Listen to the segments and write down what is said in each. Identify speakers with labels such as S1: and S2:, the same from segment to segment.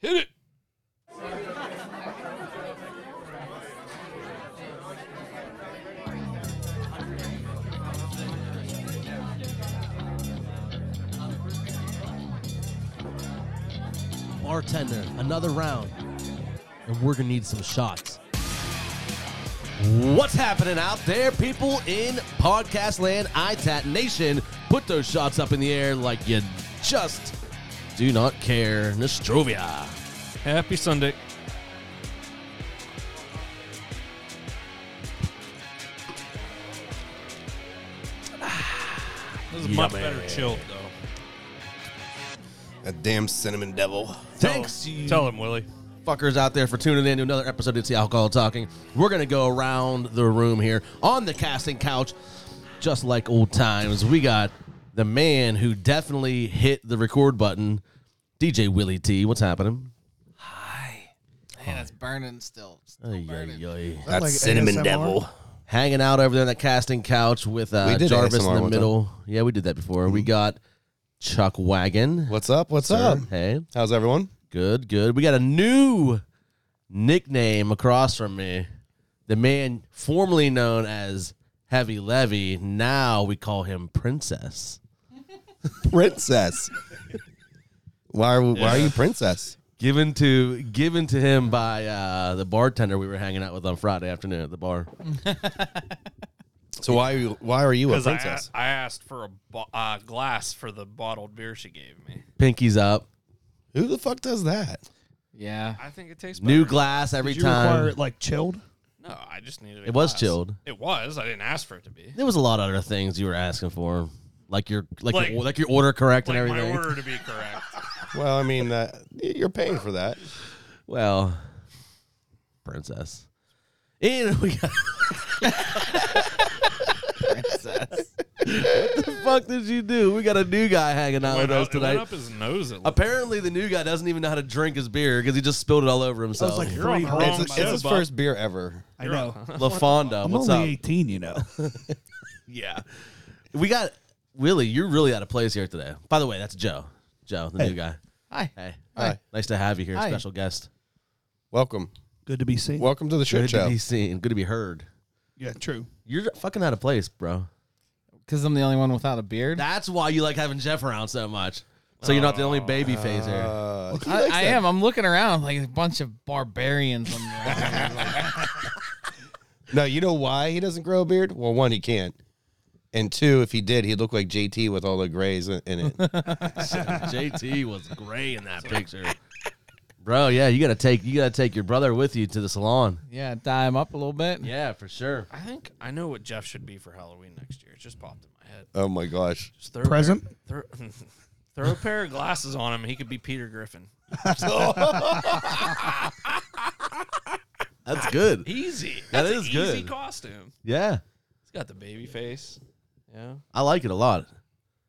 S1: Hit it.
S2: Bartender, another round. And we're going to need some shots. What's happening out there, people in podcast land, ITAT Nation? Put those shots up in the air like you just do not care. Nostrovia.
S1: Happy Sunday. This is much
S2: Yummy.
S1: better chilled, though.
S3: That damn cinnamon devil.
S2: Thanks,
S1: Tell,
S2: you
S1: tell him, Willie.
S2: fuckers out there for tuning in to another episode of It's Alcohol Talking. We're going to go around the room here on the casting couch, just like old times. We got the man who definitely hit the record button, DJ Willie T. What's happening?
S4: Man, it's burning still. Still
S2: Ay, ay,
S4: burning.
S2: ay.
S3: That
S5: like
S3: cinnamon
S5: ASMR?
S3: devil.
S2: Hanging out over there on the casting couch with uh,
S3: We did
S2: Jarvis
S3: ASMR
S2: in the
S3: one
S2: middle. Yeah, we did that before. We got Chuck Wagon.
S3: What's up? What's up?
S2: Hey,
S3: How's everyone?
S2: Good, good. We got a new nickname across from me. The man formerly known as Heavy Levy, now we call him Princess.
S3: Princess. why, are, why are you princess?
S2: Given to given to him by uh, the bartender we were hanging out with on Friday afternoon at the bar.
S3: So why are you why are you a
S1: Because I,
S3: princess?
S1: I asked for a bo- uh, glass for the bottled beer she gave me.
S2: Pinkies up,
S3: Who the fuck does that?
S4: Yeah.
S1: I think it tastes
S2: new
S1: better.
S2: glass every
S5: Did you require
S2: time.
S5: it like chilled?
S1: No, I just needed. A
S2: It was
S1: glass.
S2: chilled.
S1: It was. I didn't ask for it to be.
S2: There was a lot of other things you were asking for, like your like
S1: Like-
S2: your, like your order correct and
S1: Like my
S2: everything.
S1: order to be correct.
S3: Well, I mean, uh, you're paying for that.
S2: Well, Princess. And we got
S4: Princess.
S2: fuck did you do? We got a new guy hanging out
S1: Went
S2: with us
S1: up, it went
S2: tonight.
S1: up his nose. It looked.
S2: Apparently, the new guy doesn't even know how to drink his beer because he just spilled it all over himself.
S5: like,
S1: You're on the
S5: It's-
S1: wrong
S3: It's,
S1: show,
S3: it's his
S1: Bob.
S3: first beer ever.
S5: I know.
S2: La Fonda,
S5: I'm
S2: what's
S5: only
S2: up?
S5: 18, you know.
S2: Yeah, we got Willie. You're really out of place here today. By the way, that's Joe. Joe, the new guy.
S4: Hi.
S2: Hey,
S3: Hi.
S2: nice to have you here,
S4: Hi.
S2: special guest.
S3: Welcome.
S5: Good to be seen.
S3: Welcome to the shit
S2: Good
S3: show.
S2: to be seen. Good to be heard.
S5: yeah, true.
S2: You're fucking out of place, bro.
S4: Because I'm the only one without a beard.
S2: That's why you like having Jeff around so much. So you're not the only baby face here.
S3: Uh, he
S4: I,
S3: likes
S4: I
S3: that.
S4: am. I'm looking around. I'm like a bunch of barbarians. On the
S3: No, you know why he doesn't grow a beard? Well, one, he can't. And two, if he did, he'd look like JT with all the grays in in it.
S2: JT was gray in that picture. Bro, yeah, you gotta take you gotta take your brother with you to the salon.
S4: yeah, dye him up a little bit.
S2: Yeah, for sure.
S1: I think I know what Jeff should be for Halloween next year. It just popped in my head.
S3: oh my gosh.
S1: Just throw
S5: Present?
S1: A pair, throw, throw a pair of glasses on him. He could be Peter Griffin.
S2: That's good.
S1: Easy.
S2: That
S1: That's an
S2: is
S1: easy
S2: good.
S1: costume.
S2: Yeah,
S1: He's got the baby face. Yeah,
S2: I like it a lot.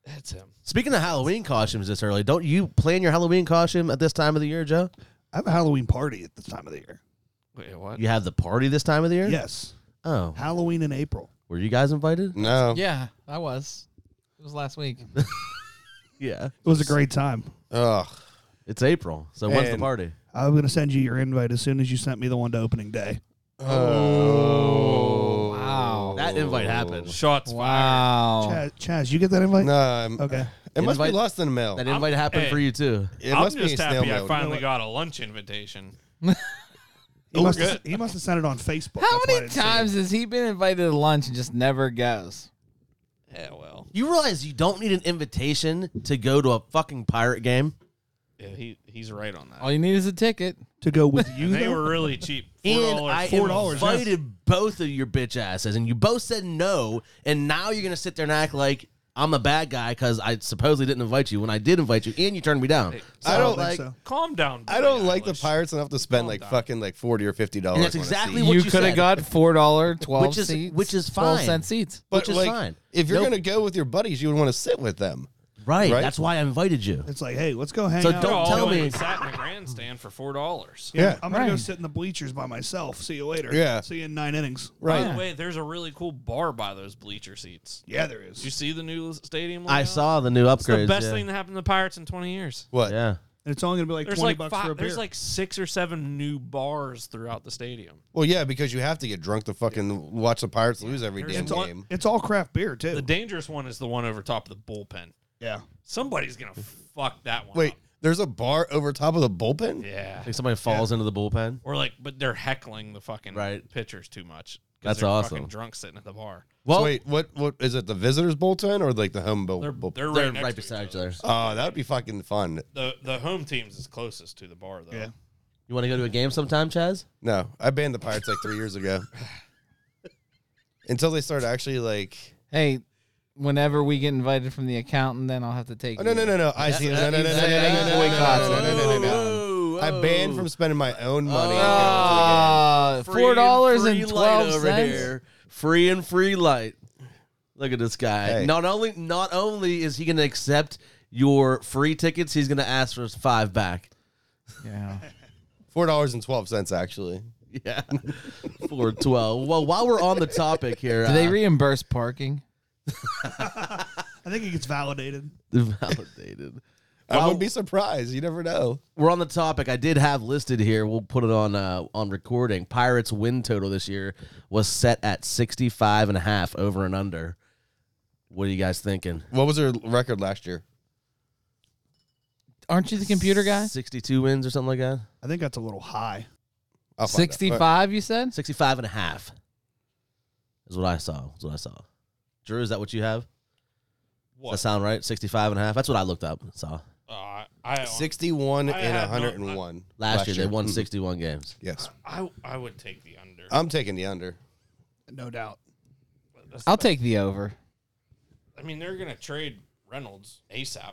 S1: that's him.
S2: Speaking of Halloween costumes this early, don't you plan your Halloween costume at this time of the year, Joe?
S5: I have a Halloween party at this time of the year.
S1: Wait, what?
S2: You have the party this time of the year?
S5: Yes.
S2: Oh,
S5: Halloween in April.
S2: were you guys invited?
S3: No.
S4: Yeah, I was. It was last week.
S2: Yeah.
S5: It was a great time.
S3: Ugh.
S2: It's April, so when's the
S3: And-
S2: party?
S5: I'm going to send you your invite as soon as you sent me the one to opening day.
S3: Oh.
S4: Wow.
S2: That invite happened.
S1: Shots fired.
S4: Wow.
S5: Chaz, Chaz, you get that invite?
S3: No. I'm-
S5: Okay.
S3: um, It must be
S2: Invite-
S3: lost in the mail.
S2: That invite happened
S1: hey.
S2: for you too.
S3: It
S1: I'm
S3: must be
S1: just
S3: snail
S1: happy I
S3: mail.
S1: finally got a lunch invitation.
S5: He must,
S1: good.
S5: have, he must have sent it on Facebook.
S4: How
S5: That's why I
S4: many
S5: didn't see it.
S4: times has he been invited to lunch and just never goes?
S1: Yeah, well,
S2: You realize you don't need an invitation to go to a fucking pirate game.
S1: yeah, he he's right on that.
S4: All you need is a ticket.
S5: To go with you,
S1: And they
S5: though?
S1: were really cheap. Four
S2: And I
S1: dollars.
S2: invited both of your bitch asses, and you both said no. And now you're gonna sit there and act like I'm a bad guy because I supposedly didn't invite you when I did invite you, and you turned me down. So,
S3: I don't
S5: I
S2: like.
S5: think so.
S1: Calm down.
S3: I don't
S1: Billie
S3: like the
S1: Eilish.
S3: pirates enough to spend like
S1: down.
S3: fucking like forty or fifty dollars.
S2: And that's exactly what
S4: You,
S2: you
S4: could
S2: said.
S4: have got four dollar twelve
S2: Which is-
S4: seats,
S2: which is
S4: 12
S2: fine.
S4: cent seats.
S3: But
S2: which is
S3: like,
S2: fine.
S3: if you're
S2: Nope.
S3: gonna go with your buddies, you would want to sit with them.
S2: Right,
S3: Right?
S2: That's why I invited you.
S5: It's like, hey, let's go hang
S2: So
S5: out.
S1: They're
S2: Don't
S1: all
S2: tell
S1: going
S2: me.
S1: and Sat in the grandstand for four dollars.
S5: Yeah, I'm gonna go
S4: Right.
S5: sit in the bleachers by myself. See you later.
S3: Yeah.
S5: See you in nine innings.
S3: Right.
S1: By the way, there's a really cool bar by those bleacher seats.
S5: Yeah, there
S1: Did you
S5: is.
S1: see the new stadium?
S2: I
S1: layout?
S2: saw the new upgrades.
S1: It's the best
S2: yeah.
S1: thing that happened to the Pirates in 20 years.
S3: What?
S2: yeah.
S5: And it's only gonna be like
S1: There's like
S5: twenty bucks
S1: five,
S5: for a beer.
S1: there's like six or seven new bars throughout the stadium.
S3: Well, yeah, because you have to get drunk to fucking watch the Pirates lose every damn
S5: it's all,
S3: game.
S5: it's all craft beer too.
S1: The dangerous one is the one over top of the bullpen.
S5: yeah.
S1: Somebody's gonna fuck that one.
S3: Wait,
S1: up.
S3: there's a bar over top of the bullpen?
S1: yeah.
S2: Like somebody falls into the bullpen.
S1: Or like, but they're heckling the fucking
S2: Right.
S1: pitchers too much. 'cause
S2: That's
S1: they're
S2: awesome.
S1: Fucking drunk sitting at the bar.
S2: Well,
S3: So wait, what? What is it? The visitors' bullpen or like the home bull-
S1: They're
S3: bullpen?
S1: they're right,
S2: they're
S1: next
S2: right,
S1: to
S2: beside each
S1: other.
S2: other.
S3: Oh, that would be fucking fun.
S1: The the home team's is closest to the bar though.
S5: Yeah.
S2: You want to go to a game sometime, Chaz?
S3: No, I banned the Pirates like three years ago. Until they start actually like,
S4: Hey, whenever we get invited from the accountant, then I'll have to take.
S3: oh no
S4: you.
S3: no no no, I see, no no no no no no no no no no no no. I banned from spending my own money.
S2: Oh.
S3: and
S4: Uh, Four dollars and twelve cents.
S2: Free and free light. Look at this guy.
S3: Hey.
S2: Not only not only is he going to accept your free tickets, he's going to ask for his five back.
S4: Yeah.
S3: Four dollars and twelve cents actually.
S2: Yeah, four twelve. Well, while we're on the topic here,
S4: Do they
S2: uh,
S4: reimburse parking?
S5: I think it gets validated.
S2: validated?
S3: I wouldn't be surprised. You never know.
S2: we're on the topic I did have listed here. We'll put it on uh, on recording. Pirates win total this year was set at 65 and a half over and under. What are you guys thinking?
S3: What was their record last year?
S4: Aren't you the computer guy?
S2: 62 wins or something like that?
S5: I think that's a little high.
S3: I'll find out.
S4: Sixty-five. You said.
S2: 65 and a half is what I saw. Is what I saw. Drew, is that what you have?
S1: What?
S2: Does that sound right? 65 and a half. That's what I looked up. and Saw
S1: Uh, I, Six.
S3: Sixty-one
S1: I
S3: and
S1: have no-
S3: hundred and one. Mm-hmm.
S2: last, year, they won 61 games.
S3: Yes,
S1: I I would take the under.
S3: I'm taking the under.
S5: No doubt.
S1: That's-
S4: I'll take the over.
S1: I mean, they're gonna trade Reynolds ASAP.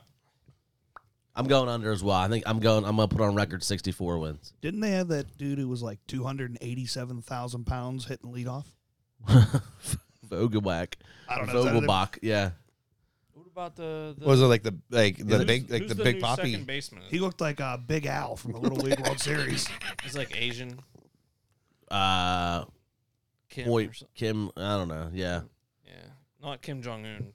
S2: I'm going under as well. I think I'm going. I'm gonna put on record 64 wins.
S5: Didn't they have that dude who was like two hundred and eighty-seven thousand pounds hitting leadoff?
S2: Vogelbach.
S5: I don't know. Is that a-
S2: Vogelbach. Yeah.
S1: What about the? the
S3: What was it like the like the
S1: who's-
S3: big like
S1: who's
S3: the
S1: the
S3: big
S1: new
S3: poppy?
S1: Second baseman.
S5: He looked like uh, Big Al from the Little League World Series.
S1: He's like Asian.
S2: Uh,
S1: Kim.
S2: Boy,
S1: or so-
S2: Kim, I don't know. Yeah,
S1: yeah. Not Kim Jong Un.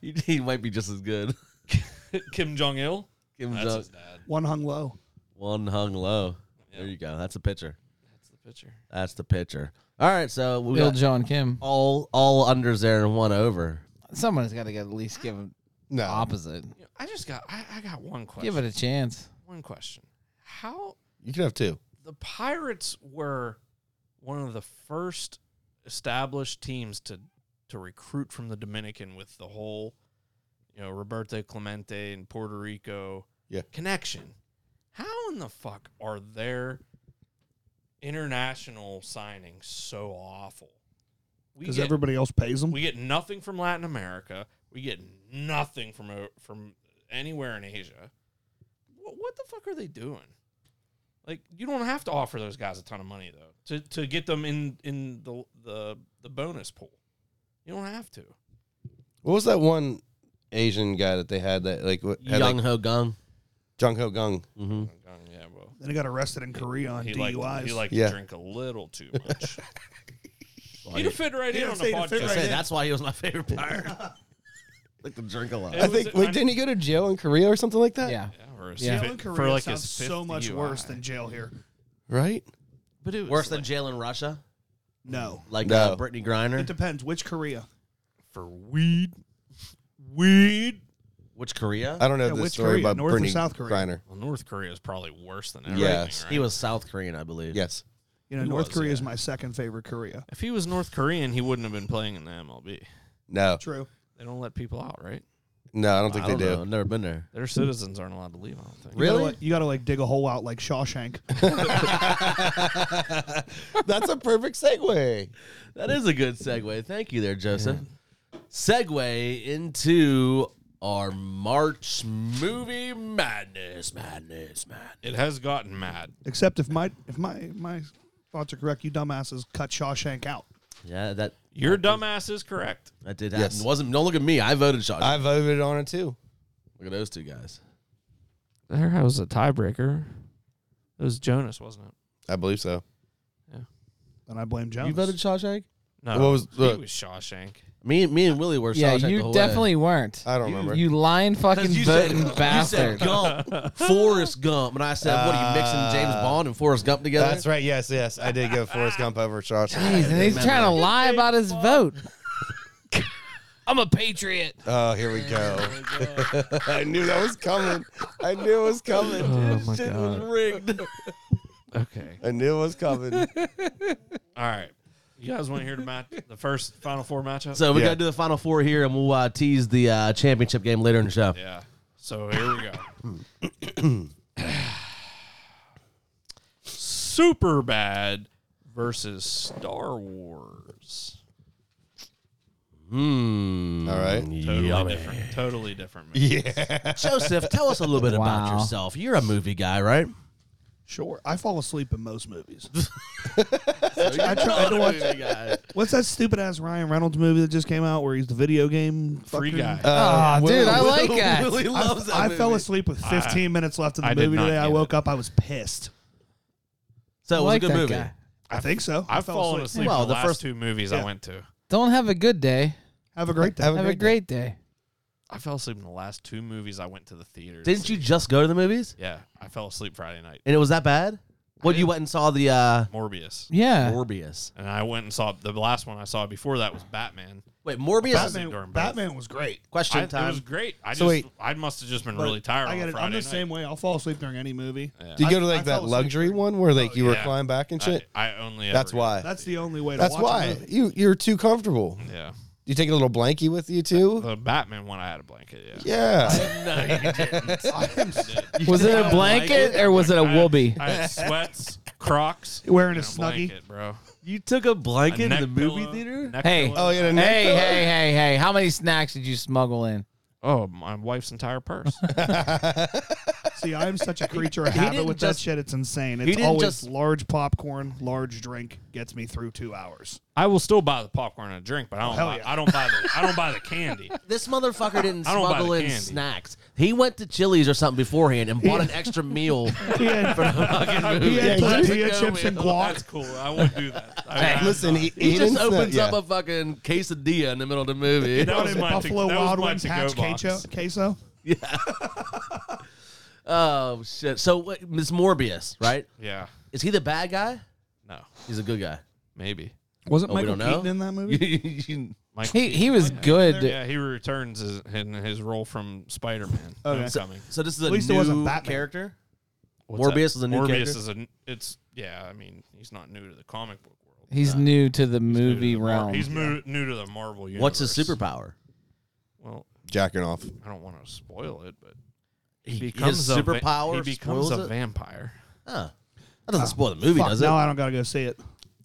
S2: he, he might be just as good.
S1: Kim Jong Il.
S2: Kim
S1: That's
S2: Jong
S1: his dad.
S5: One hung low.
S2: one hung low. There
S1: Yeah.
S2: you go. That's the pitcher.
S1: That's the pitcher.
S2: That's the pitcher. All right, so we
S4: Bill
S2: got
S4: John Kim.
S2: all all unders there and one over.
S4: Uh, Someone's got to get at least give him
S3: No,
S4: opposite.
S1: You know, I just got. I, I got one question.
S4: Give it a chance.
S1: one question. How
S3: you could have two.
S1: the Pirates were one of the first established teams to to recruit from the Dominican with the whole, you know, Roberto Clemente and Puerto Rico
S3: Yeah.
S1: connection. How in the fuck are their international signings so awful? We
S5: Because
S1: get,
S5: everybody else pays them.
S1: we get nothing from Latin America. We get nothing from o- from anywhere in Asia. What, what the fuck are they doing? Like you don't have to offer those guys a ton of money though to, to get them in in the the the bonus pool. You don't have to.
S3: What was that one Asian guy that they had that like what- had
S2: Young
S3: like
S2: Ho Gung.
S3: Jung Ho Gung?
S2: Mm-hmm.
S1: um, Yeah, well,
S5: Then he got arrested in Korea on
S1: he
S5: DUIs.
S1: liked, he liked
S3: Yeah.
S1: to drink a little too much. He'd have fit right in on the
S5: say he'd fit
S1: podcast.
S5: right
S2: Say, that's why he was my favorite pirate. like the drink a lot.
S1: Yeah.
S3: I think
S1: was-
S3: wait,
S1: I-
S3: didn't he go to jail in Korea or something like that?
S4: Yeah.
S1: Yeah, or his
S4: Yeah.
S5: Jail
S1: fi-
S5: in Korea
S1: for like
S5: sounds
S1: his fifth
S5: so much
S1: DUI.
S5: worse than jail here.
S3: right.
S1: But it was
S2: Worse than
S1: like,
S2: jail in Russia,
S5: No.
S2: like
S3: No.
S2: uh, Brittany
S5: It
S2: Griner.
S5: depends. Which Korea?
S1: for weed, weed.
S2: Which Korea?
S3: I don't know
S5: Yeah,
S3: this
S5: which
S3: story
S5: Korea?
S3: about
S5: North or
S3: Brittany
S5: South Korea?
S3: Griner.
S1: Well, North Korea is probably worse than everything.
S3: Yes.
S1: right?
S2: He was South Korean, I believe.
S3: Yes.
S5: You know,
S1: He
S5: North
S1: was,
S5: Korea
S1: yeah.
S5: is my second favorite Korea.
S1: If he was North Korean, he wouldn't have been playing in the MLB.
S3: No.
S5: True.
S1: They don't let people out, right?
S3: No, I don't think
S2: I
S3: they
S2: don't
S3: do.
S2: know. I've never been there.
S1: Their citizens aren't allowed to leave. I don't think.
S5: You gotta, like, you gotta like dig a hole out like Shawshank.
S3: That's a perfect segue.
S2: That is a good segue. Thank you there, Joseph. Segue into our March movie madness, madness, madness.
S1: It has gotten mad.
S5: Except if my if my my thoughts are correct, you dumbasses cut Shawshank out.
S2: Yeah, that
S1: Your dumbass is correct.
S2: that did happen.
S3: Yes.
S2: Wasn't don't look at me. I voted Shawshank.
S3: I voted on it too.
S2: look at those two guys.
S1: There was a tiebreaker. It was Jonas, wasn't it?
S3: I believe so.
S5: And I blame Jones.
S2: You voted Shawshank?
S1: No,
S3: What was
S1: he
S3: the-
S1: was Shawshank.
S2: I Me and me and Willie were.
S4: yeah,
S2: Shawshank the whole
S4: you
S2: way.
S4: definitely weren't.
S3: I don't remember.
S4: You lying fucking
S2: 'Cause you said-
S4: voting bastard.
S2: You said Gump, Forrest Gump, and I said, "What are you mixing James Bond and Forrest Gump together?"
S3: That's right. Yes, yes. I did go Forrest Gump over
S4: Jeez,
S3: Shawshank.
S4: and he's trying to lie about his
S2: Uh,
S4: vote. I'm a patriot.
S3: Oh, here we go. I knew that was coming. I knew it was coming.
S1: my
S3: Shit was
S1: God.
S3: rigged.
S1: Okay.
S3: I knew it was coming.
S1: All right. You guys want to hear the match, the first Final Four matchup?
S2: So we
S3: Yeah.
S2: got to do the final four here, and we'll uh, tease the uh, championship game later in the show.
S1: yeah. So here we go. Super bad versus Star Wars.
S2: Hmm.
S3: All right.
S1: Totally
S2: Yummy.
S1: different. Totally different. match.
S3: Yeah.
S2: Joseph, tell us a little bit about
S4: Wow.
S2: yourself. You're a movie guy, right?
S5: Sure, I fall asleep in most movies. I tried to watch. What's that stupid ass Ryan Reynolds movie that just came out where he's the video game
S1: Free
S5: fucking-
S4: Uh,
S1: guy.
S4: Aw, Ah, dude, I like that.
S2: Willie
S5: I,
S2: loves that
S5: I
S2: movie.
S5: fell asleep with 15 minutes left in the
S1: I did
S5: movie
S1: not
S5: today. I
S1: get
S5: woke up, I was pissed.
S2: So it was a
S4: I like
S2: good
S4: that
S2: movie.
S4: guy.
S5: I think so. I
S1: I've
S5: fell
S1: fallen asleep
S2: Well,
S1: in the,
S2: the
S1: last
S2: first-
S1: two movies I
S5: Yeah.
S1: went to.
S4: Don't have a good day.
S5: Have a great day.
S4: Have a great day.
S1: I fell asleep in the last two movies I went to the theater. to
S2: Didn't you
S1: see.
S2: just go to the movies?
S1: Yeah, I fell asleep Friday night.
S2: And it was that bad? What you went and saw the uh,
S1: Morbius.
S4: Yeah.
S2: Morbius?
S1: And I went and saw the last one I saw before that was Batman.
S2: Wait, Morbius.
S1: Batman- during both.
S5: was great.
S1: I,
S2: Question
S1: it
S2: time.
S1: was great. I
S3: So
S1: just
S3: wait.
S1: I must have just been
S5: but
S1: really tired
S5: I
S1: on
S5: got
S1: a
S5: it.
S1: Friday
S5: I'm the
S1: night.
S5: same way. I'll fall asleep during any movie.
S3: Did you
S5: I-
S3: go to
S5: I
S3: like that
S5: fell asleep
S3: luxury
S5: during- Oh,
S3: one where like you
S1: yeah.
S3: recline back and shit?
S1: I, I only
S3: That's
S1: ever-
S3: why.
S5: That's the only way to
S3: That's
S5: watch a
S3: why
S5: movie.
S3: you you're too comfortable.
S1: Yeah.
S3: You take a little blankie with you too.
S5: Uh,
S1: The Batman one I had a blanket, yeah.
S3: Yeah.
S2: no, you didn't.
S5: I am s-
S4: Was it a blanket or was it a
S1: I had-
S4: whoopee?
S1: I had sweats, Crocs,
S5: Wearing
S1: and
S5: a Snuggie.
S1: blanket, bro.
S2: You took a
S1: A
S2: blanket to the
S1: neck
S2: movie
S1: pillow,
S2: theater?
S1: neck
S4: Hey.
S1: pillow.
S3: Oh yeah. the neck
S4: Hey, hey,
S3: pillow.
S4: hey, hey. How many snacks did you smuggle in?
S1: Oh, my wife's entire purse.
S5: See, I'm such a creature of habit
S2: didn't
S5: with
S2: just-
S5: that shit. It's insane.
S2: he
S5: It's
S2: didn't
S5: always
S2: just-
S5: large popcorn, large drink gets me through two hours.
S1: I will still buy the popcorn and a drink, but I don't
S5: hell
S1: buy,
S5: yeah.
S1: I don't buy the I don't buy the candy.
S2: This motherfucker didn't
S1: I don't buy
S2: smuggle
S1: the
S2: in
S1: candy.
S2: snacks. He went to Chili's or something beforehand and bought an extra meal.
S5: He had, he had tortilla chips and guac.
S1: That's cool. I won't do that. I I-
S3: Listen, he,
S2: He,
S3: he
S2: just
S3: didn't
S2: opens
S3: snap-
S2: up
S3: yeah.
S2: a fucking quesadilla in the middle of the movie.
S1: That was my to-
S5: Buffalo
S1: that was
S5: Wild
S1: my
S5: Wings
S1: to-go
S5: Patch
S1: box.
S5: queso, queso.
S2: oh shit! So wait, Miss Morbius, right?
S1: Yeah.
S2: Is he the bad guy?
S1: No.
S2: He's a good guy.
S1: Maybe.
S5: Wasn't
S2: Oh, we Michael don't know? Keaton in
S5: that movie?
S2: He's
S1: Mike
S4: He he was good.
S1: Yeah, he returns his, in his role from Spider Man.
S5: Okay.
S1: Homecoming.
S2: so this is a
S5: At least it
S2: new
S5: wasn't Batman.
S2: character.
S1: What's
S2: Morbius is a new
S1: Morbius
S2: character?
S1: is a n- it's yeah. I mean, he's not new to the comic book world.
S4: He's new to the
S1: He's new to
S4: movie
S1: the Mar-
S4: realm.
S1: he's mo- new to the Marvel universe.
S2: What's his superpower?
S1: Well,
S3: Jacking off.
S1: I don't want to spoil it, but
S2: He
S1: becomes
S2: his
S1: a va-
S2: superpower.
S1: he becomes
S2: spoils
S1: a
S2: it?
S1: vampire.
S2: Huh. That doesn't spoil the movie,
S5: Ah, Fuck,
S2: does it?
S5: now I don't gotta go see it.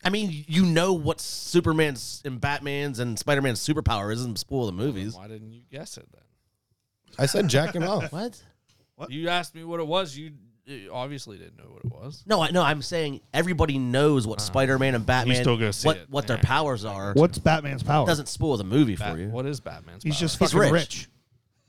S2: I mean, you know what Superman's and Batman's and Spider Man's superpower is. It doesn't spoil the movies.
S1: Why didn't you guess it then?
S3: I said jacking off.
S2: What?
S1: You asked me what it was. You uh, obviously didn't know what it was.
S2: No, I no. I'm saying everybody knows what Spider Man and Batman.
S1: still go see
S2: what
S1: it.
S2: what their
S1: Yeah.
S2: powers are.
S5: What's Batman's power?
S2: doesn't spoil the movie for
S1: Bat-
S2: you?
S1: what is Batman's?
S5: He's
S1: power?
S5: just
S2: He's
S5: fucking
S2: rich.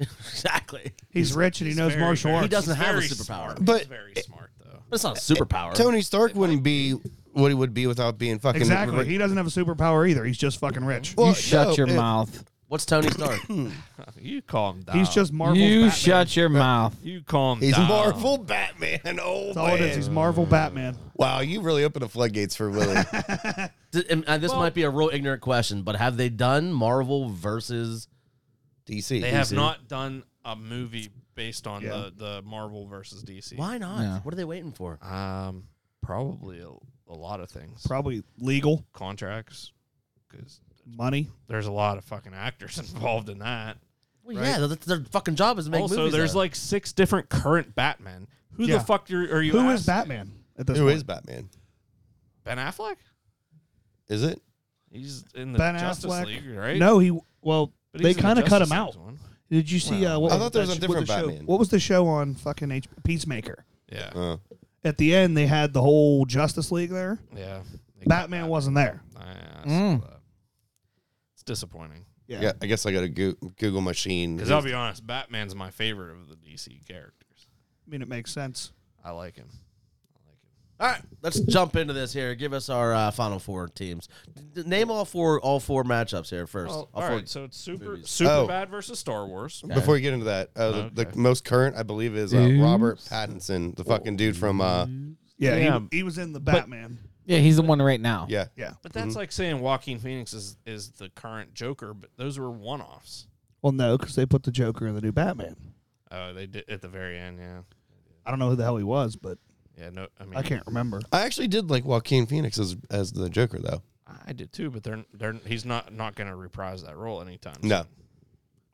S5: rich.
S2: Exactly.
S5: He's rich and he knows
S1: very,
S5: martial
S1: very-
S5: arts.
S2: He doesn't
S1: He's
S2: have a
S1: very
S2: superpower.
S1: smart.
S3: But-
S1: he's very smart though.
S2: But it's not a superpower.
S3: Tony Stark wouldn't be what he would be without being fucking
S5: Exactly. He doesn't have a superpower either. He's just fucking rich.
S3: Well,
S4: you shut
S3: no,
S4: your
S3: it-
S4: mouth.
S2: What's Tony Stark?
S1: You calm down.
S5: He's just Marvel.
S4: You
S5: Batman.
S4: shut your mouth.
S1: you calm
S3: He's
S1: down.
S3: Marvel Batman. Oh
S5: That's all it is.
S3: man.
S5: He's Marvel Batman.
S3: Wow, you really opened the floodgates for Willie.
S2: D- and, uh, this might be a real ignorant question, but have they done Marvel versus?
S3: DC.
S1: They have not done a movie based on
S5: Yeah.
S1: the, the Marvel versus DC.
S2: Why not?
S4: No.
S2: What are they waiting for?
S1: Um, probably a, a lot of things.
S5: Probably legal
S1: Contracts, because
S5: money.
S1: there's a lot of fucking actors involved in that.
S2: Well,
S1: Right.
S2: Yeah, that's their fucking job is to make
S1: also,
S2: movies.
S1: there's
S2: though.
S1: like six different current Batman. Who
S5: Yeah.
S1: the fuck do, are you?
S5: Who is
S1: asking?
S5: Batman at this
S3: Who
S5: point?
S3: is Batman?
S1: Ben Affleck?
S3: Is it?
S1: He's in the
S5: Ben
S1: Justice
S5: Affleck?
S1: League, right?
S5: No, he. Well,
S1: But
S5: they
S1: he's in the
S5: kind of cut
S1: Justice
S5: him out.
S1: League's one.
S5: Did you see? uh, what
S3: I
S5: was
S3: thought there
S5: that
S3: was a
S5: sh- what
S3: different
S5: the show-
S3: Batman.
S5: What was the show on fucking H- Peacemaker?
S1: Yeah,
S3: Oh.
S5: At the end, they had the whole Justice League there.
S1: yeah. They cut
S5: Batman wasn't there.
S1: that. I- I saw
S4: Mm.
S1: that. uh, It's disappointing.
S3: Yeah, I guess I got a go- Google machine.
S1: Because I'll be honest, Batman's my favorite of the DC characters.
S5: I mean, it makes sense.
S1: I like him. I like him.
S2: All right, let's jump into this here. Give us our uh, final four teams. D- name all four all four matchups here first.
S1: Well,
S2: Oh, all
S1: all
S2: four-
S1: right, so it's super super
S3: Oh.
S1: bad versus Star Wars.
S3: Before you get into that, uh, the, the most current, I believe, is uh, Robert Pattinson, the fucking dude from, uh,
S5: Yeah,
S4: Yeah.
S5: He, he was in the Batman.
S4: Yeah, he's the one right now.
S3: yeah.
S5: yeah.
S1: But that's like saying Joaquin Phoenix is is the current Joker, but those were one offs.
S5: Well, no, because they put the Joker in the new Batman.
S1: Oh, they did at the very end, yeah,
S5: I don't know who the hell he was, but
S1: yeah. No, I mean,
S5: I can't remember.
S3: I actually did like Joaquin Phoenix as, as the Joker, though.
S1: I did too, but they're they're he's not not going to reprise that role anytime.
S3: No.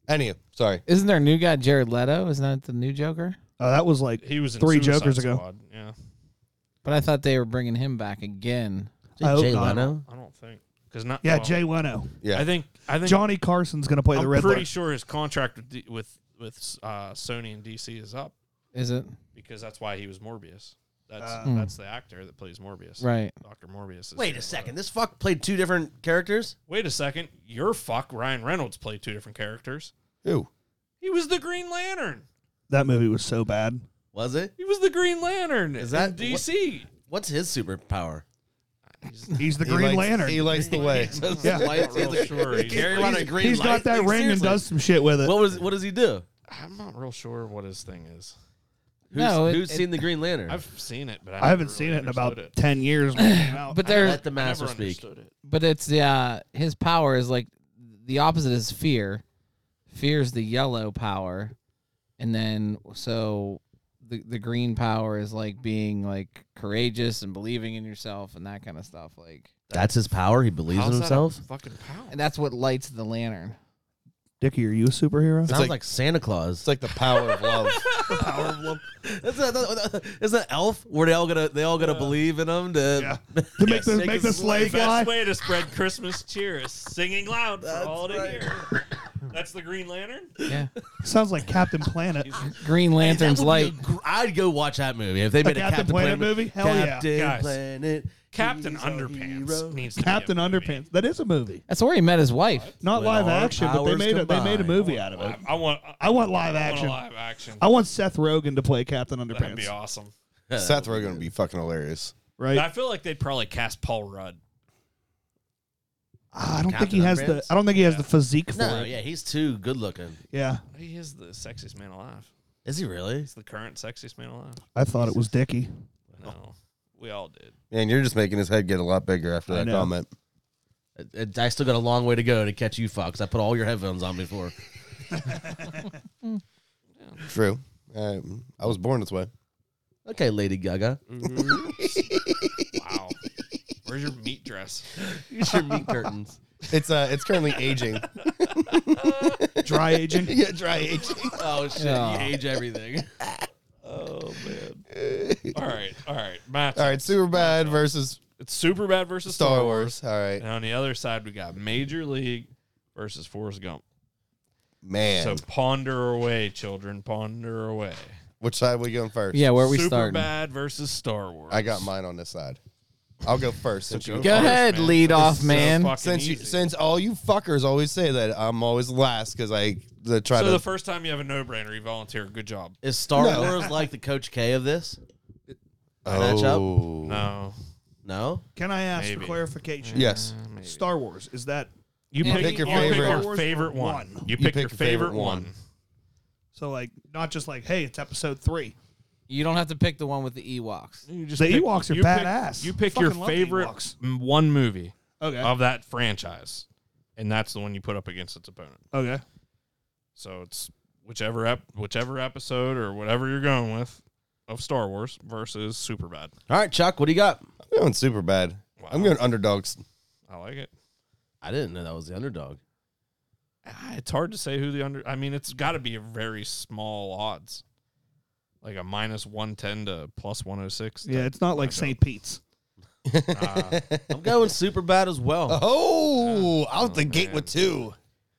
S3: Anywho, sorry.
S4: Isn't there a new guy, Jared Leto? Isn't that the new Joker?
S5: Uh, that was like
S1: soon. he was in
S5: Three
S1: Suicide
S5: Jokers ago.
S1: Squad, Yeah,
S4: But I thought they were bringing him back again.
S2: Is it
S5: I hope
S2: Jay
S5: not.
S2: Leno.
S1: I don't think because not
S5: yeah,
S1: well,
S5: Jay Leno.
S3: Oh. Yeah.
S1: I think I think
S5: Johnny Carson's gonna play
S1: I'm
S5: the Riddler.
S1: pretty sure his contract with D- with with uh, Sony and DC is up
S4: Is it?
S1: because that's why he was Morbius. That's
S5: Uh,
S1: that's the actor that plays Morbius.
S4: Right.
S1: Doctor Morbius. Is
S2: Wait a
S1: Jared
S2: second.
S1: Leto.
S2: This fuck played two different characters.
S1: Wait a second. Your fuck Ryan Reynolds played two different characters.
S3: Who?
S1: He was the Green Lantern.
S5: that movie was so bad.
S2: Was it?
S1: He was the Green Lantern.
S2: Is
S1: Is
S2: that-
S1: that DC?
S2: What's his superpower?
S5: He's the Green
S3: he likes,
S5: Lantern.
S3: He likes the way.
S5: Yeah.
S1: I'm not real sure. He's-
S2: Carry on a green
S5: He's
S2: light?
S5: got that
S2: Like,
S5: ring and
S2: seriously.
S5: does some shit with it.
S2: What was? What does he do?
S1: I'm not real sure what his thing is.
S2: Who's,
S4: No, it-
S2: who's
S4: it-
S2: seen the Green Lantern?
S1: I've seen it, but I,
S5: I haven't
S1: never
S5: seen
S1: really
S5: it in about
S1: understood
S5: ten years. when it came out.
S4: But there,
S2: Let the
S1: I never
S2: master speak.
S1: understood it.
S4: but it's uh, his power is like the opposite is fear. Fear is the yellow power, and then so the the green power is like being like courageous and believing in yourself and that kind of stuff. Like,
S2: That's his power. He believes
S1: How's
S2: in
S1: that a
S2: himself.
S1: fucking power.
S4: and that's what lights the lantern.
S5: Dickie, are you a superhero?
S2: Sounds like,
S3: like-
S2: Santa Claus.
S3: It's like the power of love.
S2: That's not, that, is that Elf? Where they all gonna they all gonna believe in him? To,
S5: Yeah. To make the make the slave fly.
S1: Best way to spread Christmas cheer is singing loud for all to
S2: right.
S1: hear. That's the Green Lantern.
S4: Yeah,
S5: Sounds like Captain Planet.
S4: Green
S2: That would
S4: Lantern's
S2: be a
S4: light.
S2: gr- I'd go watch that movie if they made a Captain,
S5: Captain Planet movie? Hell yeah.
S2: Captain
S1: Guys.
S2: Planet.
S1: Captain
S2: he's our hero.
S1: Underpants needs to be
S5: Captain
S1: a movie.
S5: Underpants. That is a movie.
S4: That's where he met his wife.
S5: Not
S2: When
S5: live
S2: all
S5: action, but they
S2: powers
S5: made a, they made a
S2: combine.
S5: movie out of it.
S1: I want.
S5: I want live
S1: I want a
S5: action.
S1: live action.
S5: I want Seth Rogen to play Captain
S1: That'd be
S5: Underpants.
S1: awesome.
S3: Seth Rogen would be fucking hilarious.
S5: Right?
S1: I feel like they'd probably cast Paul Rudd.
S5: Ah, I don't think
S2: Captain
S5: he has the
S2: Underpants?
S5: I don't think he has the physique for
S2: No,
S5: it.
S2: yeah, he's too good looking.
S5: Yeah.
S1: He is the sexiest man alive.
S2: Is he really?
S1: He's the current sexiest man alive.
S5: I thought it was Dickie.
S1: No, we all did.
S3: Man, you're just making his head get a lot bigger after
S5: I
S3: that
S5: know.
S3: comment.
S2: I- I I still got a long way to go to catch you, Fox. I put all your headphones on before.
S3: True. Um, I was born this way.
S2: Okay, Lady Gaga.
S1: Wow. Where's your meat dress?
S2: Use your meat curtains.
S3: It's uh, it's currently aging.
S5: Dry aging.
S3: yeah, dry aging.
S2: Oh shit!
S4: Yeah.
S2: You age everything.
S1: Oh man. all right, all right. Match.
S3: All right, super bad versus
S1: It's super bad versus Star,
S3: Star
S1: Wars.
S3: Wars. All right,
S1: And on the other side, we got Major League versus Forrest Gump.
S3: man.
S1: So ponder away, children. Ponder away.
S3: Which side we going first?
S4: Yeah, where are we
S1: Super
S4: starting?
S1: bad versus Star Wars.
S3: I got mine on this side. I'll go first since you
S4: Go ahead,
S1: man.
S4: lead off
S1: So
S4: man.
S1: fucking
S3: since you
S1: easy.
S3: since all you fuckers always say that I'm always last because I the, try
S1: so the
S3: to.
S1: first time you have a no-brainer, you volunteer. Good job.
S2: Is Star Wars like the Coach K of this?
S3: oh
S1: No,
S2: No.
S5: Can I ask
S1: Maybe.
S5: for clarification?
S3: yes,
S5: Star Wars is that
S1: you
S4: Yeah.
S1: pick,
S4: Pick
S1: your
S3: your
S1: favorite.
S3: favorite.
S1: your favorite one. You pick,
S3: pick
S1: your favorite one.
S5: so like not just like hey it's episode three.
S4: You don't have to pick the one with the Ewoks.
S1: You just
S5: The Ewoks are
S1: you pick-
S5: badass.
S1: you pick
S5: Fucking
S1: your
S5: love the
S1: favorite
S5: Ewoks.
S1: m- one movie
S5: Okay.
S1: of that franchise, and that's the one you put up against its opponent.
S5: okay.
S1: So it's whichever ep- whichever episode or whatever you're going with of Star Wars versus Superbad.
S2: All right, Chuck. What do you got?
S3: I'm going super bad. I'm
S1: Wow.
S3: going underdogs.
S1: I like it.
S2: I didn't know that was the underdog.
S1: Ah, It's hard to say who the under. I mean, it's got to be a very small odds, like a minus one ten to uh, plus one hundred six.
S5: Yeah, it's not like St. Pete's.
S2: I'm going super bad as well.
S3: Oh, out the
S1: Oh,
S3: gate
S1: man.
S3: with two.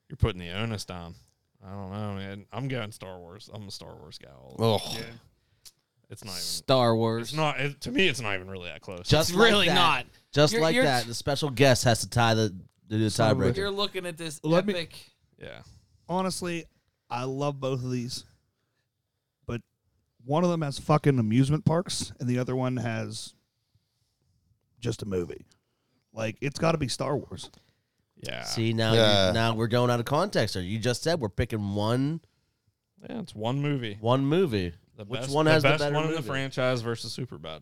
S1: You're putting the onus down. I don't know, man. I'm going Star Wars. I'm a Star Wars guy. all-
S3: Oh,
S1: It's not even.
S4: Star Wars.
S1: It's not. It, to me, it's not even really that close.
S2: Just
S4: It's
S2: like
S4: really
S2: that.
S4: not.
S2: Just
S4: You're-
S2: like
S4: you're-
S2: that, the special guest has to tie the do the tiebreaker.
S4: You're looking at this
S5: Let me-
S4: epic.
S1: yeah.
S5: Honestly, I love both of these. But one of them has fucking amusement parks and the other one has just a movie. Like it's got to be Star Wars.
S1: Yeah.
S2: See now,
S6: Yeah.
S2: you now we're going out of context. There, you just said we're picking one
S1: Yeah, it's one movie.
S2: one movie.
S1: The
S2: Which
S1: best,
S2: one has the
S1: best
S2: better
S1: one in the
S2: movie?
S1: franchise versus Superbad?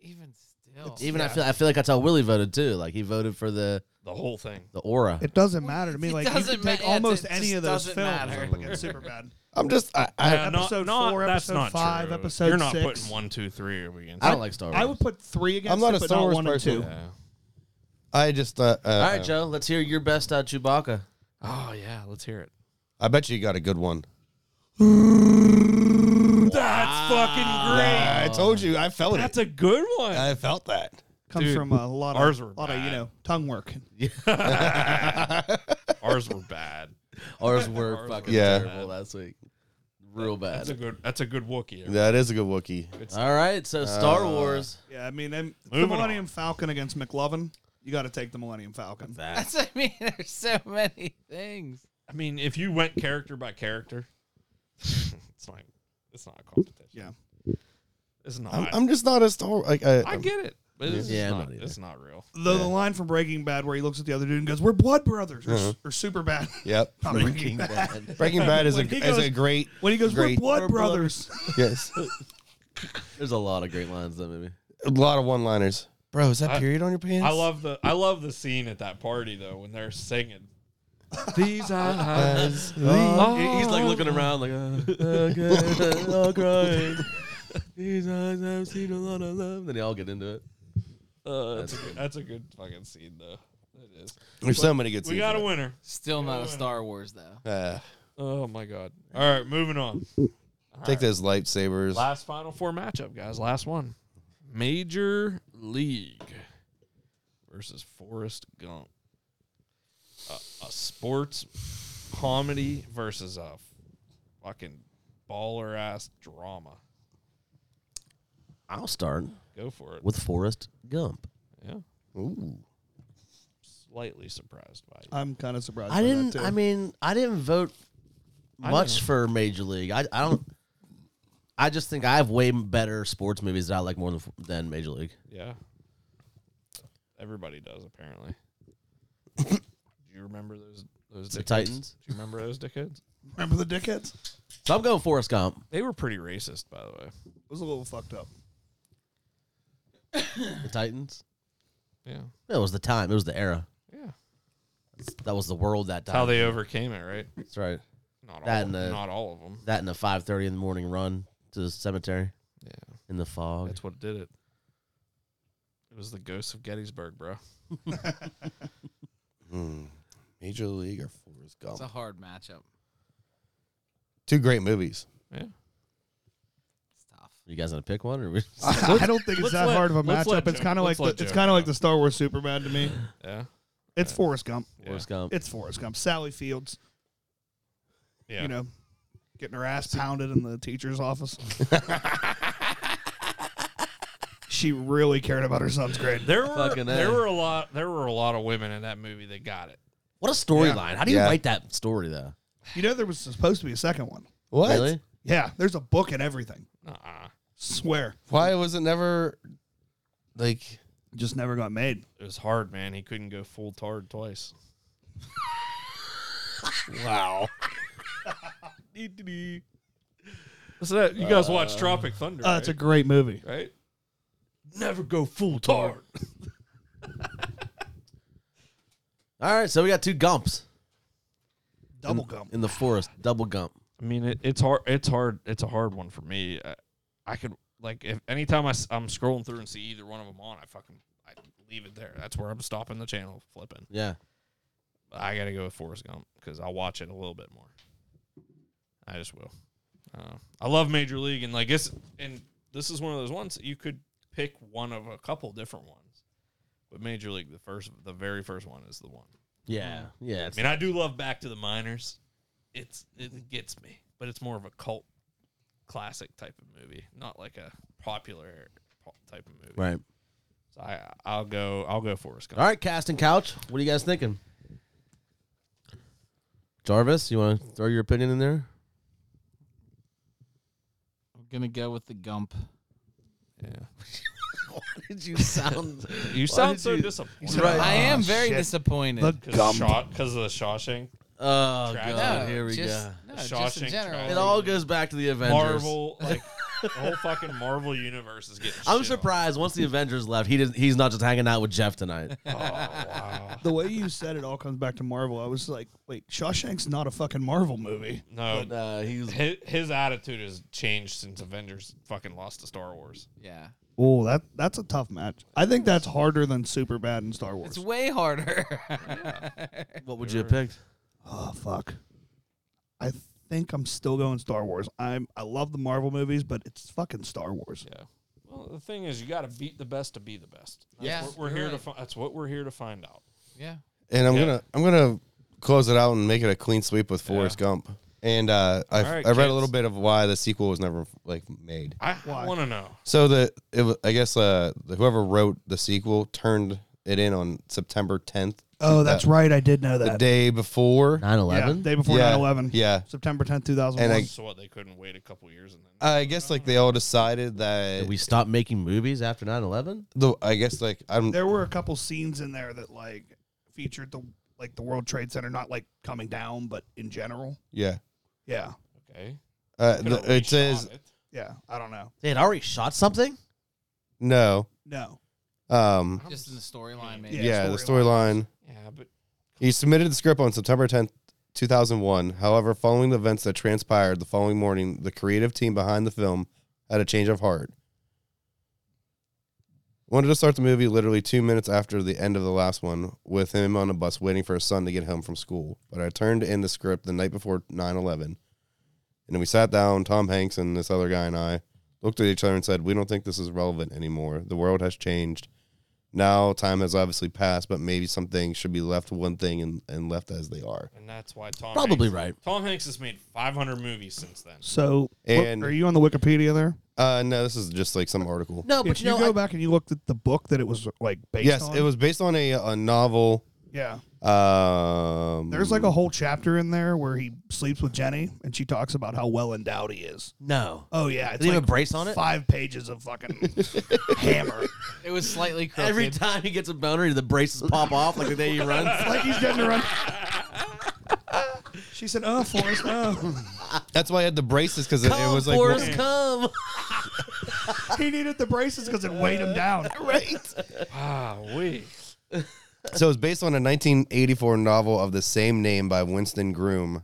S7: Even still,
S2: Even I feel I feel like that's how Willie voted too. Like he voted for the
S1: The whole thing.
S2: the aura.
S5: It doesn't matter to me.
S7: it
S5: Like you
S7: doesn't
S5: can take
S7: ma- it
S5: almost
S7: just
S5: any of those
S7: doesn't
S5: films.
S7: matter.
S5: I'm looking super bad.
S6: I'm just I, I
S1: Yeah, not-
S5: episode
S1: not-
S5: four,
S1: that's
S5: episode
S1: not
S5: five,
S1: true.
S5: episode
S1: You're not
S5: six.
S1: putting one, two, three against.
S2: I don't like Star Wars.
S5: I would put three against.
S6: I'm not
S5: it,
S6: a
S5: but
S6: Star Wars
S5: one
S6: person.
S5: And two.
S1: Yeah.
S6: I just uh, uh,
S2: All right, Joe. Let's hear your best uh, Chewbacca.
S1: Oh yeah, let's hear it.
S6: I bet you got a good one.
S1: That's fucking great.
S5: Ah.
S6: I told you, I felt
S1: That's
S6: it.
S1: a good one.
S6: I felt that.
S5: Comes
S1: Dude,
S5: from a lot
S1: ours
S5: of,
S1: were
S5: lot of you
S1: bad.
S5: know tongue work.
S1: Ours were bad.
S2: Ours were
S1: Ours
S2: fucking
S6: were Yeah.
S2: terrible last week. Real
S1: That's a
S2: bad.
S1: good. That's a good Wookiee.
S6: That is a good Wookiee.
S2: All right, so Star Wars.
S5: Yeah, I mean and the
S1: Moving on.
S5: Millennium Falcon against McLovin. You got to take the Millennium Falcon.
S7: That's what I mean. There's so many things.
S1: I mean, if you went character by character, it's not. It's not a competition.
S5: Yeah.
S1: It's not.
S6: I'm,
S1: i
S6: I'm just not a Star. Like, I,
S1: get it, but it's,
S2: Yeah,
S1: yeah,
S2: I'm
S1: not,
S2: not either.
S1: it's not real.
S5: Though the line from Breaking Bad where he looks at the other dude and goes, "We're blood brothers," or, s- or super bad.
S6: Yep.
S5: Not Uh-huh. Breaking Bad.
S6: Breaking Bad is a
S5: When he
S6: is
S5: goes-
S6: a great.
S5: When he goes,
S6: Great.
S5: "We're blood
S2: We're
S5: brothers."
S6: Yes.
S2: There's a lot of great lines in that movie.
S6: a lot of one-liners. Bro, is that
S1: I-
S6: period on your pants?
S1: I love the. I love the scene at that party though when they're singing. These
S6: As
S1: eyes.
S6: the-
S2: He- He's like looking around, like, uh, okay, I'm all crying. These eyes have seen a lot of love. Then they all get into it.
S1: Uh, that's,
S2: That's
S1: a good, that's a good fucking scene though. It is.
S6: There's so many good.
S1: We got a winner.
S7: Still not a Star Wars though.
S6: Uh,
S1: Oh my god. All right, moving on.
S6: take those lightsabers.
S1: Last final four matchup, guys. Last one. Major League versus Forrest Gump. A, a sports comedy versus a fucking baller ass drama.
S2: I'll start
S1: Go for it.
S2: with Forrest Gump.
S1: Yeah.
S6: Ooh.
S1: Slightly surprised by
S2: Uh,
S1: it.
S5: I'm kind of surprised.
S2: I
S5: by that,
S2: didn't.
S5: too.
S2: I mean, I didn't vote
S1: I
S2: much
S1: know.
S2: for Major League. I, I don't. I just think I have way better sports movies that I like more than than Major League.
S1: Yeah. Everybody does apparently. Do you remember those those
S2: The
S1: dickheads?
S2: Titans.
S1: Do you remember those dickheads?
S5: remember the dickheads? It
S2: So I'm going Forrest Gump.
S1: They were pretty racist, by the way.
S5: was a little fucked up.
S2: The Titans.
S1: Yeah.
S2: It was the time. It was the era.
S1: Yeah.
S2: That was the world that time.
S1: How they overcame it, right?
S2: That's right.
S1: Not
S2: That
S1: all.
S2: and the-
S1: not all of them.
S2: That and the 5:30 in the morning run to the cemetery
S1: Yeah,
S2: in the fog.
S1: that's what did it. It was the ghosts of Gettysburg, bro.
S6: Hmm.
S3: Mm.
S6: Major League or Forrest
S7: It's
S6: Gump?
S7: a hard matchup.
S6: Two great movies.
S1: Yeah.
S7: It's tough.
S2: You guys gonna pick one or we?
S5: I I don't think it's
S1: let's
S5: that
S1: let-
S5: hard of a
S1: let's let
S5: matchup. It's
S1: Joe-
S5: kind of
S1: let's
S5: like the,
S1: let
S5: it's
S1: Joe
S5: kind
S1: go.
S5: of like the Star Wars Superman to me.
S1: Yeah.
S5: It's
S1: Yeah.
S5: Forrest Gump.
S2: Forrest Gump.
S5: It's Forrest Gump. Sally Fields,
S1: Yeah.
S5: you know, getting her ass pounded in the teacher's office. she really cared about her son's grade.
S1: there were
S2: Fucking uh, A.
S1: there were a lot there were a lot of women in that movie that got it.
S2: What a storyline! How do you
S6: Yeah.
S2: write that story though?
S5: You know, there was supposed to be a second one.
S6: What?
S2: Really?
S5: Yeah, there's a book and everything.
S1: Uh-uh.
S5: Swear,
S6: Why was it never like?
S5: just never got made.
S1: It was hard, man. He couldn't go full tard twice.
S6: Wow.
S1: Listen, to that. you guys watch Tropic Thunder,
S5: Uh,
S1: right?
S5: it's a great movie.
S1: right? Never go full tard.
S2: All right, so we got two Gumps
S5: Double gum.
S2: in the forest. Double Gump.
S1: I mean, it, it's hard. It's hard. It's a hard one for me. I, I could like if anytime I, am scrolling through and see either one of them on, I fucking I leave it there. That's where I'm stopping the channel, flipping.
S2: Yeah.
S1: I gotta go with Forrest Gump because I'll watch it a little bit more. I just will. Uh, I love Major League and like this, and this is one of those ones that you could pick one of a couple different ones, but Major League, the first, the very first one is the one.
S2: Yeah. Yeah.
S1: I mean, I do love Back to the Miners. It's it gets me, but it's more of a cult classic type of movie, not like a popular po- type of movie.
S2: right.
S1: So I I'll go I'll go Forrest Gump.
S2: All right, casting couch. What are you guys thinking? Jarvis, you want to throw your opinion in there?
S7: I'm gonna go with the Gump.
S1: Yeah.
S2: did you sound?
S1: You sound so disappointed.
S2: Right.
S4: I am very
S3: shit.
S4: disappointed.
S5: The-
S1: Because of the Shawshank.
S2: Oh
S1: Tragic.
S2: god, here we
S4: just,
S2: go.
S4: No, just in
S1: Shawshank
S4: general.
S2: It all goes back to the Avengers.
S1: Marvel, like the whole fucking Marvel universe is getting.
S2: I'm
S1: shit on.
S2: surprised once the Avengers left, he didn't, he's not just hanging out with Jeff tonight.
S1: Oh, wow.
S5: The way you said it all comes back to Marvel. I was like, wait, Shawshank's not a fucking Marvel movie.
S1: No,
S2: But, uh, he's
S1: his, his attitude has changed since Avengers fucking lost to Star Wars.
S4: Yeah.
S5: Oh, that that's a tough match. I think that's harder than Superbad and Star Wars.
S4: It's way harder.
S2: what would you have picked?
S5: Oh fuck. I think I'm still going Star Wars. I'm I love the Marvel movies, but it's fucking Star Wars.
S1: Yeah. Well, the thing is, you got to beat the best to be the best. That's
S4: Yeah,
S1: what we're
S4: you're
S1: here to.
S4: right.
S1: Fi- that's what we're here to find out.
S4: yeah.
S3: And I'm
S1: Yeah.
S3: gonna I'm gonna close it out and make it a clean sweep with Forrest Gump. And uh, I
S1: All right,
S3: I read
S1: kids.
S3: a little bit of why the sequel was never like made.
S1: I,
S5: Why?
S1: want to know.
S3: So the it, wa- I guess uh, whoever wrote the sequel turned it in on September 10th,
S5: Oh, that's right. I did know
S3: the
S5: that.
S3: day before.
S2: 9
S5: yeah,
S2: 11?
S5: day before
S3: Yeah,
S5: 9/11.
S3: yeah.
S5: September 10th,
S3: And
S5: 2001.
S3: I-
S1: So what? They couldn't wait a couple years and then.
S3: I guess like they all decided that
S2: Did we stopped making movies after 9 11?
S3: the I guess like I'm
S5: there were a couple scenes in there that like featured the like the World Trade Center not like coming down, but in general.
S3: yeah.
S5: Yeah.
S1: okay.
S3: Uh,
S1: Could've
S3: the, it
S1: reshot
S3: says
S1: it.
S5: Yeah, I don't know.
S2: They had already shot something?
S3: no.
S5: No.
S3: Um,
S4: Just in the storyline, maybe.
S5: Yeah,
S3: yeah, the
S5: storyline.
S3: storyline.
S1: Yeah, but
S3: He submitted the script on September 10th, 2001. However, following the events that transpired the following morning, the creative team behind the film had a change of heart. Wanted to start the movie literally two minutes after the end of the last one, with him on a bus waiting for his son to get home from school. But I turned in the script the night before 9 11. And then we sat down, Tom Hanks and this other guy and I looked at each other and said, We don't think this is relevant anymore. The world has changed now time has obviously passed, but maybe some things should be left one thing and, and left as they are.
S1: and that's why Tom
S2: Probably
S1: Hanks-
S2: right.
S1: Tom Hanks has made 500 movies since then.
S5: So,
S3: And-
S5: are you on the Wikipedia there?
S3: Uh, no, this is just like some article.
S2: No, but
S5: if
S2: you know,
S5: go
S2: I-
S5: back and you looked at the book that it was like based
S3: yes,
S5: on.
S3: it was based on a, a novel.
S5: Yeah.
S3: Um,
S5: There's like a whole chapter in there where he sleeps with Jenny and she talks about how well endowed he is.
S2: no.
S5: Oh yeah, it's
S2: they have a
S5: like
S2: brace on it?
S5: Five pages of fucking hammer.
S4: It was slightly crooked.
S2: Every time he gets a boner, the braces pop off like the day he runs.
S5: like he's getting to run. she said, "Oh, Forrest, oh,
S3: That's why I had the braces because it, it was like
S2: Forrest, come.
S5: he needed the braces because it weighed him down."
S3: right.
S1: Ah, we.
S3: So it's based on a 1984 novel of the same name by Winston Groom.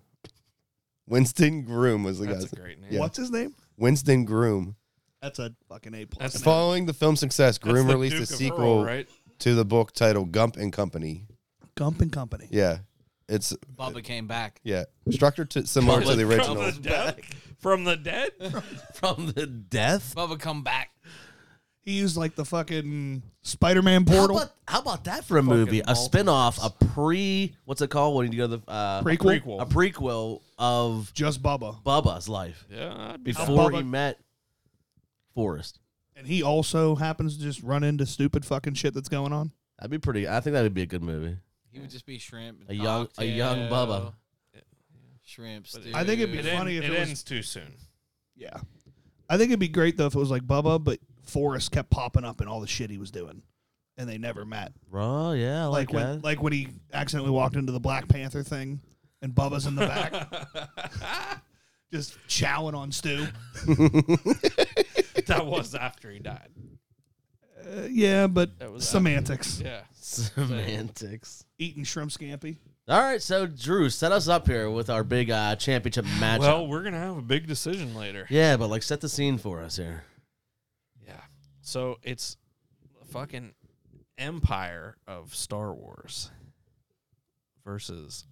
S3: Winston Groom was the
S1: That's
S3: guy.
S1: a great name.
S3: Yeah.
S5: What's his name?
S3: Winston Groom.
S5: That's a fucking A plus.
S1: That's the-
S3: Following the film's success,
S1: that's
S3: Groom
S1: the
S3: released
S1: Duke
S3: a
S1: of Earl,
S3: sequel
S1: right?
S3: to the book titled Gump and Company.
S5: Gump and Company.
S3: Yeah, it's
S4: Bubba came back.
S3: Yeah, structured to similar to the
S1: From
S3: original.
S1: the dead? From the dead?
S2: From the death?
S4: Bubba come back.
S5: He used like the fucking Spider-Man
S2: How
S5: portal
S2: about, how about that for a movie? A spin off, a pre, what's it called? When you go to the, uh,
S5: prequel.
S1: Prequel.
S2: a prequel of
S5: Just Bubba,
S2: Bubba's life
S1: Yeah, I'd be
S2: before
S5: Bubba-
S2: he met Forrest.
S5: and he also happens to just run into stupid fucking shit that's going on.
S2: That'd be pretty. I think that would be a good movie.
S4: He would just be shrimp.
S2: A young- a young
S4: cocktail,
S2: Bubba.
S4: Shrimp stew.
S5: I think it'd be
S1: It, end-
S5: funny if
S1: it
S5: it was-
S1: ends too soon.
S5: Yeah. I think it'd be great though if it was like Bubba, but Forrest kept popping up in all the shit he was doing. And they never met.
S2: Oh yeah, I like,
S5: Like when
S2: that.
S5: like when he accidentally walked into the Black Panther thing and Bubba's in the back. just chowing on stew.
S1: That was after he died.
S5: Uh, yeah, but
S1: That was
S5: semantics.
S1: Yeah.
S2: Semantics.
S5: Eating shrimp scampi.
S2: All right, so Drew, set us up here with our big uh, championship match.
S1: Well, we're gonna have a big decision later.
S2: yeah, but like set the scene for us here.
S1: Yeah. So it's a fucking empire of Star Wars versus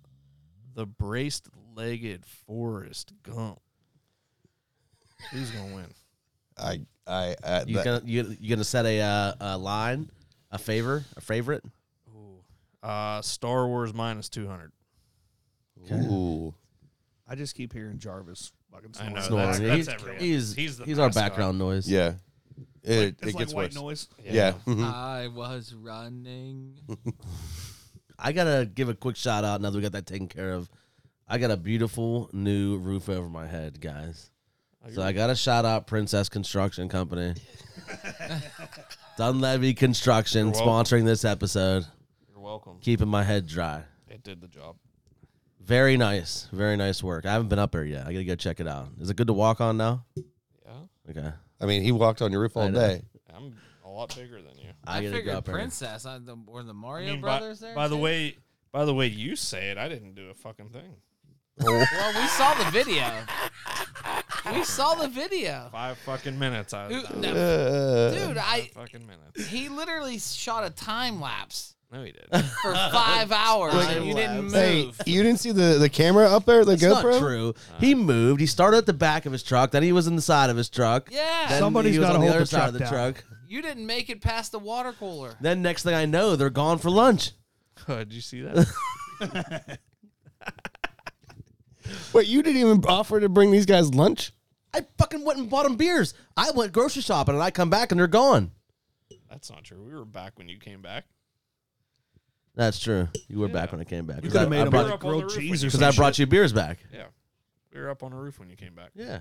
S1: the braced legged Forrest Gump. Who's gonna win?
S3: I, I, uh,
S2: You
S3: that-
S2: gonna you, you gonna set a, uh, a line, a favor, a favorite?
S1: Uh, Star Wars minus two hundred.
S3: ooh,
S5: I just keep hearing Jarvis fucking
S1: I
S5: snoring.
S1: know
S2: Snoring.
S1: that's,
S2: He-
S1: that's everyone.
S2: He's
S1: he's, the
S2: he's our
S1: mascot.
S2: background noise.
S3: yeah, it,
S5: It's
S3: it
S5: like
S3: gets
S5: white
S3: worse.
S5: noise.
S3: Yeah,
S2: Mm.
S3: mhm.
S4: I was running.
S2: I gotta give a quick shout out now that we got that taken care of. I got a beautiful new roof over my head,
S1: Oh,
S2: guys. So I got to shout out Princess Construction Company. Dunleavy Construction
S1: You're welcome.
S2: sponsoring this episode,
S1: You're welcome.
S2: keeping my head dry.
S1: It did the job.
S2: Very nice, very nice work. I haven't been up there yet. I gotta go check it out. Is it good to walk on now?
S1: Yeah,
S2: Okay,
S3: I mean, he walked on your roof
S2: I
S3: all
S2: know.
S3: day.
S1: I'm a lot bigger than you.
S2: I, gotta go
S4: figured
S2: up there.
S4: Princess I, the, or the Mario
S1: I mean, by,
S4: Brothers there.
S1: by the
S4: too?
S1: way, by the way you say it, I didn't do a fucking thing.
S4: well, we saw the video. we saw the video.
S1: Five fucking minutes. I
S4: Who-
S1: was out.
S4: no,
S3: Uh,
S4: dude, I
S1: fucking minutes.
S4: he literally shot a time lapse
S1: No, he did.
S4: for five hours and you didn't move.
S3: hey, you didn't see the, the camera up there, the
S2: It's
S3: GoPro?
S2: not true.
S1: Uh-huh.
S2: he moved. He started at the back of his truck. Then he was in the side of his truck.
S4: Yeah,
S2: Then
S5: Somebody's
S2: he was
S5: gotta
S2: on the
S5: hold
S2: other
S5: the
S2: side of the
S5: truck down.
S2: truck.
S4: you didn't make it past the water cooler.
S2: Then next thing I know, they're gone for lunch.
S1: Oh, did you see that?
S3: Wait, you didn't even offer to bring these guys lunch?
S2: I fucking went and bought them beers. I went grocery shopping and I come back and they're gone.
S1: That's not true. We were back when you came back.
S2: That's true. You were back when I came back.
S5: You
S2: Because
S5: could
S2: I-
S5: have made
S2: I
S5: him
S2: brought-
S5: like
S1: up on the
S5: grilled
S1: roof
S5: cheese
S1: when
S5: or
S1: you-
S2: because I
S5: something.
S2: brought you beers back.
S1: Yeah, we were up on a roof when you came back,
S2: Yeah.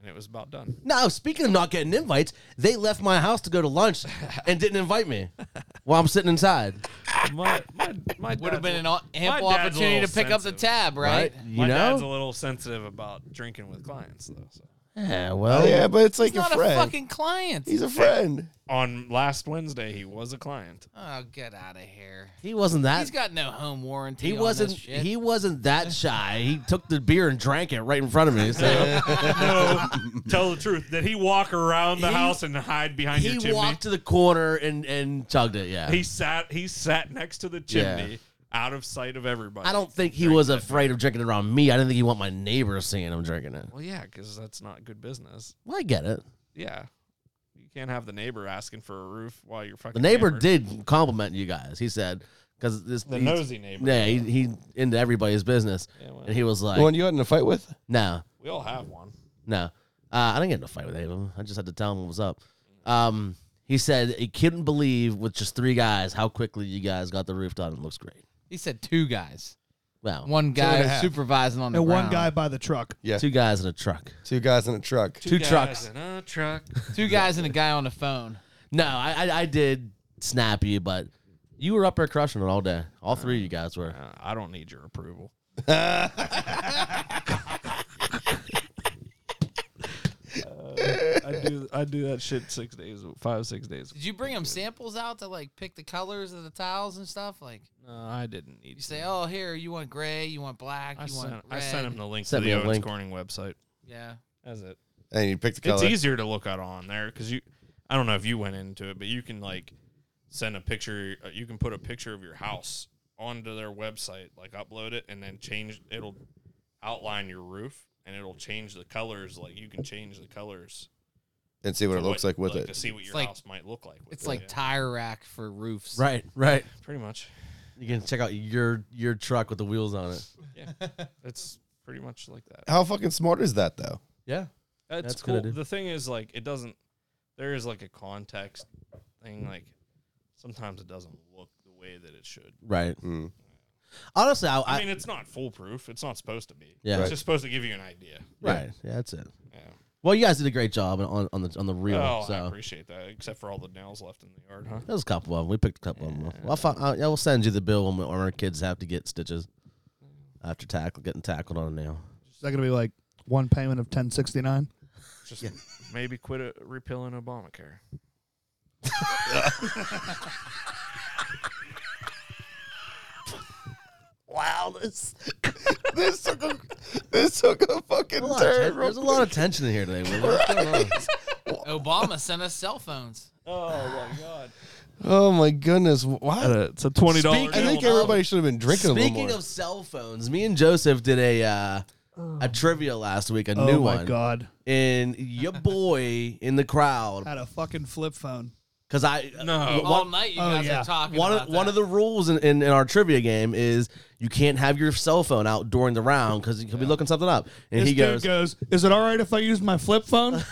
S1: and it was about done.
S2: Now, speaking of not getting invites, they left my house to go to lunch and didn't invite me while I'm sitting inside.
S1: My my my
S4: Would
S1: dad's
S4: have been an
S1: a-
S4: au- ample
S1: my dad's a
S4: opportunity
S1: little
S4: to pick up the
S1: sensitive.
S4: tab, right?
S2: Right? You
S1: my dad's a
S2: know?
S1: little sensitive about drinking with clients though. So.
S2: Yeah,
S3: Oh,
S2: well,
S3: yeah, but it's like
S4: He's not
S3: a
S4: a
S3: friend.
S4: fucking client.
S3: He's a friend.
S1: On last Wednesday, he was a client.
S4: oh, get out of here.
S2: he wasn't that.
S4: He's got no home warranty.
S2: he
S4: on
S2: wasn't.
S4: This shit.
S2: He wasn't that shy. He took the beer and drank it right in front of me. So
S1: No, tell the truth. Did he walk around the
S2: He-
S1: house and hide behind your
S2: he
S1: chimney?
S2: walked to the corner and and chugged it. Yeah,
S1: He sat. He sat next to the
S2: Yeah.
S1: chimney, out of sight of everybody.
S2: I don't think he was afraid of drinking it around me. I didn't think he want my neighbors seeing him drinking it.
S1: Well, yeah, because that's not good business.
S2: Well, I get it.
S1: Yeah, you can't have the neighbor asking for a roof while you're fucking.
S2: The neighbor
S1: hammered.
S2: did compliment you guys. He said because this
S1: The
S2: he's-
S1: nosy neighbor.
S2: Yeah, he, he into everybody's business,
S1: Yeah, well,
S2: and he was like,
S3: the one you got in a fight with?
S2: "No,
S1: we all have one.
S2: no, uh, I didn't get in a fight with any of them. I just had to tell him what was up." Um, he said he couldn't believe with just three guys how quickly you guys got the roof done. It looks great.
S4: He said two guys.
S2: Wow,
S4: One
S3: and a
S4: guy
S3: half.
S4: supervising on the
S5: And one
S4: ground.
S5: guy by the truck.
S3: Yeah. Two,
S2: two guys in a truck.
S3: guys in a truck.
S2: Two
S1: guys
S2: trucks.
S1: in a truck.
S4: two guys, and a guy on the phone.
S2: No, I, I I did snap you, but you were up there crushing it all day. All three of you guys were.
S1: Uh, I don't need your approval. Uh, I do. I do that shit six days, five six days.
S4: Did you bring him samples out to like pick the colors of the tiles and stuff? Like
S1: No, I didn't need.
S4: you say, oh, here you want gray, you want black,
S1: I
S4: you want
S1: sent,
S4: red.
S1: I sent him the link
S2: Sent
S1: to
S2: me
S1: the
S2: a
S1: Owens
S2: link.
S1: Corning website.
S4: Yeah.
S1: That's it.
S3: And you picked the color.
S1: It's easier to look at on there because you. I don't know if you went into it, but you can like send a picture. uh, You can put a picture of your house onto their website, like upload it, and then change. It'll outline your roof, and it'll change the colors. Like you can change the colors.
S3: And see what
S1: to
S3: it looks like with
S1: To
S3: it.
S1: see what your
S4: like-
S1: house might look like. with
S4: It's
S1: it,
S4: like
S1: yeah.
S4: tire rack for roofs.
S2: Right, right.
S1: pretty much.
S2: You can check out your your truck with the wheels on it.
S1: Yeah, it's pretty much like that.
S3: How fucking smart is that, though?
S2: Yeah.
S1: That's,
S2: That's good
S1: cool.
S2: idea.
S1: The thing is, like, it doesn't. There is like a context thing. Like, sometimes it doesn't look the way that it should.
S2: Right.
S3: Mm.
S2: Honestly, I,
S1: I,
S2: I
S1: mean, it's not foolproof. It's not supposed to be.
S2: Yeah.
S1: It's
S2: Right.
S1: just supposed to give you an idea.
S2: right. Yeah, that's it.
S1: Yeah.
S2: Well, you guys did a great job on on the on the reel.
S1: oh, I
S2: so
S1: appreciate that. Except for all the nails left in the yard, huh?
S2: there's a couple of them. We picked a couple of them. Off. Well, I'll, fi- I'll, yeah, we'll send you the bill when, we, when our kids have to get stitches after tackle getting tackled on a nail.
S5: Is that gonna be like one payment of ten sixty nine?
S1: Just maybe quit uh repealing Obamacare.
S3: Wow, this this took a this took a fucking
S2: A lot of
S3: turn.
S2: ten- there's a lot of tension in here today. Will. What's going on?
S4: Obama sent us cell phones.
S1: Oh my God.
S3: oh my goodness! Why?
S1: Uh, It's a twenty
S2: $20
S3: I think everybody should have been drinking a little
S2: Speaking
S3: more.
S2: of cell phones, me and Joseph did a uh, a trivia last week, a
S5: Oh
S2: new
S5: my
S2: one,
S5: god.
S2: and your boy in the crowd
S5: Had a fucking flip phone.
S2: because I
S1: No.
S2: one-
S4: All night you
S5: Oh,
S4: guys
S5: yeah.
S4: are talking
S2: one
S4: about
S2: of one
S4: that.
S2: of the rules in, in, in our trivia game is you can't have your cell phone out during the round because he'll be looking something up, and
S5: This
S2: he goes,
S5: dude goes, "Is it all right if I use my flip phone?"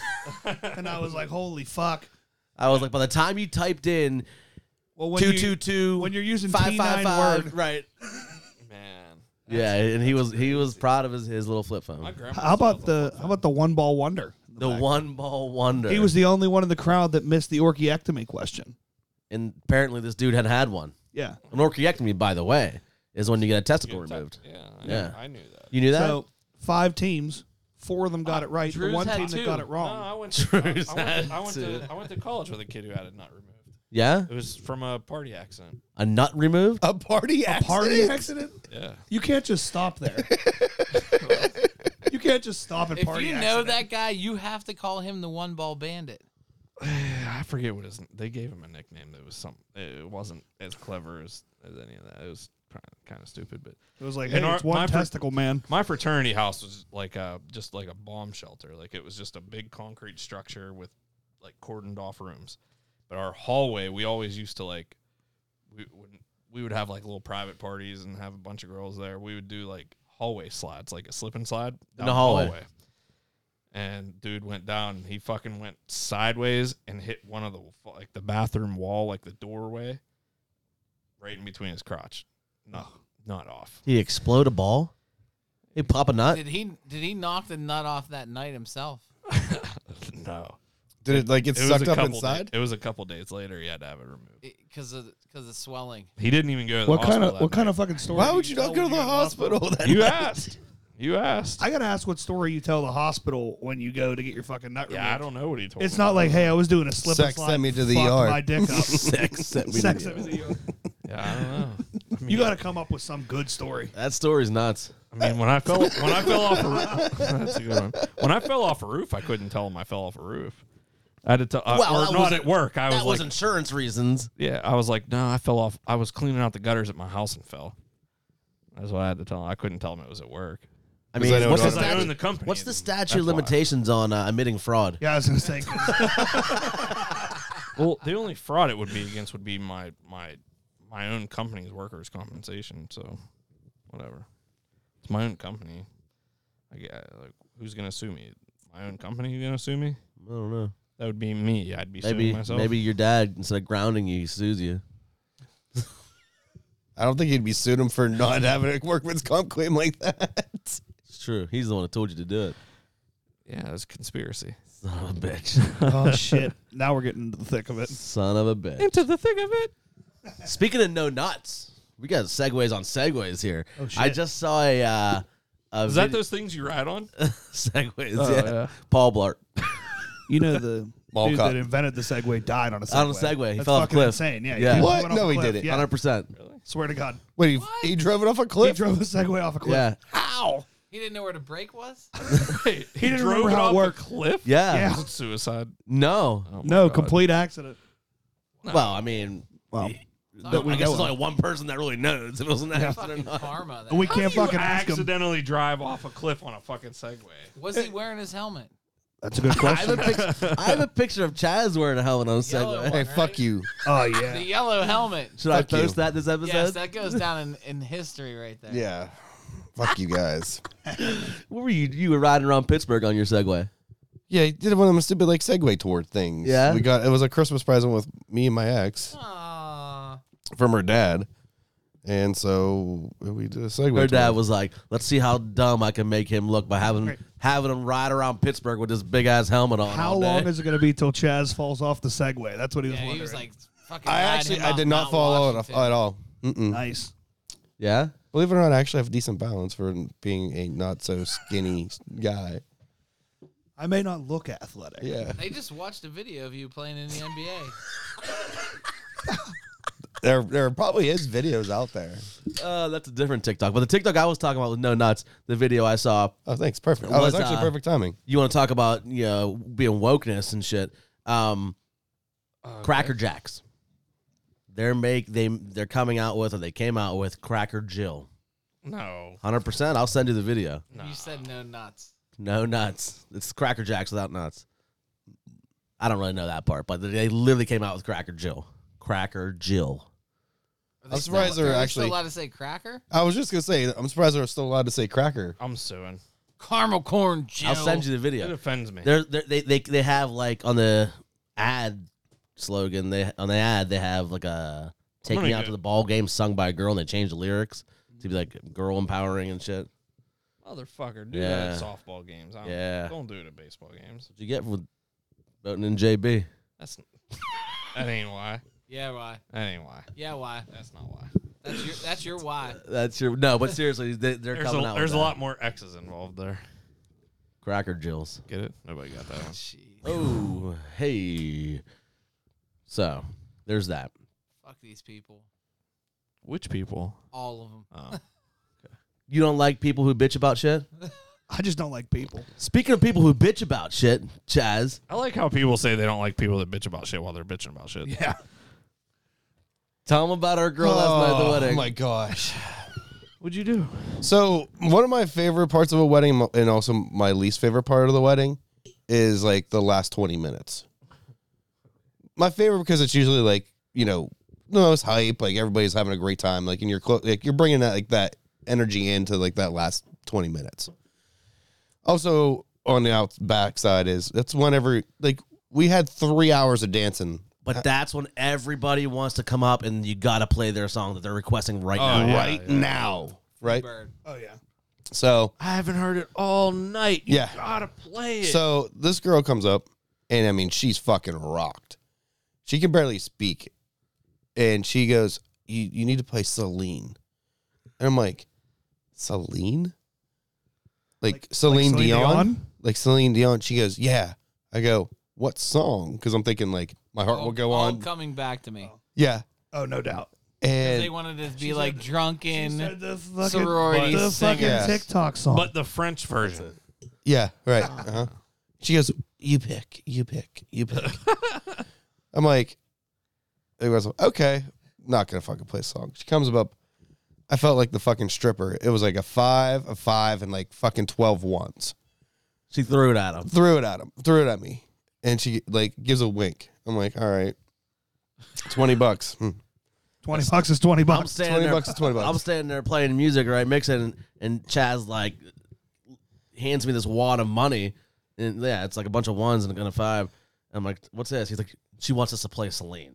S5: and I was like, "Holy fuck!"
S2: I was like, by the time you typed in
S5: Well, when
S2: two
S5: you-
S2: two two
S5: when you're using
S2: five
S5: T9
S2: five five,
S5: word.
S2: right?
S1: Man.
S2: Yeah, and he was he was proud of his, his little flip phone.
S1: My grandpa.
S5: How about the how about the one ball wonder? The
S2: the
S3: back.
S2: one ball wonder.
S5: He was the only one in the crowd that missed the orchiectomy question.
S2: and apparently this dude had had one.
S5: Yeah.
S2: An orchiectomy, by the way, is when you get a
S1: You
S2: testicle
S1: get
S2: removed.
S1: te- Yeah, I,
S2: Yeah.
S1: I knew that.
S2: You knew that.
S5: So five teams, four of them got it right.
S2: Drew's
S5: the one
S2: had
S5: team
S2: two.
S5: that got it
S1: No, I
S5: wrong.
S1: went. To, I,
S2: Drew's
S1: I went
S2: had
S1: to, I, went
S2: to.
S1: to, I went to college with a kid who had a nut removed.
S2: yeah,
S1: It was from a party accident.
S2: a nut
S5: Oh.
S2: removed.
S3: A party accident.
S5: Party accident?
S1: Yeah.
S5: You can't just stop there. you can't just stop at
S4: If
S5: party
S4: you know
S5: accident.
S4: that guy, you have to call him the one ball bandit.
S1: I forget what his. They gave him a nickname that was some. It wasn't as clever as, as any of that. It was kind of stupid, but
S5: It was like,
S1: In
S5: hey,
S1: our-
S5: it's one
S1: my fr-
S5: testicle, man.
S1: my fraternity house was like a just like a bomb shelter. Like it was just a big concrete structure with like cordoned off rooms. But our hallway, we always used to like we would we would have like little private parties and have a bunch of girls there. We would do like hallway slides, like a slip and slide down
S2: the hallway.
S1: And dude went down. and He fucking went sideways and hit one of the like the bathroom wall, like the doorway, right in between his crotch. Not not off.
S2: He explode a ball. He pop a nut.
S4: Did he did he knock the nut off that night himself?
S1: No.
S3: Did it like get
S1: was
S3: sucked
S1: a
S3: up
S1: couple
S3: inside?
S1: day- it was a couple days later. He had to have it removed.
S4: Because of because of swelling.
S1: He didn't even go to the
S5: What kind
S1: hospital.
S5: of what kind of fucking story?
S3: Why
S5: do
S3: would you not go to the hospital? That
S1: You
S3: night?
S1: asked. You asked.
S5: I gotta ask what story you tell the hospital when you go to get your fucking nut removed.
S1: yeah, I don't know what he told.
S5: It's
S1: him.
S5: not like, hey, I was doing a slip
S3: Sex
S5: and slide.
S3: sent me to the E
S5: fucked
S3: yard.
S5: My dick up.
S2: Sex sent me to
S5: Sex
S2: the
S5: sent me
S3: E
S5: to the yard.
S1: Yeah, I don't know. I mean,
S5: You gotta come up with some good story.
S2: That story's nuts.
S1: I mean, when I fell when I fell off a roof, that's a good one. When I fell off a roof, I couldn't tell him I fell off a roof. I had to tell, uh,
S2: Well, that
S1: or not
S2: wasn't-
S1: at work. I
S2: that
S1: was
S2: was
S1: like,
S2: insurance reasons.
S1: yeah, I was like, no, I fell off. I was cleaning out the gutters at my house and fell. That's what I had to tell him. I couldn't tell him it was at work.
S2: I
S3: Because
S2: mean,
S3: I know
S2: what's
S3: it
S2: the,
S1: Because I
S2: statute,
S1: own the company.
S2: what's the
S1: and
S2: statute of
S1: that's why.
S2: limitations on uh, admitting fraud?
S5: Yeah, I was gonna say. 'cause
S1: Well, the only fraud it would be against would be my my my own company's workers' compensation. So, whatever. It's my own company. I get, like who's gonna sue me? My own company who's gonna sue me?
S2: I don't know.
S1: That would be me. I'd be
S2: Maybe
S1: suing myself.
S2: maybe your dad instead of grounding you, he sues you.
S3: I don't think you'd be sued him for not having a workman's comp claim like that.
S2: It's true. He's the one that told you to do it.
S1: Yeah, that's conspiracy.
S2: Son of a bitch.
S5: oh shit! Now we're getting into the thick of it.
S2: Son of a bitch.
S1: Into the thick of it.
S2: Speaking of no nuts, we got segues on segues here.
S5: Oh, shit.
S2: I just saw a uh, a
S1: Is that
S2: vid-
S1: those things you ride on?
S2: segues?
S1: Oh,
S2: yeah.
S1: yeah.
S2: Paul Blart
S5: You know the
S3: Ball
S5: dude
S3: cop.
S5: that invented the Segway died on a Segway.
S2: On a Segway. He
S5: That's
S2: fell off a
S5: fucking
S2: cliff.
S5: Insane. Yeah.
S2: Yeah.
S5: He
S3: What?
S5: went off
S3: No,
S5: a
S3: he
S5: cliff.
S3: did it.
S5: Yeah.
S2: hundred percent.
S5: Swear to God,
S3: Wait, he, he drove it off a
S5: he
S3: cliff.
S5: drove a Segway off a cliff.
S2: Yeah,
S3: Ow!
S4: He didn't know where the brake was.
S1: Wait, he,
S5: didn't
S1: drove
S5: remember
S1: it
S5: how it
S1: off
S5: worked.
S1: a cliff.
S2: yeah,
S5: Yeah.
S1: Was it suicide?
S2: No,
S1: Oh my
S5: No,
S1: God.
S5: complete accident.
S2: well, I mean,
S5: Well,
S2: I
S5: we
S2: guess
S5: know
S2: there's
S5: of.
S2: only one person that really knows if it was an accident.
S4: Fucking
S2: or not.
S4: karma. that-
S5: we
S1: How
S5: can't
S1: do you
S5: fucking ask him.
S1: accidentally drive off a cliff on a fucking Segway.
S4: Was he wearing his helmet?
S5: That's a good
S2: I have, a
S5: question.
S2: picture, I have a picture of Chaz wearing a helmet on a
S4: Yellow
S2: Segway.
S4: one.
S3: Hey, fuck you.
S5: oh
S4: The
S5: yeah.
S4: yellow helmet.
S2: Should I
S3: Fuck you.
S2: post that this episode?
S4: Yes, that goes down in, in history right there.
S3: Yeah. Fuck you guys.
S2: What were you? You were riding around Pittsburgh on your Segway.
S3: Yeah, he did one of them stupid like Segway tour things.
S2: Yeah?
S3: We got it was a Christmas present with me and my ex
S4: Aw.
S3: from her dad. And so we did a Segway.
S2: Her
S3: tour.
S2: dad was like, "Let's see how dumb I can make him look by having having him ride around Pittsburgh with this big ass helmet on."
S5: How
S2: all day."
S5: long is it gonna be till Chaz falls off the Segway? That's what he was
S4: Yeah,
S5: wondering.
S4: he was like, fucking.
S3: I
S4: ride
S3: actually
S4: him
S3: I
S4: up
S3: did not
S4: Mount
S3: follow it off-
S4: Washington.
S3: at all. Mm-mm.
S5: nice.
S2: Yeah,
S3: Believe it or not, I actually have decent balance for being a not so skinny guy.
S5: I may not look athletic.
S3: Yeah.
S4: They just watched a video of you playing in the NBA.
S3: There there probably is videos out there.
S2: uh, that's a different TikTok. But the TikTok I was talking about was no nuts. The video I saw,
S3: Oh, thanks. Perfect. Oh,
S2: was,
S3: it's actually
S2: uh,
S3: perfect timing.
S2: you want to talk about you know being wokeness and shit. Um, Cracker Jacks. They're make they they're coming out with or they came out with Cracker Jill.
S1: No.
S2: Hundred percent. I'll send you the video.
S4: You said no nuts.
S2: No nuts. It's Cracker Jacks without nuts. I don't really know that part, but they literally came out with Cracker Jill. Cracker Jill.
S4: Are
S3: I'm
S4: they still-
S3: surprised they're
S4: are they
S3: actually-
S4: still allowed to say cracker.
S3: I was just gonna say, I'm surprised they're still allowed to say cracker.
S1: I'm suing.
S4: Caramel corn Jill.
S2: I'll send you the
S1: It
S2: video.
S1: offends me.
S2: They're, they're, they they they have like on the ad slogan they on the ad they have like a take
S1: gonna
S2: me out
S1: get-
S2: to the ball game sung by a girl and they change the lyrics to be like girl empowering and shit.
S1: Motherfucker, do that
S2: Yeah.
S1: at softball games. I don't,
S2: Yeah.
S1: Don't do it at baseball games.
S2: What'd you get with voting in JB?
S1: That's that ain't why.
S4: Yeah, why?
S1: That ain't why.
S4: Yeah, why?
S1: That's not why.
S4: That's your that's your why.
S2: That's your no, but seriously, they, they're
S1: There's a,
S2: coming out.
S1: there's
S2: with
S1: a
S2: that.
S1: lot more X's involved there.
S2: Cracker Jills.
S1: Get it? Nobody got that one.
S4: Jeez.
S2: Oh, hey. So there's that.
S4: Fuck these people.
S1: Which people?
S4: All of them.
S1: Oh.
S2: You don't like people who bitch about shit.
S5: I just don't like people.
S2: Speaking of people who bitch about shit, Chaz.
S1: I like how people say they don't like people that bitch about shit while they're bitching about shit.
S5: Yeah.
S2: Tell them about our girl last night at
S5: Oh
S2: the wedding.
S3: my gosh.
S1: What'd you do?
S3: So one of my favorite parts of a wedding, mo- and also my least favorite part of the wedding, is like the last twenty minutes. My favorite because it's usually like you know, no, it's hype. Like everybody's having a great time. Like and you're clo- like you're bringing that like that energy into like that last twenty minutes. Also on the out backside is that's whenever like we had three hours of dancing.
S2: but that's when everybody wants to come up and you gotta play their song that they're requesting right
S1: Oh,
S2: now.
S1: yeah,
S3: right
S1: yeah.
S3: now, right?
S4: Bird.
S5: Oh yeah.
S3: So
S1: I haven't heard it all night. You
S3: Yeah.
S1: gotta play it.
S3: So this girl comes up, and I mean, she's fucking rocked. She can barely speak, and she goes, "You you need to play Celine," and I'm like, "Celine, like,
S5: Like-
S3: Celine,
S5: Celine
S3: Dion?
S5: Dion?
S3: like Celine Dion?" She goes, "Yeah." I go, "What song?" Because I'm thinking like my heart will
S4: All-
S3: go
S4: all
S3: on.
S4: coming back to me.
S3: yeah,
S5: Oh no doubt.
S3: and
S4: They wanted to be
S5: said
S4: like
S5: the-
S4: drunken.
S5: the
S4: sorority
S5: the fucking
S3: singer.
S5: TikTok song.
S1: but the French version.
S3: Yeah, right.
S4: Ah.
S3: Uh-huh. She goes, "You pick, you pick, you pick." I'm like, it was okay. Not gonna fucking play a song. She comes up. I felt like the fucking stripper. It was like a five, a five, and like fucking 12 ones.
S2: She threw it at him.
S3: Threw it at him. Threw it at me. And she like gives a wink. I'm like, all right, 20 bucks. Hmm.
S5: twenty bucks is twenty
S2: I'm
S5: bucks.
S2: standing
S3: 20
S2: there.
S3: bucks is 20 bucks.
S2: I'm standing there playing music, right, mixing, and, and Chaz like hands me this wad of money, and yeah, it's like a bunch of ones and a gun of five. And I'm like, "What's this?" He's like, "She wants us to play Celine,"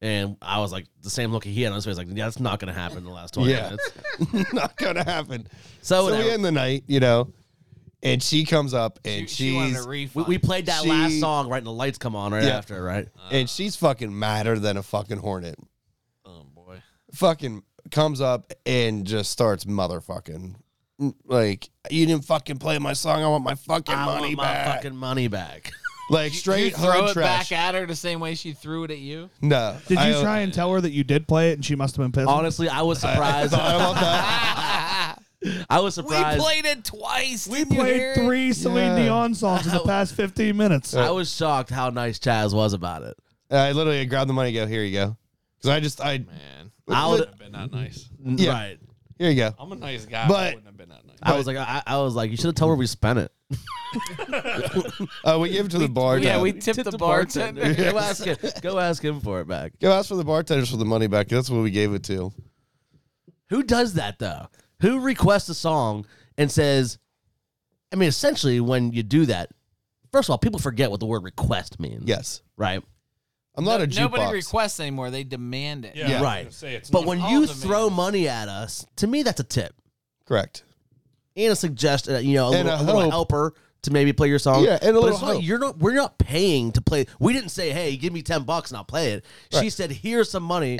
S2: and I was like, the same look he had on his face, like, "Yeah, that's not gonna happen in the last twenty
S3: Yeah.
S2: minutes."
S3: Not gonna happen.
S2: So,
S3: So we
S2: whatever.
S3: end the night, you know. And she comes up and
S4: she, she wanted
S3: she's
S4: a refund.
S2: we, we played that
S3: She-
S2: last song right, and the lights come on right
S3: Yeah.
S2: after, right?
S3: and she's fucking madder than a fucking hornet.
S1: Oh boy.
S3: fucking comes up and just starts motherfucking. Like you didn't fucking play my song. I want my fucking
S2: I
S3: money
S2: want my
S3: back.
S2: fucking money back.
S3: like
S4: You-
S3: straight
S4: you throw
S3: hood
S4: it
S3: trash.
S4: back at her the same way she threw it at you.
S3: no.
S5: Did you
S3: I-
S5: try and tell her that you did play it and she must have been pissed?
S2: Honestly, I was surprised.
S3: Thought about that.
S2: I was surprised.
S4: it twice.
S5: we played three Celine
S3: Yeah.
S5: Dion songs in the past fifteen minutes.
S2: I was shocked how nice Chaz was about it.
S3: I literally grabbed the money. and Go here you go. Because I just
S4: Oh,
S3: I
S1: Man.
S2: I
S1: I
S2: would-
S1: would have been not nice.
S3: Yeah.
S2: Right.
S3: here you go.
S1: I'm a nice guy, but,
S3: But-
S1: I wouldn't have been that nice.
S2: I was like, I, I was like, you should have told her we spent it.
S3: Uh, we gave it to the bar.
S4: Yeah,
S3: tab.
S4: we tipped the bartender.
S2: go ask him. Go ask him for it back.
S3: go ask for the bartenders for the money back. That's what we gave it to.
S2: Who does that though? Who requests a song and says, I mean, essentially, when you do that, first of all, people forget what the word request means.
S3: Yes,
S2: Right.
S3: I'm not a jukebox.
S4: Nobody requests anymore. They demand it.
S1: yeah, I was
S2: Right.
S1: gonna Say, it's
S2: But
S1: not-
S2: when
S4: all
S2: you
S4: the
S2: throw
S4: means.
S2: money at us, to me, that's a tip
S3: Correct.
S2: and a suggestion. You know, a,
S3: And
S2: little,
S3: a
S2: a little
S3: hope.
S2: helper to maybe play your song.
S3: Yeah, and a
S2: but
S3: little
S2: it's not,
S3: hope.
S2: you're not. We're not paying to play. We didn't say, "Hey, give me ten bucks and I'll play it." She
S3: Right.
S2: said, "Here's some money.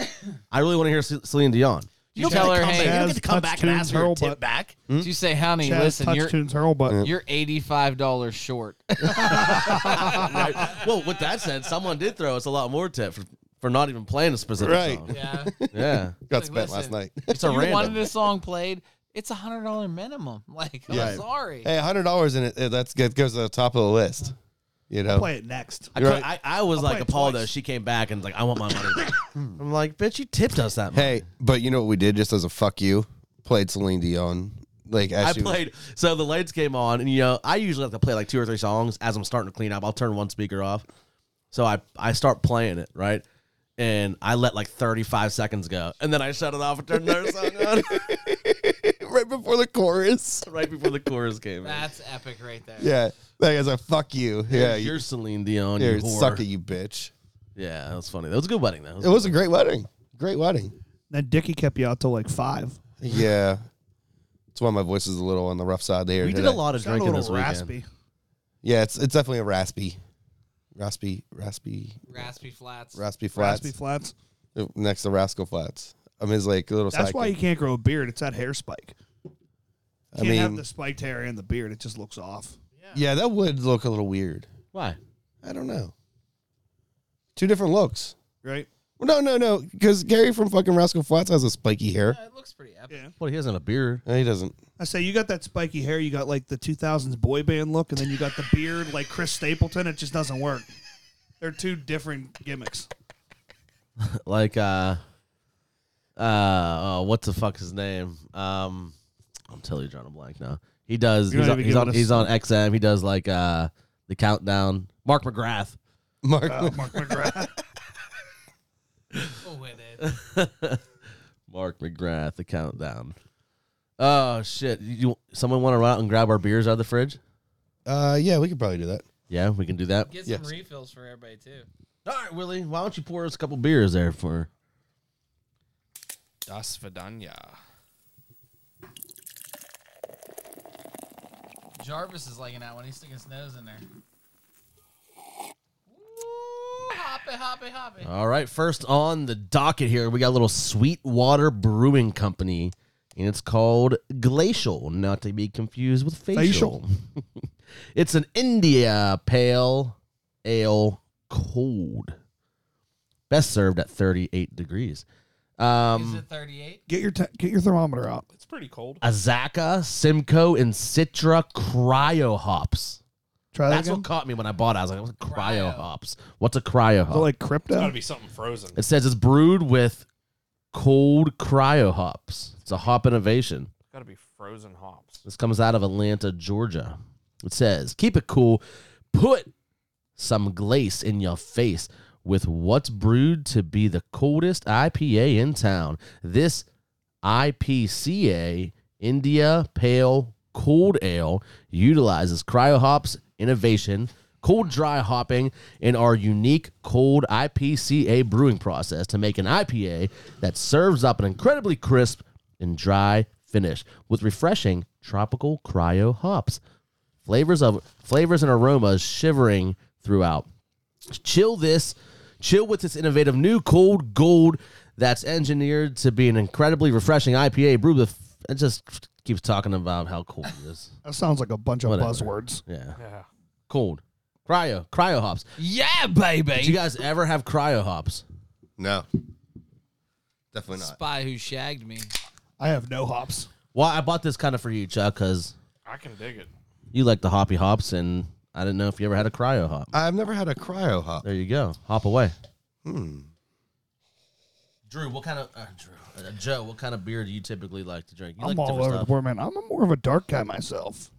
S2: I really want to hear C- Celine Dion."
S4: You tell her,
S2: you
S4: hey,
S5: back.
S2: don't get to come
S5: Touch
S2: back and
S5: tunes,
S2: ask her a
S5: hurl
S2: tip
S5: butt.
S2: back.
S4: you say, honey,
S5: Chaz
S4: listen,
S5: touch
S4: you're
S5: tunes hurl button.
S4: you're eighty five dollars short.
S2: Right. Well, with that said, someone did throw us a lot more tip for, for not even playing a specific
S3: Right.
S2: song.
S4: Yeah,
S2: Yeah,
S3: Got
S4: Like,
S3: spent last
S4: listen.
S3: night.
S2: it's a
S4: you
S2: random.
S4: wanted a song played. It's a hundred dollar minimum. Like, I'm
S3: Yeah.
S4: sorry.
S3: hey, hundred dollars in it. eh, That's that goes to the top of the list. You know.
S5: Play it next.
S2: I,
S3: You're
S2: cou- I, I was like
S5: play it
S2: appalled though.
S5: twice.
S2: She came back and was like, "I want my money." back." I'm like, "Bitch, you tipped us that much."
S3: Hmm. Hey, but you know what we did just as a fuck you? Played Celine Dion. Like as
S2: I
S3: she was-
S2: played. So the lights came on, and you know, I usually have to play like two or three songs as I'm starting to clean up. I'll turn one speaker off. So I I start playing it right, and I let like 35 seconds go, and then I shut it off and turned another song on
S3: right before the chorus.
S2: right before the chorus came. in.
S4: That's epic right there.
S3: Yeah, like as a fuck you. Yeah,
S2: You're
S3: you,
S2: Celine Dion.
S3: you're
S2: you whore.
S3: suck it, you bitch.
S2: Yeah, that was funny. That was a good wedding though. That was
S3: It was a great wedding. Great wedding.
S5: Then Dickie kept you out till like five.
S3: Yeah,
S6: That's why my voice is a little on the rough side there.
S2: We did
S6: today.
S2: a lot of
S5: Sound a
S2: drinking
S5: little
S2: this weekend.
S5: raspy.
S6: Yeah, it's it's definitely a raspy, raspy, raspy,
S4: Raspy flats.
S6: raspy flats
S5: Raspy flats.
S3: uh,
S6: next to Rascal Flats. I'm his like little.
S5: That's
S6: sidekick.
S5: why you can't grow a beard. It's that hair spike.
S6: I
S5: You can't have
S6: mean,
S5: the spiked hair and the beard. It just looks off.
S6: yeah, that would look a little weird.
S2: Why?
S6: I don't know. Two different looks.
S5: Right?
S6: Well, No, no, no. Because Gary from fucking Rascal Flats has a spiky hair.
S4: Yeah, it looks pretty epic.
S5: Yeah.
S2: Well, he hasn't a beard.
S6: No, he doesn't.
S5: I say you got that spiky hair, you got like the 2000s boy band look, and then you got the beard like Chris Stapleton. It just doesn't work. They're two different gimmicks.
S2: Like uh, uh, uh what the fuck his name? Um, I'm telling you, drawing a blank now. He does.
S5: You're
S2: He's
S5: not
S2: on,
S5: even
S2: he's, on,
S5: giving us-
S2: he's on XM. He does like uh the countdown. Mark McGrath.
S6: Mark,
S5: Uh, Mark McGrath.
S4: Oh, with it.
S2: Mark McGrath. The countdown. Oh shit! You someone want to run out and grab our beers out of the fridge?
S6: uh, yeah, we could probably do that.
S2: Yeah, we can do that.
S4: Get
S6: Yes.
S4: some refills for everybody too.
S2: All right, Willie. Why don't you pour us a couple beers there for?
S1: Das Vidanya.
S4: Jarvis is liking that when he's sticking his nose in there. Ooh, hoppy, hoppy, hoppy.
S2: All right, first on the docket here, we got a little Sweetwater Brewing Company, and it's called Glacial, not to be confused with facial. it's an India Pale Ale Cold, best served at 38 degrees.
S4: is
S2: Um,
S4: it 38?
S5: Get your te- get your thermometer out.
S1: It's pretty cold.
S2: Azaka, Simcoe, and Citra Cryo Hops.
S5: Try that
S2: That's
S5: again.
S2: what caught me when I bought it. I was like, what's a cryo
S4: Cryo.
S2: hops? What's a cryo
S5: Is it
S2: hop?
S5: like
S1: It's gotta
S5: crypto?
S1: be something frozen.
S2: It says it's brewed with cold cryo hops. It's a hop innovation.
S1: It's gotta be frozen hops.
S2: This comes out of Atlanta, Georgia. It says, keep it cool, put some glaze in your face with what's brewed to be the coldest IPA in town. This IPCA, India Pale Cold Ale, utilizes cryo hops innovation, cold dry hopping, and our unique cold IPCA brewing process to make an IPA that serves up an incredibly crisp and dry finish with refreshing tropical cryo hops flavors of flavors and aromas shivering throughout. Chill this, chill with this innovative new cold gold that's engineered to be an incredibly refreshing IPA brewed with. It just keeps talking about how cold it is.
S5: That sounds like a bunch of
S2: Whatever.
S5: buzzwords.
S2: Yeah,
S1: Yeah.
S2: cold cryo cryo hops.
S4: Yeah,
S2: Did you
S4: baby.
S2: guys ever have cryo hops?
S6: No, definitely not.
S4: Spy who shagged me.
S5: I have no hops.
S2: Well, I bought this kind of for you, Chuck, because
S1: I can dig it.
S2: you like the hoppy hops, and I didn't know if you ever had a cryo hop.
S6: I've never had a cryo hop.
S2: There you go, hop away.
S6: Hmm.
S2: Drew, what kind of uh, Drew uh, Joe? What kind of beer do you typically like to drink? You
S5: I'm
S2: like
S5: all
S2: different
S5: over the
S2: stuff.
S5: board, man. I'm a more of a dark guy myself.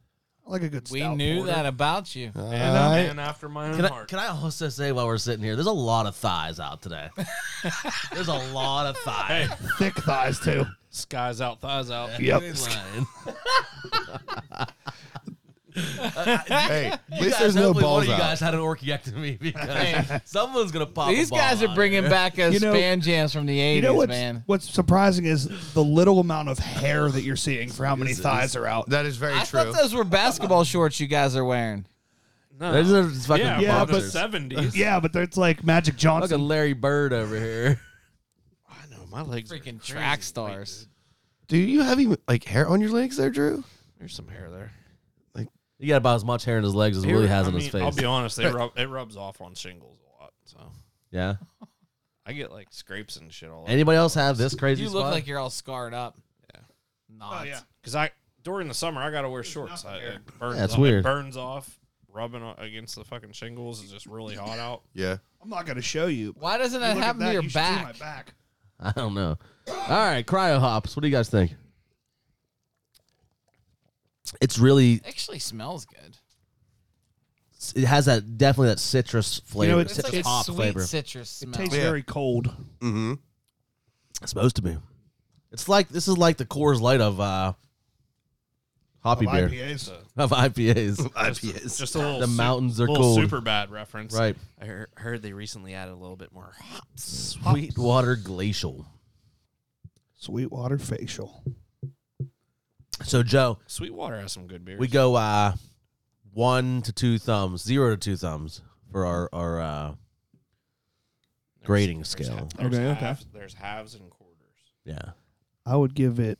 S5: I like a good.
S4: We
S5: stout
S4: knew
S5: porter.
S4: that about you.
S1: And uh,
S6: I-
S1: a man after my own
S2: Can I,
S1: heart.
S2: can I also say while we're sitting here, there's a lot of thighs out today. there's a lot of thighs.
S1: hey,
S5: Thick thighs too.
S1: skies out, thighs out.
S5: Yep.
S6: hey, at
S2: You
S6: least
S2: guys,
S6: there's no
S2: hopefully one
S6: balls
S2: of you
S6: out.
S2: guys had an orchiectomy because someone's gonna pop. a
S4: These
S2: ball
S4: guys
S2: out
S4: are
S2: of
S4: bringing
S2: here.
S4: back us
S5: You know-
S4: fan jams from the 80s,
S5: You know what's,
S4: man.
S5: what's surprising is the little amount of hair that you're seeing for how many thighs are out.
S6: That is very
S4: I thought those were basketball shorts you guys are wearing.
S1: No.
S2: Those are just fucking
S1: yeah,
S5: Yeah,
S1: yeah,
S5: but-
S1: the
S2: boxers.
S1: seventies.
S5: Yeah, but it's like Magic
S2: Look at
S5: Johnson.
S2: Larry Bird over here.
S1: I know my legs. are
S4: Freaking
S1: crazy.
S4: track
S1: Wait,
S4: stars.
S6: Do you have even like hair on your legs there, Drew?
S1: There's some hair there.
S2: He got about as much hair in his legs as Willie has on his face.
S1: I'll be honest, they rub, it rubs off on shingles a lot. So
S2: yeah.
S1: I get like scrapes and shit all over.
S2: Anybody else have this crazy?
S4: You look
S2: spot?
S4: like you're all scarred up.
S1: Yeah.
S4: Not.
S5: Oh, yeah.
S1: Because I during the summer I gotta wear shorts. I, it burns
S2: Yeah, it's
S1: off,
S2: weird.
S1: It burns off. Rubbing o- against the fucking shingles is just really hot out.
S6: Yeah.
S5: I'm not going to show you.
S4: Why doesn't
S5: You
S4: that
S5: look at
S4: happen
S5: that,
S4: to your
S5: you should see my
S4: back?
S5: back.
S2: I don't know. All right, cryo hops. What do you guys think? It's really
S4: Actually, smells good.
S2: it has that definitely that citrus flavor,
S5: it's-
S2: citrus
S4: like
S2: hop
S4: sweet
S2: flavor.
S4: citrus smell.
S5: Tastes
S6: Yeah.
S5: very cold.
S6: Mm-hmm.
S2: It's supposed to be. It's like this is like the Coors Light of uh, hoppy
S5: Of
S2: beer
S5: IPAs.
S2: of IPAs.
S1: Just, just a little
S2: The
S1: su-
S2: mountains are
S1: little
S2: cold.
S1: super bad reference.
S2: Right.
S1: I heard, heard they recently added a little bit more hops.
S2: Sweetwater Glacial.
S5: Sweetwater facial.
S2: So Joe,
S1: Sweetwater has some good beers.
S2: we go uh, one to two thumbs, zero to two thumbs for our our uh,
S1: There's-
S2: grading
S1: there's
S2: scale.
S1: ha- there's
S5: Okay, okay.
S1: halves- There's halves and quarters.
S2: yeah.
S5: I would give it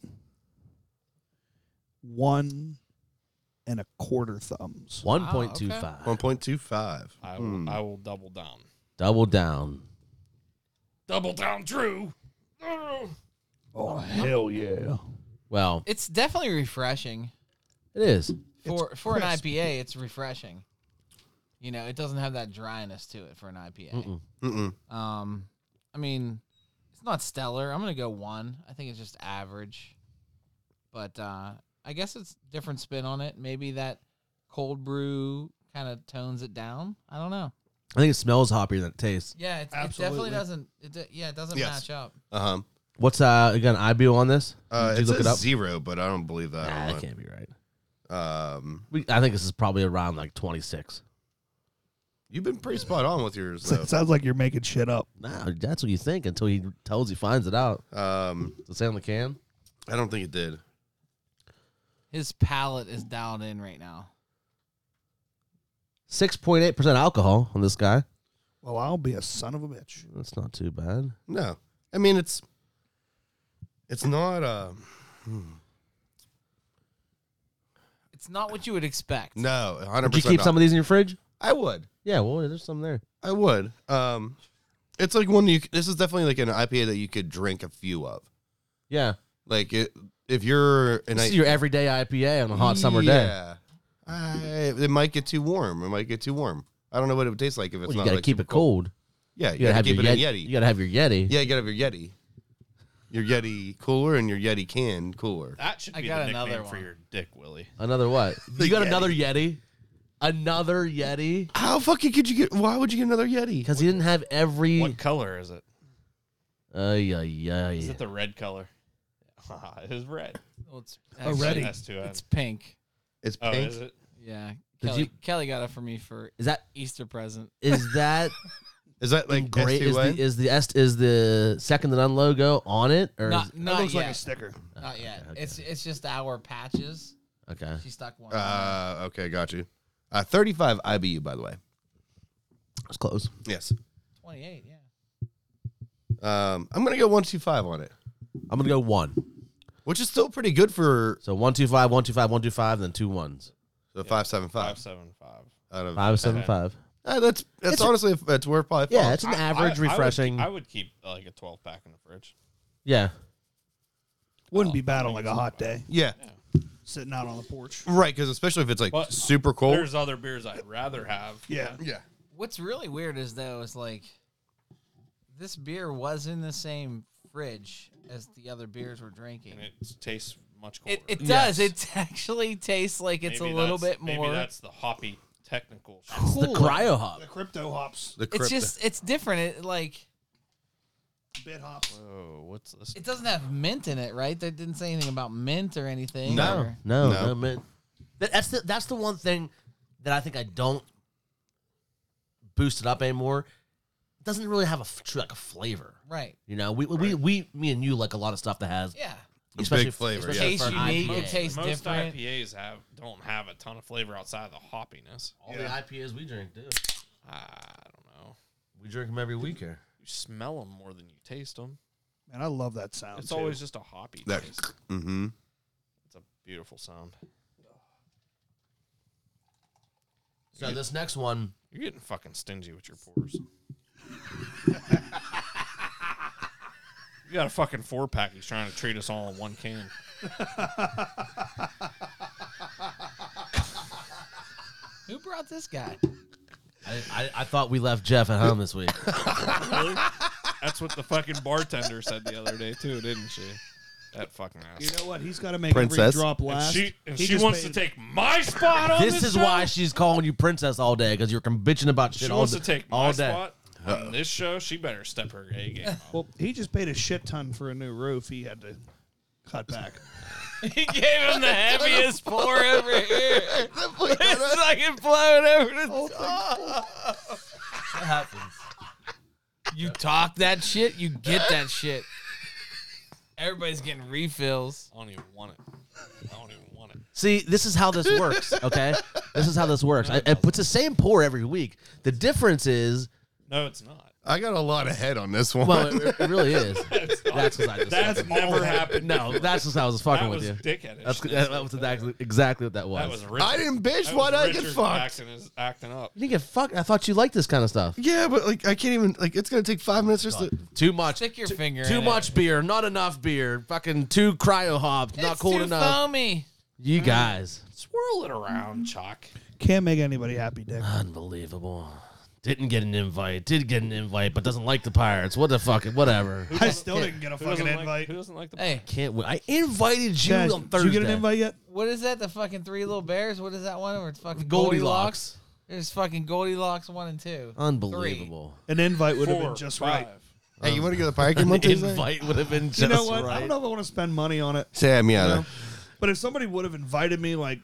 S5: one and a quarter thumbs.
S2: One point two five.
S3: One point two five.
S1: I will, I will double down.
S2: Double down.
S1: Double down, Drew. Oh.
S5: Oh hell yeah!
S2: Well,
S4: It's definitely refreshing
S2: it is.
S4: for for an
S5: crisp.
S4: IPA. It's refreshing. You know, it doesn't have that dryness to it for an IPA.
S2: Mm-mm.
S3: Mm-mm.
S4: Um, I mean, it's not stellar. I'm gonna go one. I think it's just average. But uh, I guess it's different spin on it. Maybe that cold brew kind of tones it down. I don't know.
S2: I think it smells hoppier than it tastes.
S4: Yeah, it's, it
S1: Absolutely.
S4: definitely doesn't. It, de- yeah, it doesn't
S3: Yes.
S4: match up.
S3: Uh-huh.
S2: What's uh again IBU on this?
S3: Uh
S2: Did
S3: It
S2: you look
S3: says
S2: it up?
S3: zero, but I don't believe that.
S2: Nah,
S3: I
S2: that
S3: don't
S2: can't be right.
S3: know. Um,
S2: We, I think this is probably around like twenty six.
S3: you've been pretty spot on with yours
S5: So
S3: though.
S5: it sounds like you're making shit up.
S2: Nah, that's what you think until he tells you finds it out.
S3: Um,
S2: Does it say on the can?
S3: I don't think it did.
S4: His palate is dialed in right now.
S2: Six point eight percent alcohol on this guy.
S5: Well, Oh, I'll be a son of a bitch.
S2: That's not too bad.
S3: No, I mean it's it's not. Uh,
S4: It's not what you would expect.
S3: no, hundred
S2: Would you
S3: percent.
S2: keep some of these in your fridge?
S3: I would.
S2: Yeah, well, there's some there.
S3: I would. Um, it's like one you. This is definitely like an IPA that you could drink a few of.
S2: Yeah,
S3: Like it, if you're an
S2: this is your everyday IPA on a hot summer day.
S3: Yeah, I, it might get too warm. It might get too warm. I don't know what it would taste like if it's
S2: Well, you
S3: not.
S2: gotta
S3: like,
S2: keep
S3: super
S2: it cold.
S3: Yeah, you,
S2: You gotta,
S3: gotta,
S2: have
S3: keep
S2: your
S3: it
S2: Yeti.
S3: in Yeti.
S2: You gotta have your Yeti.
S3: yeah, you gotta have your Yeti. Your Yeti cooler and your Yeti can cooler.
S1: That should
S4: I
S1: be
S4: got
S1: the nickname
S4: another
S1: for
S4: one.
S1: your dick, Willie.
S2: Another what? you got
S3: Yeti.
S2: another Yeti. Another Yeti.
S3: How fucking could you get? Why would you get another Yeti?
S2: Because he didn't have every.
S1: What color is it?
S2: Uh, yeah, yeah,
S1: Is it the red color? Ah, it is red.
S4: Well, it's
S5: Oh, ready.
S1: That's too
S4: It's pink.
S3: It's
S1: Oh,
S3: pink.
S1: is it?
S4: Yeah.
S2: Did
S4: Kelly,
S2: you-
S4: Kelly got it for me for
S2: Is that
S4: Easter present.
S2: is that
S3: Is that like
S2: great? Is
S3: SUA?
S2: the is the est- is the second to none logo on it or?
S4: Not,
S5: that
S4: not
S5: looks
S4: yet.
S5: like a sticker.
S4: not yet.
S2: okay.
S4: It's it's just our patches.
S2: is- okay.
S4: She stuck one. on
S3: Uh, okay, got you. Uh, 35 IBU, by the way.
S2: It's close.
S3: Yes.
S4: Twenty eight. Yeah.
S3: Um, I'm gonna go one two five on it,
S2: I'm gonna go one.
S3: which is still pretty good for
S2: So one two five, one two five, one two five, then two ones.
S3: the five seven
S1: Five
S3: five
S1: seven five.
S3: out of
S2: Five seven
S1: Okay.
S2: five.
S3: Uh, that's that's
S2: It's-
S3: honestly it's worth probably.
S2: Yeah,
S3: five.
S2: it's an average,
S1: I- I would-
S2: refreshing.
S1: I would, keep like a twelve pack in the fridge.
S2: yeah,
S5: Wouldn't be bad on like a hot day,
S3: yeah,
S5: sitting out on the porch.
S3: right. Because especially if it's like
S1: But
S3: super cold.
S1: There's other beers I'd rather have.
S5: Yeah,
S3: Yeah.
S4: What's really weird is though is like this beer was in the same fridge as the other beers we're drinking.
S1: and it tastes much cooler.
S4: It, it does. It actually tastes like it's
S1: Maybe
S4: a little
S1: that's-
S4: bit more.
S1: Maybe that's the hoppy technical. shit.
S2: it's the cryo hop.
S5: crypto hops,
S3: The
S4: it's
S3: crypt-
S4: just it's different. It like
S5: bit hops.
S1: Oh, what's this?
S4: it doesn't have mint in it, right? They didn't say anything about mint or anything.
S3: No.
S4: or-
S2: No,
S3: No.
S2: no, man. That, that's the that's the one thing that I think I don't boost it up anymore. It doesn't really have a f- true like a flavor.
S4: right.
S2: You know, we, we we me and you like a lot of stuff that has
S4: Yeah.
S3: A big flavor,
S2: especially
S4: yes.
S2: for an
S4: Tastes unique,
S2: IPA.
S4: it tastes
S1: most
S4: different.
S1: IPAs have don't have a ton of flavor outside of the hoppiness.
S2: All the IPAs we drink do.
S1: I don't know.
S2: We drink them every week here.
S1: You smell them more than you taste them.
S5: Man, I love that sound.
S1: It's
S5: too.
S1: always just a hoppy
S3: that.
S1: taste.
S3: Mm-hmm.
S1: It's a beautiful sound.
S2: So this next one,
S1: You're getting fucking stingy with your pours. you got a fucking four pack. He's trying to treat us all in one can.
S4: Who brought this guy?
S2: I, I, I thought we left Jeff at home this week.
S1: That's what the fucking bartender said the other day too, didn't she? That fucking ass.
S5: You know what? He's got to make
S3: Princess.
S5: every drop
S1: and
S5: last.
S1: she and
S5: He
S1: she
S5: just
S1: wants
S5: made-
S1: to take my spot on this.
S2: this is
S1: show?
S2: why she's calling you princess all day because you're com- bitching about shit
S1: she
S2: all
S1: wants
S2: day,
S1: to take
S2: all
S1: my
S2: day.
S1: spot on this show. She better step her A game. up.
S5: Well, he just paid a shit ton for a new roof. He had to cut back.
S4: he gave him the heaviest pour over here.
S3: It's
S4: fucking blown over the
S2: That happens.
S4: You talk that shit, you get that shit. Everybody's getting refills.
S1: I don't even want it. I don't even want it.
S2: See, this is how this works. Okay, this is how this works. I, it puts the same pour every week. The difference is,
S1: No, it's not.
S3: I got a lot of head on this one.
S2: well, it, it really is.
S1: It's not.
S2: That's because I just.
S1: That's never happened.
S2: no, that's just how I was fucking
S1: that
S2: with
S1: was
S2: you.
S1: dickheaded.
S2: That's that, that was exactly, exactly what that was.
S1: that was Richard.
S3: I didn't bitch.
S1: That
S3: Why
S1: was
S3: did I get
S1: Richard
S3: fucked?
S1: Acting, is acting up.
S2: you didn't get fucked. I thought you liked this kind of stuff.
S3: Yeah, but like I can't even like it's gonna take five minutes just to
S2: Too much.
S4: Stick your finger.
S2: Too
S4: in
S2: much
S4: It.
S2: beer. Not enough beer. Fucking too cryo hopped. Not
S4: it's
S2: cold
S4: too
S2: enough.
S4: foamy.
S2: You guys,
S1: Swirl it around, Chuck.
S5: Can't make anybody happy, Dick.
S2: unbelievable. Didn't get an invite. Did get an invite, but doesn't like the pirates. What the fuck? Whatever.
S5: I still didn't get a fucking
S1: doesn't Like,
S5: invite.
S1: who doesn't like the?
S4: Hey,
S2: Can't. Wait. I invited you
S5: Guys,
S2: on
S5: did
S2: Thursday.
S5: you get an invite yet?
S4: what is that? The fucking three little bears? What is that one? Or it's fucking
S2: Goldilocks.
S4: There's fucking Goldilocks one and two.
S2: Unbelievable.
S5: An invite would have
S1: Four,
S5: been just
S1: five.
S5: right.
S3: Hey, you wanna go to the park Um, in one
S2: An
S3: Tuesday?
S2: invite would have been just
S5: You know what? I
S2: right.
S5: don't know if I want to spend money on it.
S3: Sam,
S5: you
S3: yeah.
S5: know? But if somebody would have invited me, like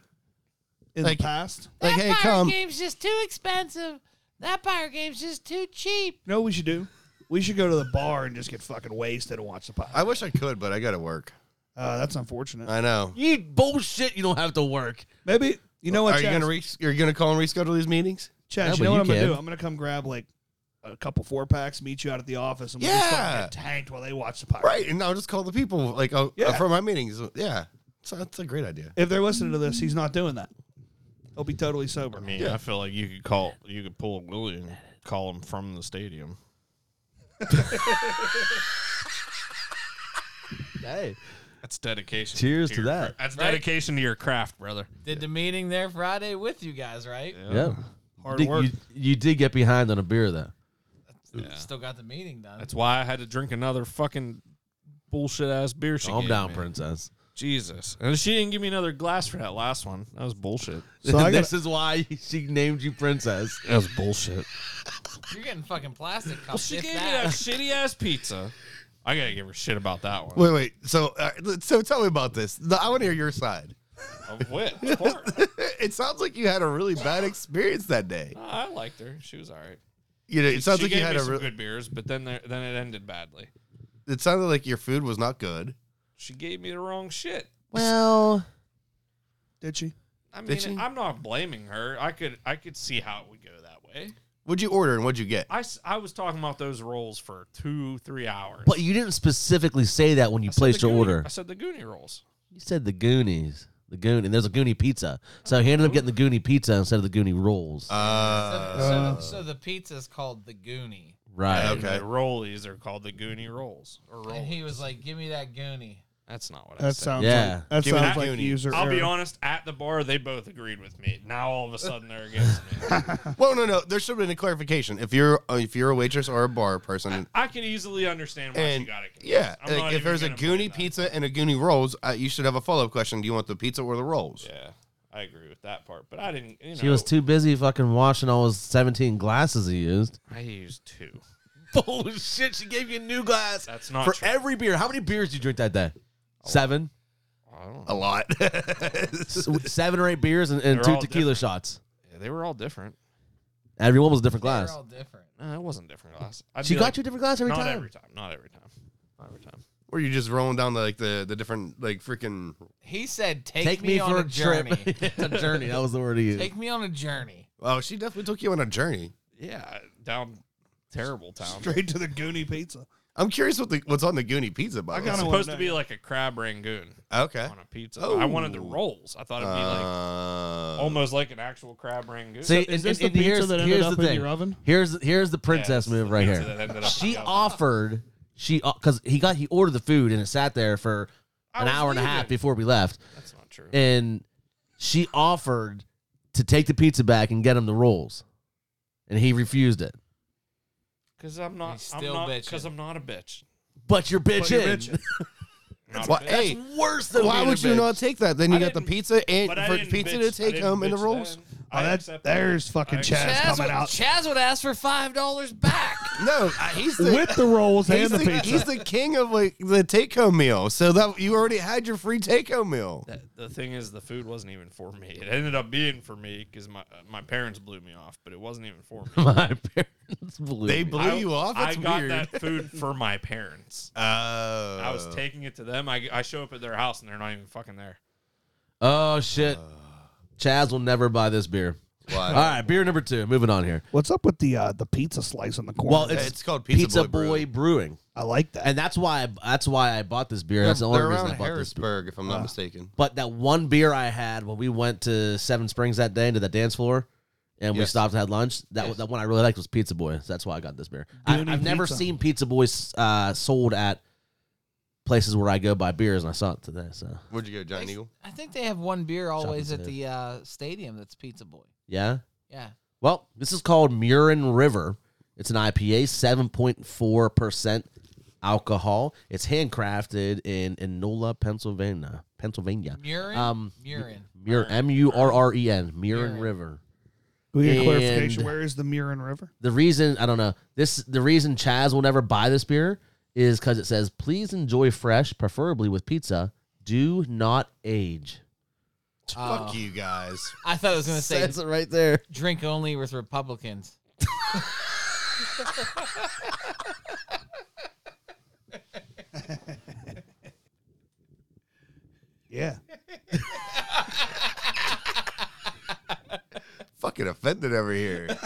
S5: in
S3: Like-
S5: the past,
S3: Like, hey, come.
S4: game's just too expensive. That pirate game's just too cheap.
S5: you know what we should do? We should go to the bar and just get fucking wasted and watch the pie.
S3: I wish I could, but I gotta work.
S5: Uh, that's unfortunate.
S3: I know.
S2: You bullshit. You don't have to work.
S5: Maybe you know what?
S3: Are you
S5: Chaz?
S3: gonna re- are you gonna call and reschedule these meetings?
S5: Chaz,
S2: Yeah,
S5: you
S2: but
S5: know what
S2: you
S5: I'm gonna
S2: can.
S5: do? I'm gonna come grab like a couple four packs, meet you out at the office, and we'll just
S3: Yeah.
S5: fucking get tanked while they watch the pie.
S3: Right, and I'll just call the people like I'll,
S5: Yeah.
S3: for my meetings. Yeah, so that's a great idea.
S5: If they're listening to this, he's not doing that. He'll be totally sober.
S1: I mean, I feel like you could call, you could pull Willie and call him from the stadium.
S2: Hey.
S1: That's dedication.
S2: Cheers to
S1: your
S2: that.
S1: cra- That's
S4: Right?
S1: dedication to your craft, brother.
S4: Did the meeting there Friday with you guys, right?
S2: Yeah.
S5: Hard
S2: Did-
S5: work.
S2: you, you did get behind on a beer though.
S1: Yeah.
S4: Still got the meeting done.
S1: That's why I had to drink another fucking bullshit ass beer. She
S2: Calm
S1: gave
S2: down,
S1: me.
S2: princess.
S1: Jesus, and she didn't give me another glass for that last one. That was bullshit.
S5: So I
S2: this is why she named you princess.
S1: That was bullshit.
S4: You're getting fucking plastic cups.
S1: She
S4: if
S1: gave me that
S4: that.
S1: shitty ass pizza. I gotta give her shit about that one.
S3: Wait, wait. So, uh, so tell me about this. No, I want to hear your side.
S1: Of which part?
S3: it sounds like you had a really bad experience that day.
S1: No, I liked her. She was all right.
S3: You know, it sounds
S1: she
S3: like
S1: gave
S3: you had
S1: me
S3: a.
S1: some
S3: Re-
S1: good beers, but then there, then it ended badly.
S3: it sounded like your food was not good.
S1: She gave me the wrong shit.
S2: Well,
S5: Did she?
S1: I mean,
S3: Did she?
S1: I'm not blaming her. I could I could see how it would go that way.
S3: What'd you order and what'd you get?
S1: I, s- I was talking about those rolls for two three hours.
S2: but you didn't specifically say that when you
S1: I said
S2: placed
S1: the
S2: your
S1: Goonie-
S2: order.
S1: I said the Goonie rolls.
S2: You said the Goonies, the Goon, and there's a Goonie pizza. So he ended up getting the Goonie pizza instead of the Goonie rolls.
S3: Uh,
S4: So, so, so the pizza's called the Goonie,
S2: right.
S1: And
S3: Okay.
S1: The rollies are called the Goonie rolls or rolls.
S4: and he was like, "Give me that Goonie."
S1: That's not what I
S5: That
S1: said.
S5: sounds
S2: Yeah.
S5: like that
S3: Give me
S5: sounds
S3: that
S5: like
S3: Goonie.
S5: user.
S1: I'll be
S5: error.
S1: honest. At the bar, they both agreed with me. Now all of a sudden they're against me.
S3: Uh, well, no, no. There should have been a clarification. If you're uh, if you're a waitress or a bar person,
S1: I can easily understand why
S3: and
S1: she got it. confused.
S3: yeah,
S1: I'm
S3: like,
S1: not
S3: if
S1: even
S3: there's a
S1: gonna blame
S3: Goonie
S1: that.
S3: pizza and a Goonie rolls, uh, you should have a follow up question. Do you want the pizza or the rolls?
S1: Yeah, I agree with that part. But I didn't. You know,
S2: She was too busy fucking washing all his 17 glasses he used.
S1: I used two.
S2: Bullshit, she gave you a new glass
S1: That's not
S2: for
S1: true. Oh.
S2: every beer. How many beers did you drink that day? Seven?
S1: I don't know.
S3: A lot.
S2: S- Seven or eight beers and, and
S1: They're
S2: two
S1: all
S2: tequila
S1: different.
S2: shots.
S1: Yeah, they were all different.
S2: Everyone was a different
S4: They're
S2: glass.
S4: all different.
S1: No, it wasn't different glass. I'd
S2: She
S1: be
S2: got
S1: like,
S2: you a different glass every
S1: not
S2: time.
S1: every time. Not every time. Not every time.
S3: Were you just rolling down the like the, the different like freaking
S4: He said, "Take,
S2: Take me
S4: on
S2: for
S4: a
S2: a
S4: journey.
S2: trip. It's a journey. That was the word he used.
S4: Take me on a journey."
S3: Oh, she definitely took you on a journey.
S1: Yeah, down terrible town.
S5: Straight to the Goonie pizza.
S3: I'm curious what the what's on the Goonie pizza box.
S1: It's
S5: I don't
S1: supposed
S5: know.
S1: to be like a crab rangoon
S3: okay.
S1: on a pizza. I wanted the
S3: Oh.
S1: rolls. I thought it'd be like Oh
S3: Uh,
S1: almost like an actual crab rangoon.
S2: See,
S5: Is
S2: and-
S5: this
S2: and-
S5: the
S2: and
S5: pizza
S2: here's-
S5: that ended
S2: here's
S5: up
S2: the
S5: in
S2: thing.
S5: your oven?
S2: Here's here's the
S1: Yeah,
S2: princess
S1: it's the
S2: move right
S1: pizza
S2: here.
S1: that ended up in
S2: She
S1: the oven.
S2: offered she because he got he ordered the food and it sat there for
S1: I
S2: an
S1: was
S2: hour and a half
S1: leaving.
S2: before we left,
S1: That's not true.
S2: and she offered to take the pizza back and get him the rolls, and he refused it.
S1: Because I'm not.
S4: He's
S1: I'm
S4: still
S1: not.
S4: bitching.
S1: Because I'm not a bitch.
S2: But you're bitching.
S1: Not a
S3: why,
S1: bitch.
S3: hey,
S2: Worse than
S3: why
S2: being a
S3: would you
S2: bitch.
S3: not take that? Then
S1: I
S3: you got the
S1: didn't-
S3: pizza and
S1: But I
S3: for
S1: didn't
S3: pizza
S1: bitch-
S3: to
S1: I
S3: take
S1: didn't
S3: home and the
S1: bitch
S3: rolls.
S1: then.
S5: Oh,
S1: I
S5: that's
S1: accepted
S5: there's
S1: it.
S5: fucking
S1: I
S5: Chaz,
S1: accepted
S4: Chaz
S5: coming
S4: would,
S5: out
S4: Chaz would ask for five dollars back.
S3: No, uh, he's the
S5: with the rolls
S3: he's,
S5: and
S3: the,
S5: the pizza.
S3: he's the king of like the take home meal. So that you already had your free take home meal.
S1: That, the thing is, the food wasn't even for me. It ended up being for me because my uh, my parents blew me off, but it wasn't even for me.
S2: My parents blew
S3: They
S2: me.
S3: blew
S1: I,
S3: you off.
S1: I
S3: That's
S1: got
S3: weird.
S1: that food for my parents.
S3: Oh,
S1: I was taking it to them. I, I show up at their house and they're not even fucking there.
S2: Oh shit. Chaz will never buy this beer. All
S3: Why?
S2: right, beer number two. Moving on here.
S5: What's up with the uh, the pizza slice on the corner?
S2: Well,
S3: It's,
S2: it's,
S3: called
S2: Pizza,
S3: Pizza,
S2: Boy,
S3: Brewing.
S2: Brewing,
S5: I like that.
S2: and that's why I, that's why I bought this beer.
S3: They're,
S2: that's the only
S3: they're
S2: reason I
S3: around
S2: bought this Ah. beer.
S3: Harrisburg, if I'm not mistaken.
S2: But that one beer I had when we went to Seven Springs that day and did that dance floor, and we
S3: Yes.
S2: stopped and had lunch. That
S3: Yes.
S2: that one I really liked was Pizza Boy. So that's why I got this beer. I, I've
S5: Dooney
S2: never
S5: Pizza.
S2: seen Pizza Boy uh, sold at places where I go buy beers, and I saw it today. So
S3: Where'd you go, Giant Eagle?
S4: I think they have one beer always
S2: Shopping
S4: at the uh, stadium that's Pizza Boy.
S2: yeah.
S4: Yeah.
S2: Well, this is called Murin River. It's an IPA, seven point four percent alcohol. It's handcrafted in Enola, Pennsylvania. Pennsylvania.
S4: Murin?
S2: Um,
S4: Murin.
S2: Mur- M U R R E N. Murin
S4: Murin.
S2: River.
S5: Can we get
S2: and-
S5: clarification. Where is the Mirren River?
S2: the reason I don't know this the reason Chaz will never buy this beer is because it says please enjoy fresh, preferably with pizza. Do not age.
S1: Ah.
S4: Oh.
S3: Fuck you guys.
S4: I thought I was going to say
S2: it right there.
S4: drink only with Republicans.
S5: Yeah.
S3: Fucking offended over here.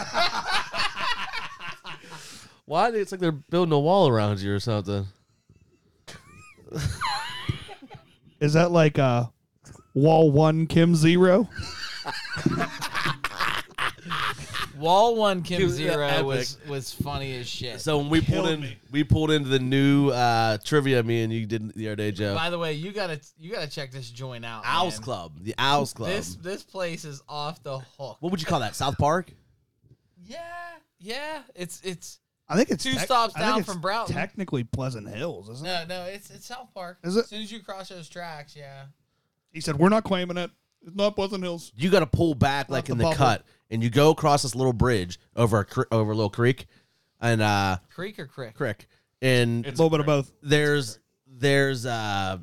S2: Why? it's like they're building a wall around you or something.
S5: Is that like uh, wall one, Kim zero?
S4: Wall one Kim
S2: Dude,
S4: Zero
S2: epic.
S4: was, was funny as shit.
S2: So when we pulled in, we pulled into the new uh, trivia. Me and you did the other day, Joe.
S4: By the way, you gotta you gotta check this joint out.
S2: Owls
S4: man.
S2: Club, the Owls Club.
S4: This this place is off the hook.
S2: what would you call that? South Park.
S4: Yeah, yeah. It's it's
S5: I think it's
S4: Two stops
S5: I think
S4: down
S5: it's
S4: from Broughton.
S5: Technically Pleasant Hills, isn't it?
S4: no no. It's it's South Park.
S5: Is it?
S4: As soon as you cross those tracks, yeah.
S5: He said we're not claiming it. It's not Pleasant Hills.
S2: You got to pull back like
S5: the
S2: in the
S5: bubble.
S2: cut, and you go across this little bridge over a cre- over a little creek, and uh,
S4: Creek or Crick?
S2: creek, and
S5: A little bit of both.
S2: there's there's uh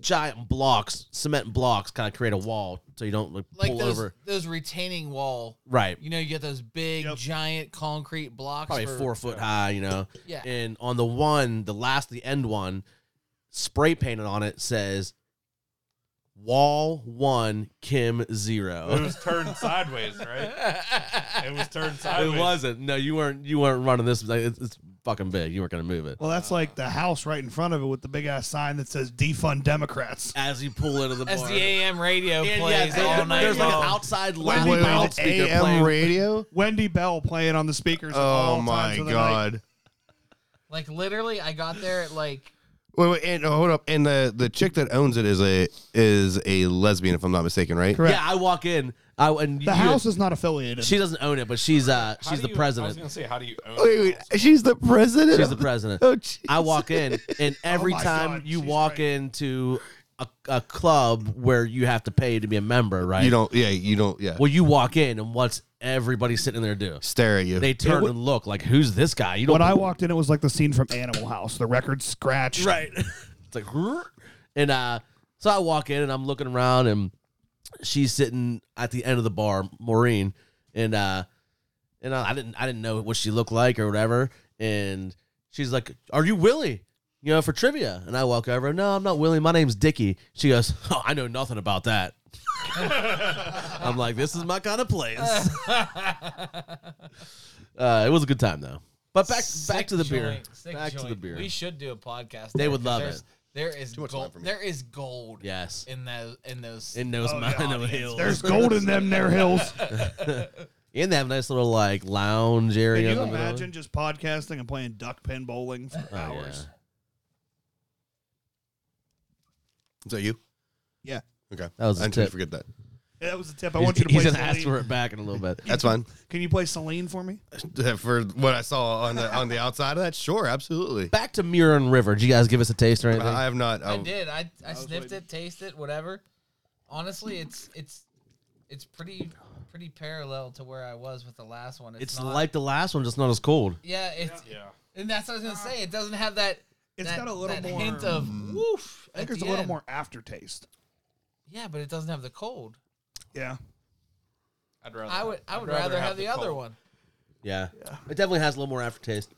S2: giant blocks, cement blocks, kind of create a wall so you don't like,
S4: Like
S2: pull
S4: those
S2: over.
S4: those retaining wall.
S2: Right,
S4: You know, you get those big
S5: Yep.
S4: giant concrete blocks.
S2: probably
S4: for-
S2: four foot high, you know.
S4: Yeah.
S2: And on the one, the last, the end one, spray painted on it says "Wall One Kim
S1: It
S2: Zero.
S1: was turned sideways, right? It was turned
S2: It
S1: sideways.
S2: wasn't. No, you weren't. You weren't running this. Like, it's, it's fucking big. You weren't gonna move it.
S5: Well, that's like the house right in front of it with the big ass sign that says defund Democrats.
S2: As you pull into the bar,
S4: As the AM radio
S2: And, yeah,
S4: plays
S2: there-
S4: all night
S2: there's like
S4: long.
S2: an outside
S5: Wait,
S2: loud
S5: wait, wait,
S2: loudspeaker
S3: AM
S2: playing.
S3: radio?
S5: Wendy Bell playing on the speakers. at
S3: Oh
S5: all
S3: my
S5: times of the night.
S3: god.
S4: like literally, I got there at like
S3: Wait, wait, and oh, hold up. And the the chick that owns it is a is a lesbian, if I'm not mistaken, right?
S5: Correct.
S2: Yeah, I walk in. I and
S5: The house is not affiliated.
S2: She doesn't own it, but she's uh
S1: How
S2: she's the
S1: do you- I was
S2: president.
S1: gonna say, how do you own
S3: Wait,
S1: it?
S3: wait, she's the president.
S2: She's the president.
S3: Oh, jeez.
S2: I walk in, and every
S5: my
S2: time
S5: God,
S2: you
S5: she's
S2: walk
S5: right.
S2: into a, a club where you have to pay to be a member, right?
S3: You don't. Yeah, you don't. Yeah.
S2: Well, you walk in, and what's everybody sitting there do?
S3: Stare at you.
S2: They turn and look like, "Who's this guy?" You don't.
S5: when I walked in, it was like the scene from Animal House. The record scratched.
S2: right. it's like, "Grr." and uh, so I walk in, and I'm looking around, and she's sitting at the end of the bar, Maureen, and uh, and I, I didn't I didn't know what she looked like or whatever. And she's like, "Are you Willie?" You know, for trivia. And I walk over. No, I'm not Willie. My name's Dickie. She goes, oh, "I know nothing about that." I'm like, "This is my kind of place." uh, it was a good time though. But back back
S4: sick
S2: to the beer.
S4: joint, sick
S2: Back to the
S4: joint.
S2: beer.
S4: We should do a podcast.
S2: They
S4: there,
S2: would
S4: 'cause
S2: love
S4: there's-
S2: it.
S4: There is
S3: time
S4: gold.
S3: for me.
S4: There is gold.
S2: yes.
S4: In those in those.
S2: In those
S5: Oh,
S2: mountain
S5: God,
S2: of
S5: yes.
S2: hills.
S5: There's gold in them there hills.
S2: And they have a nice little like lounge area.
S5: Can
S2: in
S5: you
S2: the middle.
S5: imagine just podcasting and playing duck pin bowling for
S2: Oh,
S5: hours?
S2: yeah.
S3: Is that you?
S5: Yeah.
S3: Okay.
S2: That was a
S3: I didn't
S2: tip.
S3: forget that.
S5: That was a tip. I want you to play
S2: He's gonna ask
S5: Celine.
S2: for it back in a little bit.
S3: That's fine.
S5: Can you play Celine for me?
S3: For what I saw on the on the outside of that, sure, absolutely.
S2: Back to Murin River. Did you guys give us a taste or anything?
S3: I have not. um,
S4: I
S3: I,
S4: did. I I sniffed it, tasted it, whatever. Honestly, it's it's it's pretty pretty parallel to where I was with the last one. It's,
S2: It's
S4: not,
S2: like the last one, just not as cold.
S4: yeah, it's
S1: Yeah.
S4: and that's what I was gonna say. It doesn't have that.
S5: It's
S4: that-
S5: got a little
S4: that
S5: more-
S4: hint of woof.
S5: I think there's a little more aftertaste.
S4: Yeah, but it doesn't have the cold.
S5: Yeah.
S1: I'd rather.
S4: I would I would rather, have, the, other
S1: cold.
S4: one.
S2: Yeah. It definitely has a little more aftertaste.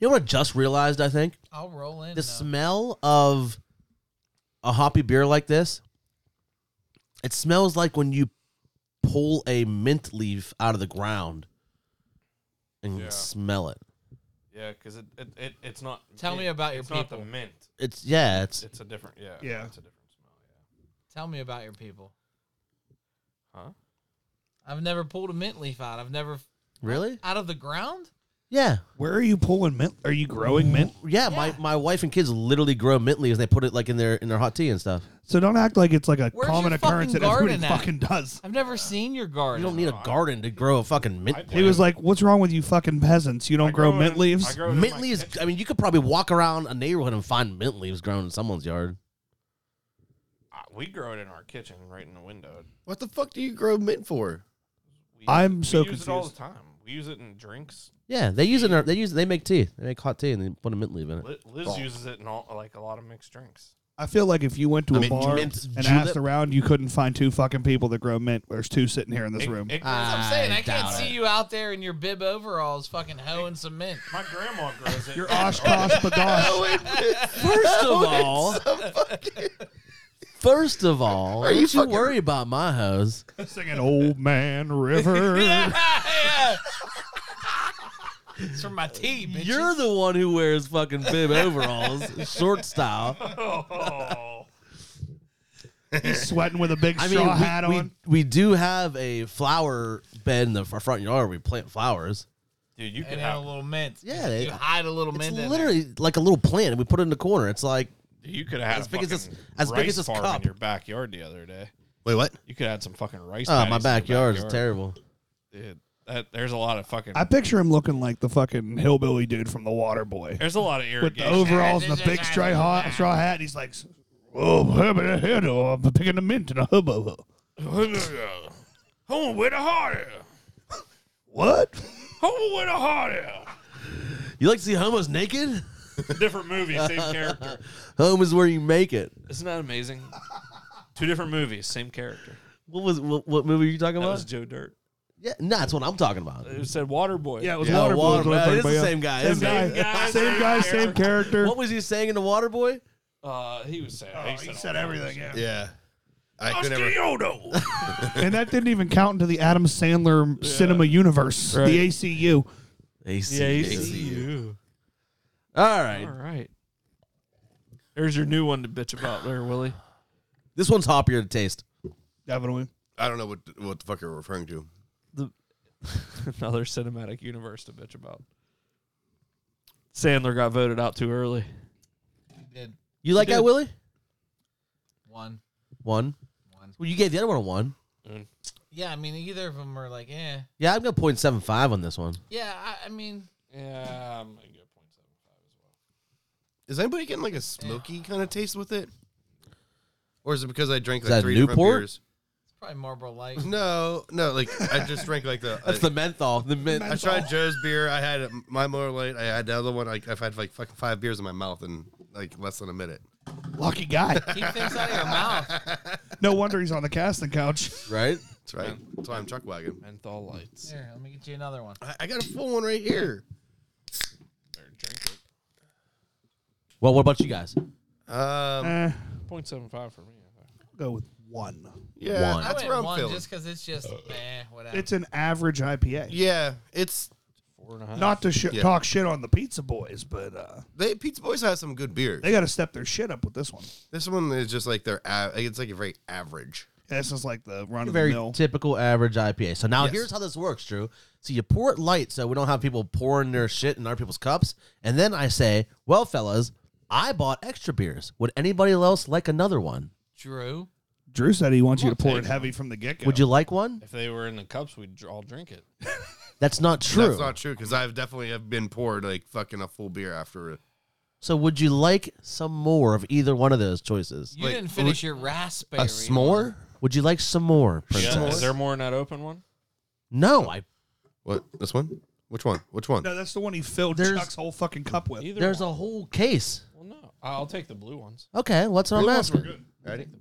S2: You know what I just realized, I think?
S4: I'll roll in.
S2: The
S4: uh,
S2: smell of a hoppy beer like this, it smells like when you pull a mint leaf out of the ground and
S1: Yeah.
S2: smell it.
S1: Yeah, because it, it, it it's not.
S4: Tell me about your
S1: it's Not the
S4: people.
S1: mint.
S2: It's yeah, it's
S1: It's a different. Yeah.
S5: Yeah.
S1: It's a different smell.
S4: Tell me about your people.
S1: Huh?
S4: I've never pulled a mint leaf out. I've never
S2: really
S4: out of the ground.
S2: yeah.
S5: Where are you pulling mint? Are you growing mint?
S2: yeah. My my wife and kids literally grow mint leaves. They put it like in their in their hot tea and stuff.
S5: So don't act like it's like a
S4: Where's
S5: common
S4: your fucking
S5: occurrence that
S4: garden
S5: everybody
S4: at?
S5: fucking does.
S4: I've never seen your
S2: You
S4: garden.
S2: don't need a garden to grow a fucking mint.
S5: He was like, "What's wrong with you, fucking peasants? You don't
S1: I
S5: grow,
S1: it
S5: mint
S1: in- I
S5: leaves."
S1: grow it in
S2: mint
S1: my
S2: leaves.
S1: kitchen.
S2: I mean, you could probably walk around a neighborhood and find mint leaves grown in someone's yard.
S1: Uh, we grow it in our kitchen, right in the window.
S3: What the fuck do you grow mint for?
S1: We,
S5: I'm
S1: we
S5: so
S1: use it all the
S5: confused.
S1: time. We use it in drinks.
S2: Yeah, they use it. In their, they use. They make tea. They make hot tea and they put a mint leaf in it.
S1: Li-
S5: Oh.
S1: Liz uses it in all like a lot of mixed drinks.
S5: I feel like if you went to a
S2: I mean,
S5: bar
S2: mint
S5: and
S2: julep-
S5: asked around, you couldn't find two fucking people that grow mint. There's two sitting here in this
S1: Ig-
S5: room.
S1: ig-
S4: That's what I'm saying. I, can't
S2: doubt
S4: see
S2: it.
S4: you out there in your bib overalls, fucking hoeing some mint.
S1: my grandma grows it.
S5: You're
S1: in her
S5: Oshkosh Bagosh.
S2: First of all, first of all,
S3: you
S2: don't you
S3: fucking-
S2: worry about my hose.
S5: singing "Old Man River."
S4: Yeah. it's from my tea, bitches.
S2: You're the one who wears fucking bib overalls, short style.
S1: Oh.
S5: He's sweating with a big
S2: I mean,
S5: straw
S2: we-
S5: hat
S2: we,
S5: on.
S2: we do have a flower bed in the our front yard. We plant flowers.
S1: Dude, you could
S4: and then a
S1: have
S4: little mint.
S2: Yeah, they-
S4: you hide a little
S2: It's
S4: mint. in
S2: literally like a little plant, and we put it in the corner. It's like
S1: you could have
S2: As big as this-
S1: fucking
S2: as big as
S1: rice
S2: this
S1: farm
S2: cup.
S1: in your backyard the other day.
S3: Wait, what?
S1: You could add some fucking rice.
S2: oh, my
S1: paddies in your
S2: backyard is
S1: backyard.
S2: terrible.
S1: Dude, that, there's a lot of fucking.
S5: I picture him looking like the fucking hillbilly dude from The Water Boy
S1: there's a lot of
S5: with the
S1: irrigation.
S5: overalls and the big stray hot straw hat. And he's like, "Oh, I'm a head, oh, I'm picking a mint and a hobo."
S1: Home with a heart. air.
S5: What?
S1: Home with a heart. air.
S2: You like to see homos naked?
S1: Different movie, same character.
S2: Home is where you make it.
S1: Isn't that amazing? Two different movies, same character.
S2: What was what, what movie are you talking
S1: That
S2: about?
S1: was Joe Dirt.
S2: yeah, no, that's what I'm talking about.
S1: It said Waterboy.
S5: Yeah, it was
S2: Yeah,
S5: Water Boy.
S2: Water-
S5: is what I'm
S2: yeah,
S5: talking
S2: it's the
S5: about, yeah.
S2: same guy,
S5: Same
S2: isn't it?
S1: Same
S5: guy.
S1: guy,
S5: Same guy.
S1: same
S5: Same character.
S2: What was he saying in the Water Boy?
S1: Uh, he was saying.
S5: Oh, he said everything. Yeah.
S3: Yeah. I could never.
S1: Osteo.
S5: and that didn't even count into the Adam Sandler cinema universe, the ACU.
S2: AC.
S1: Yeah, you.
S2: All right.
S1: All right. There's your new one to bitch about there, Willie.
S2: This one's hoppier to taste.
S5: Definitely.
S3: I don't know what what the fuck you're referring to.
S1: Another cinematic universe to bitch about. Sandler got voted out too early.
S4: There. Did
S2: You like that, Willie?
S4: one.
S2: One.
S4: One.
S2: Well, you gave the other one a one.
S4: Yeah, I mean, either of them are like, eh.
S2: Yeah, I'm gonna point seven five on this one.
S4: Yeah, I, I mean,
S1: Yeah, I'm gonna go point seven five as well.
S3: Is anybody getting like a smoky kind of taste with it? Or is it because I drank
S2: Is
S3: like
S2: that
S3: three
S2: Newport?
S3: different beers?
S4: it's probably Marlboro Light.
S3: No, no, like I just drank like the.
S2: That's
S3: I,
S2: the menthol. The mint.
S3: I tried Joe's beer. I had my Miller Lite. I had the other one. I, I've had like fucking five beers in my mouth in like less than a minute.
S5: Lucky guy.
S4: Keep things out of your mouth.
S5: no wonder he's on the casting couch.
S2: Right.
S3: That's right. That's why I'm truck wagon.
S1: Menthol lights.
S4: Here, let me get you another one.
S3: I, I got a full one right here.
S1: There, drink it.
S2: Well, what about you guys?
S3: Um,
S5: Eh,
S1: Point seven five for me. I think.
S5: go with one.
S3: yeah,
S2: One.
S3: that's
S4: I
S3: where
S4: went
S3: I'm
S4: one
S3: feeling.
S4: just because it's just, eh, whatever.
S5: It's an average IPA.
S3: yeah, it's
S1: Four and a half.
S5: Not to sh-
S3: Yeah.
S5: talk shit on the Pizza Boys, but uh,
S3: they Pizza Boys has some good beers.
S5: they got to step their shit up with this one.
S3: This one is just like their. A- it's like a very average.
S5: This is like the run of the
S2: Very
S5: mill.
S2: typical average IPA. So now
S3: Yes.
S2: here's how this works, Drew. So you pour it light, so we don't have people pouring their shit in other people's cups. And then I say, "Well, fellas, I bought extra beers. Would anybody else like another one?
S4: Drew.
S5: Drew said he wants you to
S1: I'll
S5: pour
S1: take
S5: it heavy from the get go.
S2: Would you like one?
S1: If they were in the cups, we'd dr- all drink it.
S2: That's not true.
S3: That's not true because I've definitely have been poured like fucking a full beer after it.
S2: So would you like some more of either one of those choices?
S4: You
S3: Wait,
S4: didn't finish your raspberry.
S3: s'more?
S2: Would you like some more? Princess?
S1: Yeah. Is there more in that open one?
S2: No, I
S3: What? This one? Which one? Which one?
S5: No, that's the one he filled
S2: There's-
S5: Chuck's whole fucking cup with.
S1: Either
S2: there's
S1: one.
S2: a whole case.
S1: Well, no. I'll take the blue ones.
S2: Okay, well, that's what I'm asking.
S1: Ready? The blue.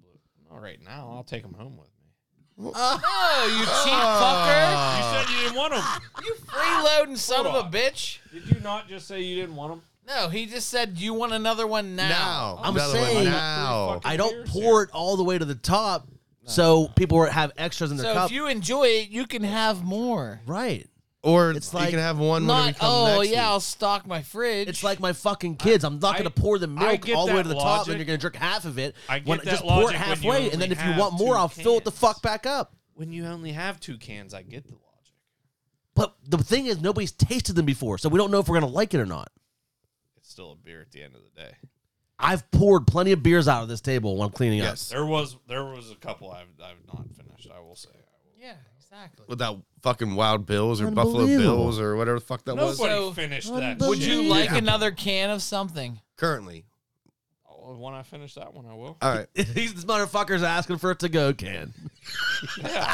S1: All right, now I'll take them home with me.
S4: Oh, you cheap
S1: Uh, you said you didn't want them.
S4: fucker. You freeloading son
S1: Hold
S4: of a
S1: on.
S4: bitch.
S1: Did you not just say you didn't want them?
S4: No, he just said, "Do you want another one now?"
S3: Now.
S2: I'm
S3: Another one
S2: saying-
S3: now.
S2: I don't pour it all the way to the top, so people are- have extras in their
S4: So
S2: cup.
S4: if you enjoy it, you can have more.
S2: right.
S3: Or
S2: It's
S3: it's
S2: like-
S3: you can have one when we
S4: Not
S3: come
S4: oh
S3: next
S4: yeah,
S3: week.
S4: I'll stock my fridge.
S2: It's like my fucking kids. I'm not
S1: I-
S2: going to pour the
S1: I
S2: milk
S1: get
S2: all the way
S1: that
S2: to the top,
S1: logic.
S2: and you're going to drink half of it.
S1: I get
S2: When-
S1: that
S2: just pour it
S1: logic when you
S2: halfway, and then
S1: only
S2: if you
S1: have
S2: want more,
S1: two
S2: I'll fill it the
S1: cans.
S2: fuck back up.
S1: When you only have two cans, I get the logic.
S2: But the thing is, nobody's tasted them before, so we don't know if we're going to like it or not.
S1: It's still a beer at the end of the day.
S2: I've poured plenty of beers out of this table when I'm cleaning
S3: Yes.
S1: There was there was a couple I've I've not finished. I will say.
S4: yeah, exactly.
S3: Without fucking Wild Bills or Buffalo
S2: Unbelievable.
S3: Bills or whatever the fuck that was.
S1: Nobody
S4: So-
S1: finished that.
S4: Would you
S1: shit.
S4: like another can of something?
S3: Currently.
S1: Oh, when I finish that one, I will.
S3: All right.
S2: up. These motherfuckers asking for it to go can.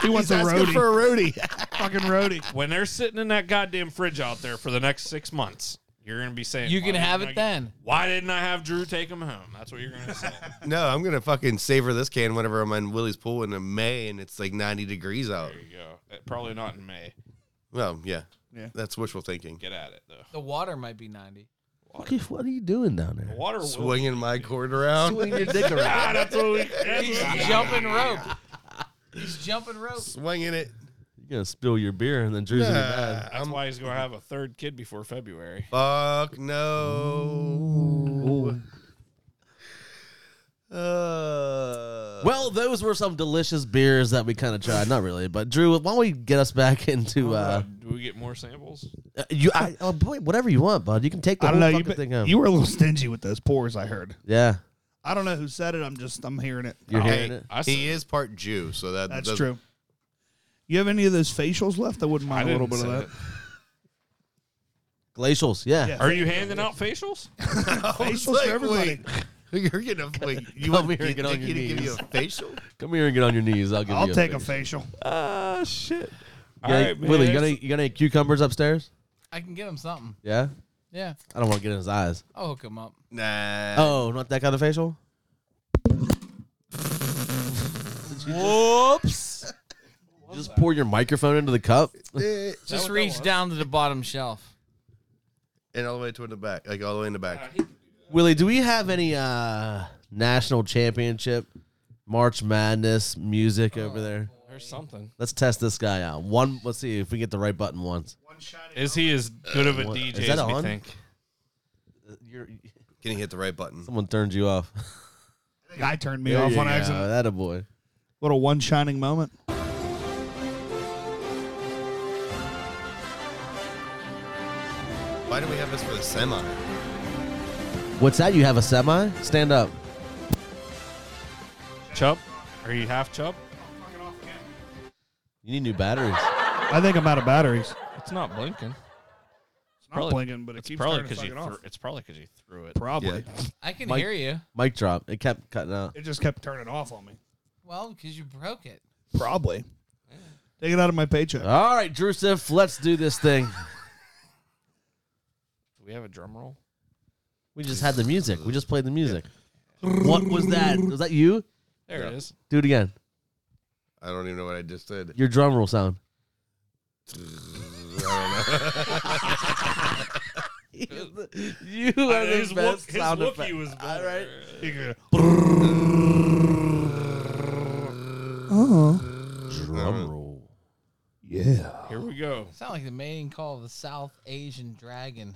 S5: He wants a roadie.
S3: for a roadie.
S5: fucking roadie.
S1: When they're sitting in that goddamn fridge out there for the next six months, you're gonna be saying
S4: You
S1: "Why
S4: can
S1: didn't
S4: have
S1: I
S4: it
S1: get-
S4: then.
S1: Why didn't I have Drew take him home? That's what you're gonna say.
S3: no, I'm gonna fucking savor this can whenever I'm in Willie's pool in May and it's like 90 degrees out.
S1: there you go. Uh, Probably not in May.
S3: Well, yeah,
S5: Yeah.
S3: that's wishful thinking.
S1: Get at it though.
S4: The water might be ninety.
S2: Keith, What are you doing down there?
S1: Water will-
S3: Swinging my cord around,
S2: Swing your dick around.
S1: Ah, that's what we. that's
S4: He's
S1: what-
S4: jumping rope. He's jumping rope.
S3: swinging it.
S2: You're going to spill your beer, and then Drew's in your bed.
S3: Ah,
S1: That's why he's gonna have a third kid before February.
S3: Fuck no. Uh,
S2: Well, those were some delicious beers that we kind of tried. Not really, but Drew, why don't we get us back into
S1: Uh,
S2: uh,
S1: do we get more samples?
S2: uh, you? I, oh boy, whatever you want, bud. You can take the
S5: I
S2: whole
S5: don't know. You,
S2: fucking thing
S5: been-
S2: home.
S5: you were a little stingy with those pours. I heard.
S2: yeah,
S5: I don't know who said it. I'm just I'm hearing it.
S2: you're
S3: hey,
S2: hearing it.
S1: I
S3: he is part Jew, so that
S5: That's
S3: doesn't-
S5: true. You have any of those facials left? I wouldn't mind a little bit of that.
S2: Glacials, yeah.
S5: Yeah.
S1: Are you handing out facials?
S3: I was
S5: Facials
S3: like,
S5: for everybody.
S3: Wait, you're gonna wait. You
S2: Come
S3: want
S2: here and
S3: Dick
S2: get on your
S3: Dicky to give you
S2: knees.
S3: a facial?
S2: Come here and get on your knees. I'll give
S5: I'll
S2: you.
S5: take
S2: a
S5: a facial.
S1: Ah, shit. All
S2: Yeah,
S1: right, man.
S2: Willie, you got any you got any cucumbers upstairs?
S4: I can get him something.
S2: Yeah,
S4: Yeah,
S2: I don't want to get in his eyes.
S4: I'll hook him up.
S3: Nah.
S2: Oh, not that kind of facial.
S4: Whoops!
S2: You just pour your microphone into the cup.
S3: Eh,
S4: Just reach down to the bottom shelf.
S3: and all the way toward the back, like all the way in the back.
S2: Willie, do we have any uh national championship, March Madness music over there?
S1: There's something.
S2: Let's test this guy out. One, let's see if we get the right button once.
S1: Is he as good of a
S2: what-
S1: DJ
S2: is that
S1: as we
S2: on?
S1: think?
S3: Can you hit the right button?
S2: someone turned you off.
S5: Guy turned me
S2: There
S5: off
S2: you
S5: on
S2: go.
S5: accident.
S2: That a boy.
S5: Little one shining moment.
S3: Why do we have this for the semi?
S2: What's that? You have a semi? Stand up.
S1: Chub? Are you half chub?
S2: You need new batteries.
S5: I think I'm out of batteries.
S1: It's not blinking.
S5: It's not
S1: Probably-
S5: blinking, but it
S1: It's
S5: keeps
S1: probably
S5: turning
S1: because you.
S5: fucking off.
S1: Threw, it's probably because you threw it.
S5: Probably.
S4: I can
S2: Mike-
S4: hear you.
S2: Mic drop. It kept cutting out.
S5: It just kept turning off on me.
S4: Well, because you broke it.
S5: Probably. Take it out of my paycheck.
S2: All right, Drew Siff, let's do this thing.
S1: Do we have a drum roll?
S2: We just had the music. We just played the music. What was that? Was that you?
S1: There it is.
S2: Do it again.
S3: I don't even know what I just did.
S2: Your drum roll sound. you are the
S1: His
S2: best
S1: Wook- his
S2: sound
S1: Wookiee
S2: effect.
S1: was better.
S2: Drum roll.
S1: Here we go.
S4: Sound like the mating call of the South Asian dragon.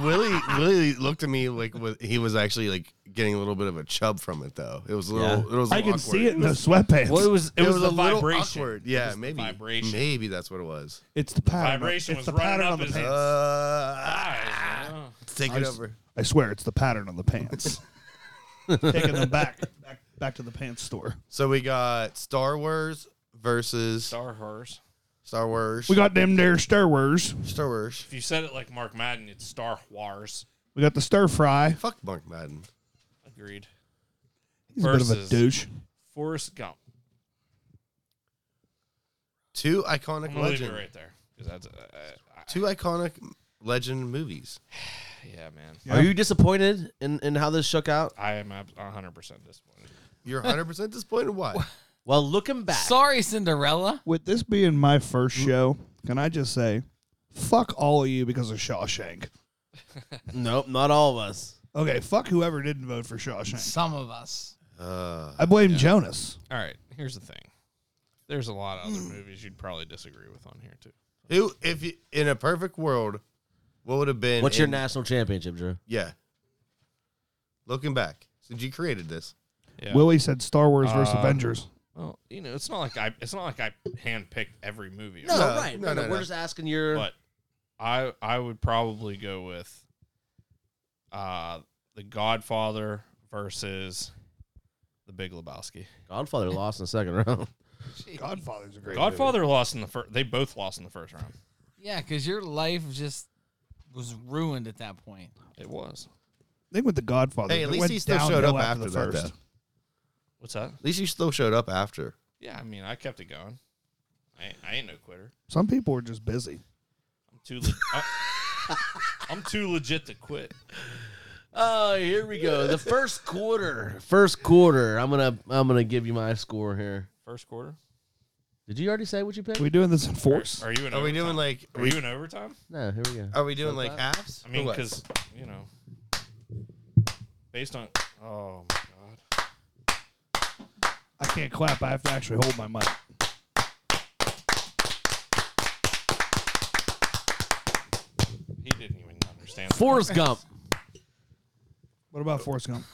S3: Willie Willie looked at me like with, he was actually like getting a little bit of a chub from it though. It was a little. It was. a
S5: I
S3: little
S5: can see
S3: awkward.
S5: it in those sweatpants.
S1: Well, it was it,
S3: It,
S1: was,
S3: was,
S1: the
S3: a little
S1: vibration.
S3: awkward. Yeah,
S1: was the
S3: maybe.
S1: vibration.
S3: Maybe that's what it was.
S5: it's the pattern.
S1: vibration
S5: it's
S1: was
S5: the pattern
S1: running
S5: on
S1: up
S5: the
S1: his-
S5: pants.
S3: Uh,
S1: Eyes, yeah.
S3: take it over.
S5: I swear, it's the pattern on the pants. Taking them back, back, back to the pants store.
S3: So we got Star Wars versus Star,
S1: Star Horse.
S3: Wars.
S5: We got them there stir wars.
S3: Star Wars.
S1: If you said it like Mark Madden, it's Star Wars.
S5: We got the stir fry.
S3: Fuck Mark Madden.
S1: Agreed.
S5: He's a bit of a
S1: Versus-
S5: douche.
S1: Forrest Gump.
S3: Two
S1: I'm
S3: iconic
S1: gonna leave it
S3: legend.
S1: right there 'cause that's uh, I-
S3: Two iconic legend movies.
S1: yeah, man.
S2: Are you disappointed in, in how this shook out?
S1: I am ab- 100% disappointed.
S3: You're 100% disappointed. Why?
S2: Well, looking back,
S4: Sorry, Cinderella.
S5: With this being my first show, can I just say, fuck all of you because of Shawshank.
S2: Nope, not all of us.
S5: Okay, fuck whoever didn't vote for Shawshank.
S4: Some of us.
S3: Uh,
S5: I blame Jonas.
S1: All right, here's the thing. There's a lot of other movies you'd probably disagree with on here too.
S3: who, if you, in a perfect world, what would have been?
S2: What's your
S3: in-
S2: national championship, Drew?
S3: Yeah. Looking back, since you created this,
S1: Yeah.
S5: Willie said Star Wars versus
S1: Uh,
S5: Avengers.
S1: well, you know, it's not like I it's not like I handpicked every movie. or
S2: No,
S1: something,
S3: No,
S2: right.
S3: no,
S2: No,
S3: no,
S2: We're
S3: no.
S2: just asking your.
S1: But I I would probably go with uh The Godfather versus The Big Lebowski.
S2: Godfather lost in the second round.
S5: Godfather's a great
S1: Godfather lost in the first. They both lost in the first round.
S4: Yeah, because your life just was ruined at that point.
S1: It was.
S5: I think with the Godfather.
S3: Hey, at
S5: it
S3: least
S5: went
S3: he still showed
S5: downhill
S3: up after
S5: the
S3: that,
S5: first.
S3: though.
S1: What's that?
S3: at least you still showed up after.
S1: Yeah, I mean, I kept it going. I ain't, I ain't no quitter.
S5: Some people were just busy.
S1: I'm too. Le- I- I'm too legit to quit.
S2: Oh, here we go. The first quarter. First quarter. I'm gonna I'm gonna give you my score here.
S1: First quarter.
S2: Did you already say what you picked?
S5: we doing this in force?
S1: Are you in?
S3: Are we
S1: overtime?
S3: doing like?
S1: Are you in overtime?
S2: no, here we go.
S3: Are we doing like halves?
S1: I mean,
S3: Or what?
S1: because you know, based on. Oh my god.
S5: I can't clap. I have to actually hold my mic.
S1: He didn't even understand. that.
S2: Forrest Gump.
S5: What about Forrest Gump?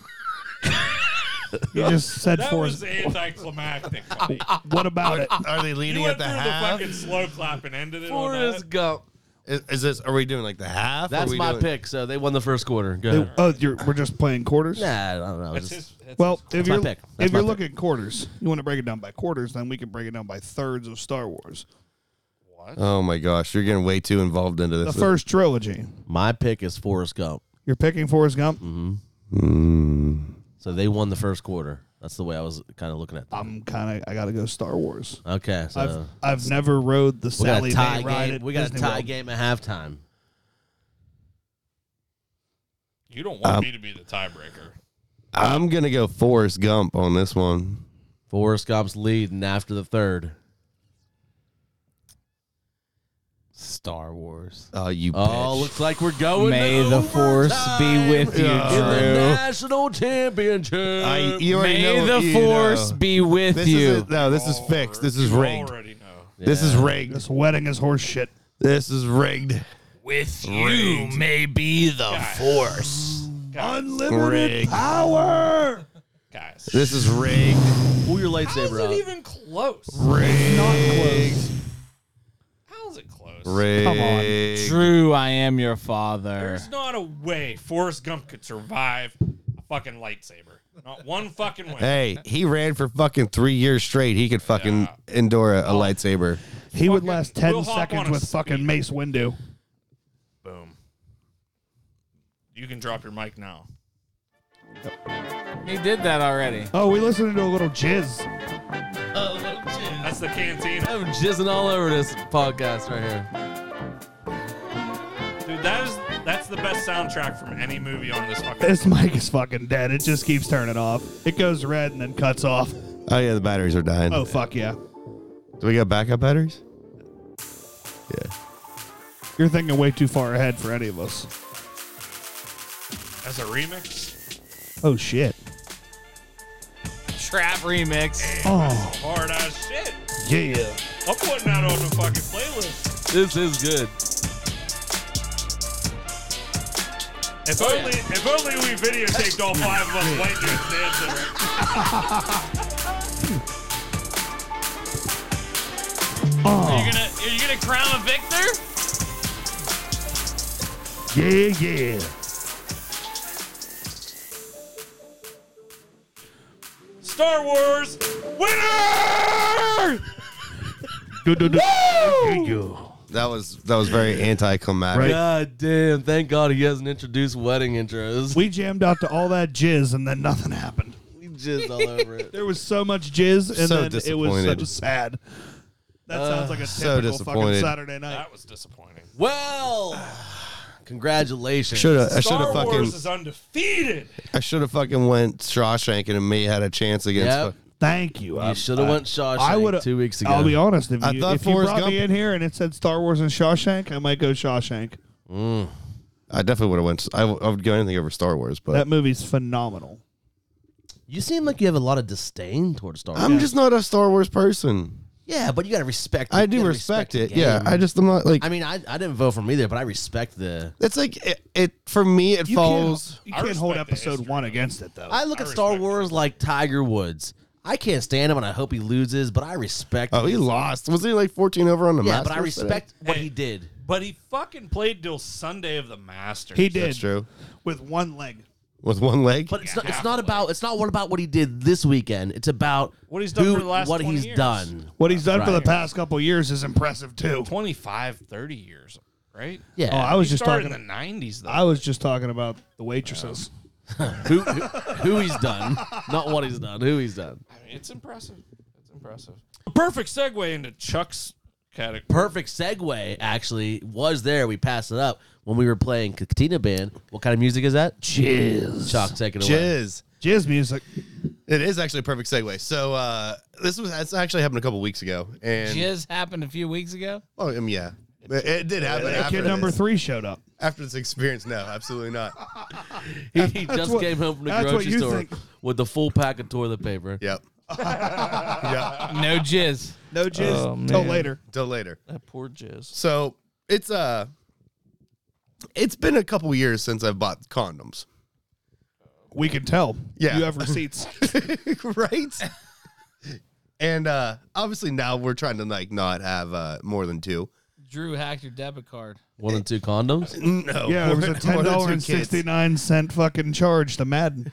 S5: you just said
S1: That
S5: Forrest.
S1: was anticlimactic. buddy.
S5: What about it?
S3: Are they
S1: You
S3: leading
S1: went
S3: at
S1: through
S3: the
S1: the
S3: half?
S1: fucking slow clap and ended it. on that.
S2: Forrest Gump.
S3: is, is this? Are we doing like the half? Are
S2: That's
S3: we
S2: my
S3: doing-
S2: pick. So they won the first quarter. Go.
S5: They- oh, you're, we're just playing quarters.
S2: Nah, I don't know.
S1: That's
S2: Just-
S1: his- that's
S5: Well,
S1: his-
S5: if
S2: That's my
S5: you're
S2: pick. That's
S5: if
S2: my
S5: you're
S2: pick.
S5: looking at quarters, you want to break it down by quarters, then we can break it down by thirds of Star Wars.
S1: what?
S3: Oh my gosh, you're getting way too involved into
S5: The
S3: this.
S5: first trilogy.
S2: my pick is Forrest Gump.
S5: You're picking Forrest Gump.
S2: So they won the first quarter. That's the way I was kind of looking at that.
S5: I'm kind of I got to go Star Wars.
S2: Okay, so
S5: I've I've never rode the
S2: we got a
S5: Sally
S2: tie
S5: Mae ride.
S2: game.
S5: at
S2: We got a
S5: Disney
S2: tie
S5: World.
S2: game at halftime.
S1: You don't want
S3: Um,
S1: me to be the tiebreaker.
S3: I'm gonna go Forrest Gump on this one.
S2: Forrest Gump's leading after the third.
S4: Star Wars.
S3: Oh, you
S2: Oh,
S3: bitch.
S2: looks like we're going.
S7: May
S2: to
S7: the force
S2: overtime
S7: be with you,
S3: Yeah.
S2: in the
S7: Drew.
S2: national championship.
S3: I, you already
S7: May
S3: know
S7: the
S3: you
S7: force
S3: know.
S7: be with
S3: This
S7: you.
S3: is no, this is fixed. This is
S1: You
S3: rigged.
S1: Already know.
S3: This is
S2: Yeah.
S3: rigged.
S5: This wedding is horse shit.
S3: This is rigged.
S4: With you may be the
S1: Guys. Guys,
S5: Unlimited
S3: Rigged.
S5: power.
S1: guys.
S3: This is rigged.
S2: Pull your
S1: How is
S2: lightsaber
S1: it
S2: out.
S1: even close?
S3: Rigged.
S1: How is it close?
S3: Rigged.
S5: Come on.
S7: Drew, I am your father.
S1: There's not a way Forrest Gump could survive a fucking lightsaber. Not one fucking way.
S3: Hey, he ran for fucking three years straight. He could fucking endure a, a
S1: Oh.
S3: lightsaber.
S5: He would
S1: Fucking-
S5: last 10
S1: we'll hop on
S5: seconds
S1: a
S5: with fucking
S1: speeder.
S5: Mace Windu.
S1: Boom. You can drop your mic now.
S4: He did that already.
S5: Oh, we listening to a little jizz.
S1: That's the canteen.
S2: I'm jizzing all over this podcast right here.
S1: Dude, that is that's the best soundtrack from any movie on this fucking
S5: This mic is fucking dead. It just keeps turning off. It goes red and then cuts off.
S3: Oh yeah, the batteries are dying.
S5: Oh, fuck yeah.
S3: Do we got backup batteries? Yeah.
S5: You're thinking way too far ahead for any of us.
S1: as a remix.
S5: Oh, shit.
S4: Trap remix.
S5: Oh,
S1: Hard as shit.
S5: yeah.
S1: I'm putting that on the fucking playlist.
S2: This is good.
S1: If only if only we videotaped all five of us white dudes dancing.
S4: Are you gonna are you gonna crown a victor?
S5: Yeah, yeah.
S1: Star Wars winner!
S5: Do, do, do. Yeah,
S3: That was that was very anticlimactic.
S5: Right.
S2: God damn! Thank God he hasn't introduced wedding intros.
S5: We jammed out to all that jizz and then nothing happened.
S2: We jizzed all over it.
S5: There was so much jizz and
S3: So
S5: then it was so
S3: disappointed.
S5: sad. That sounds like a
S3: so
S5: typical fucking
S3: disappointed.
S5: Saturday night.
S1: That was disappointing.
S2: Well, congratulations.
S3: Should have. I should
S1: Star
S3: have fucking.
S1: Wars is undefeated.
S3: I should have fucking went Shawshank and may had a chance against.
S2: Yep.
S5: Thank you.
S2: You should have went Shawshank
S5: I would
S2: two weeks ago.
S5: I'll be honest. If
S3: I
S5: you,
S3: thought
S5: if you
S3: Forrest
S5: brought me
S3: Gump-
S5: in here and it said Star Wars and Shawshank, I might go Shawshank.
S3: I definitely would have went. I, w- I would go anything over Star Wars, but
S5: that movie's phenomenal.
S2: You seem like you have a lot of disdain towards Star Wars.
S3: I'm just not a Star Wars person.
S2: yeah, but you gotta respect.
S3: I
S2: you
S3: do
S2: gotta
S3: respect,
S2: the
S3: it. Yeah,
S2: game.
S3: I just I'm not like.
S2: I mean, I, I didn't vote for him either, but I respect the.
S3: it's like it, it for me. It
S5: You
S3: falls.
S5: can't, you
S1: I
S5: can't hold
S1: respect the
S5: episode
S1: history
S5: one
S1: of it.
S5: against it though.
S2: I look
S1: I
S2: at Star
S1: respect
S2: Wars like Tiger Woods. I can't stand him, and I hope he loses. But I respect.
S3: Oh, he
S2: his-
S3: lost. Was he like 14 over on the
S2: Yeah,
S3: Masters
S2: but I
S3: today?
S2: respect what
S1: Hey.
S2: he did.
S1: But he fucking played till Sunday of the Masters.
S5: he did
S3: That's true.
S5: with one leg.
S3: With one leg.
S2: But it's not. It's not about. It's not what about what he did this weekend. It's about
S1: What he's done
S2: who-
S1: for the last
S2: what
S1: 20
S2: he's
S1: years.
S2: done.
S5: What he's done for the
S2: Right.
S5: past couple years is impressive too.
S1: 25, 30 years, right?
S5: Oh,
S2: Yeah.
S5: I was
S1: He
S5: just
S1: started
S5: talking.
S1: in the 90s, though.
S5: I was just talking about the waitresses.
S2: who, who who he's done, not what he's done. Who he's done.
S1: I mean, it's impressive. It's impressive. Perfect segue into Chuck's category.
S2: Perfect segue. Actually, was there. We passed it up when we were playing Katina Band. What kind of music is that? Jizz. Chuck, take it away.
S3: Jizz.
S5: Jizz music.
S3: It is actually a perfect segue. So uh, this was this actually happened a couple weeks ago, and
S4: Jizz happened a few weeks ago.
S3: oh, I mean, yeah, it, it did happen. after
S5: Kid
S3: this.
S5: number three showed up.
S3: After this experience, no, absolutely not.
S2: He, he just
S5: what-
S2: came home from the
S5: that's what
S2: grocery
S5: you
S2: store
S5: think.
S2: with the full pack of toilet paper.
S3: Yep. yep.
S4: No jizz.
S5: No jizz
S1: Oh,
S5: till
S1: man.
S5: later.
S3: Till later.
S1: That poor Jizz.
S3: So it's uh, it's been a couple years since I've bought condoms.
S5: We can tell.
S3: Yeah.
S5: You have receipts.
S3: right? and uh obviously now we're trying to like not have uh more than two.
S4: Drew hacked your debit card.
S2: One and two condoms.
S3: No.
S5: yeah,
S3: more
S5: there was a
S3: than- more than two
S5: ten dollar and
S3: kids.
S5: sixty nine cent fucking charge to Madden.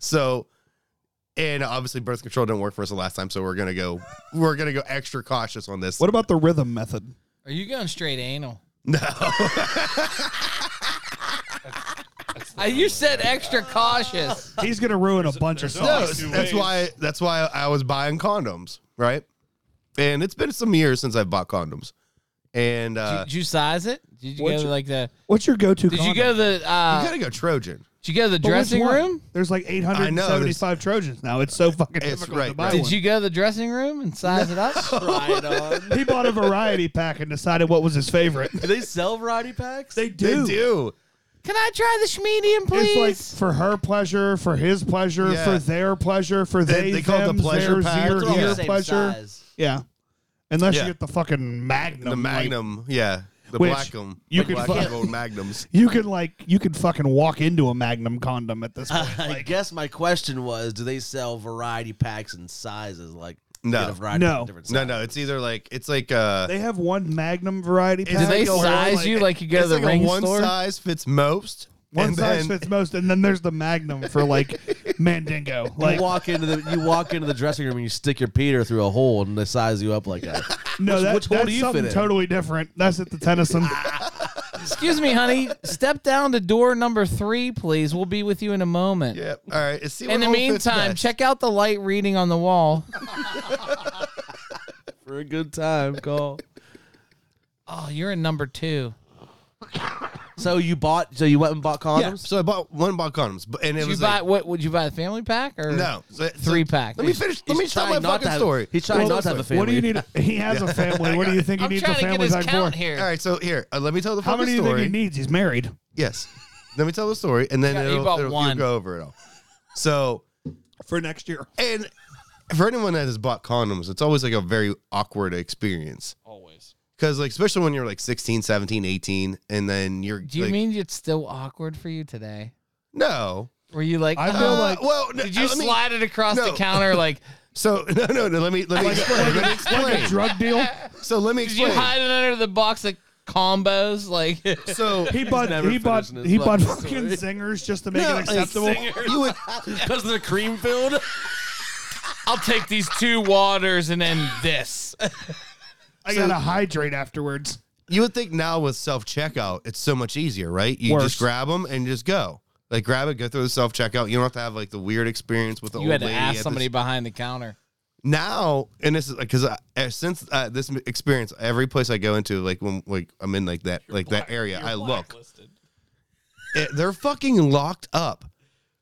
S3: So and obviously birth control didn't work for us the last time, so we're gonna go we're gonna go extra cautious on this.
S5: What about the rhythm method?
S4: Are you going straight anal? No. Uh, you said extra cautious.
S5: He's gonna ruin a bunch of
S1: there's
S5: stuff.
S1: always
S3: that's,
S1: two
S3: that's
S1: ways.
S3: why that's why I was buying condoms, right? And it's been some years since I've bought condoms. And uh
S4: did you size it? Did you
S5: What's
S4: go to
S5: your-
S4: like the?
S5: What's your go to?
S4: Did you go to the? Uh,
S3: you gotta go Trojan.
S4: did you go to the dressing room?
S5: There's like eight hundred
S3: I
S5: and
S3: know,
S5: seventy
S3: there's-
S5: five Trojans now. It's so fucking
S3: It's
S5: difficult
S3: right,
S5: to buy
S3: right.
S5: one.
S4: Did you go to the dressing room and size it up?
S2: Right on.
S5: he bought a variety pack and decided what was his favorite.
S2: Do they sell variety packs?
S5: They
S3: They do.
S4: Can I try this medium,
S5: It's
S4: please?
S5: like for her pleasure, for his pleasure,
S3: Yeah.
S5: for their pleasure, for
S3: They-
S5: they,
S3: they call it the
S5: them's,
S3: pleasure
S5: theirs,
S3: pack.
S5: your-
S3: They're all
S5: your
S3: the
S5: pleasure. Yeah, unless
S3: Yeah.
S5: you get the fucking Magnum.
S3: The
S5: like,
S3: Magnum, yeah. The
S5: Which
S3: Blackum.
S5: you
S3: the
S5: can
S3: black
S5: fuck-
S3: and gold Magnums.
S5: you can like you can fucking walk into a Magnum condom at this point.
S2: I guess my question was, do they sell variety packs and sizes? Like
S3: No.
S2: get a variety
S5: No.
S2: of different
S3: No,
S2: sizes?
S3: no, it's either like it's like uh
S5: They have one Magnum variety pack.
S4: Do they
S3: like a-
S4: size
S3: like-
S4: you like you go to
S3: it's
S4: the
S3: like
S4: ring
S3: a one
S4: store?
S3: size fits most.
S5: One
S3: and
S5: size
S3: then-
S5: fits most, and then there's the Magnum for like Mandingo. Like
S2: you walk into the you walk into the dressing room and you stick your peter through a hole and they size you up like that.
S5: no, that,
S2: which hole
S5: that's
S2: do you fit
S5: something
S2: in?
S5: totally different. That's at the Tennyson.
S4: Excuse me, honey. Step down to door number three, please. We'll be with you in a moment.
S3: Yeah. All right. Let's see what
S4: In the
S3: all fits
S4: meantime,
S3: best.
S4: check out the light reading on the wall.
S2: For a good time, call.
S4: Oh, you're in number two.
S2: So you bought so you went and bought
S3: Yeah.
S2: condoms?
S3: So I bought one bought condoms, but and it
S4: Did you
S3: was
S4: buy
S3: like,
S4: what? Would you buy the family pack or
S3: no so- so
S4: three pack?
S3: Let me finish. Let me
S2: He's
S3: tell my
S2: trying not
S3: fucking
S2: to have-
S3: story.
S2: He's trying
S5: Well,
S2: not to have a family.
S5: what do you need? He has a family. What do you think he
S4: I'm
S5: needs a
S4: trying to get
S5: family
S4: his
S5: pack for?
S4: count here.
S3: All right. So here, uh, let me tell the
S5: How
S3: fucking
S5: many do you
S3: story.
S5: think he needs? He's married.
S3: Yes. let me tell the story, and then
S4: Yeah, you
S3: it'll,
S4: bought
S3: it'll, you'll
S4: one.
S3: go over it all. So
S5: for next year.
S3: and for anyone that has bought condoms, it's always like a very awkward experience
S1: Always.
S3: because like especially when you're like 16, 17, 18, and then you're.
S4: Do you
S3: like,
S4: mean it's still awkward for you today?
S3: no?
S4: Were you like,
S5: I
S4: "Uh,
S5: feel
S3: Uh,
S5: like-
S3: well, no,
S4: did you
S3: let me-
S4: slide it across the
S3: no.
S4: counter? Like,
S3: So no, no, no. Let me let me explain. Let me
S5: Like a
S3: explain.
S5: drug deal.
S3: So let me
S4: did you
S3: explain.
S4: hide it under the box of combos? Like,
S3: So
S5: He bought
S2: never
S5: he bought
S2: finishing his
S5: he bought
S2: fucking
S5: fucking
S2: story.
S5: zingers just to make
S3: No,
S5: it
S3: like
S5: acceptable.
S3: you would
S2: Because they're cream filled.
S4: I'll take these two waters and then this.
S5: I gotta hydrate afterwards.
S3: you would think now with self checkout it's so much easier, right? You
S5: Worse.
S3: just grab them and just go. Like grab it, go through the self checkout. You don't have to have like the weird experience with the
S4: You
S3: old
S4: had to
S3: lady. at
S4: ask
S3: the-
S4: somebody behind the counter.
S3: now, and this is because since uh, this m- experience, every place I go into, like when like I'm in like that like that area, I look. Eh,
S1: Blacklisted.
S3: It- they're fucking locked up.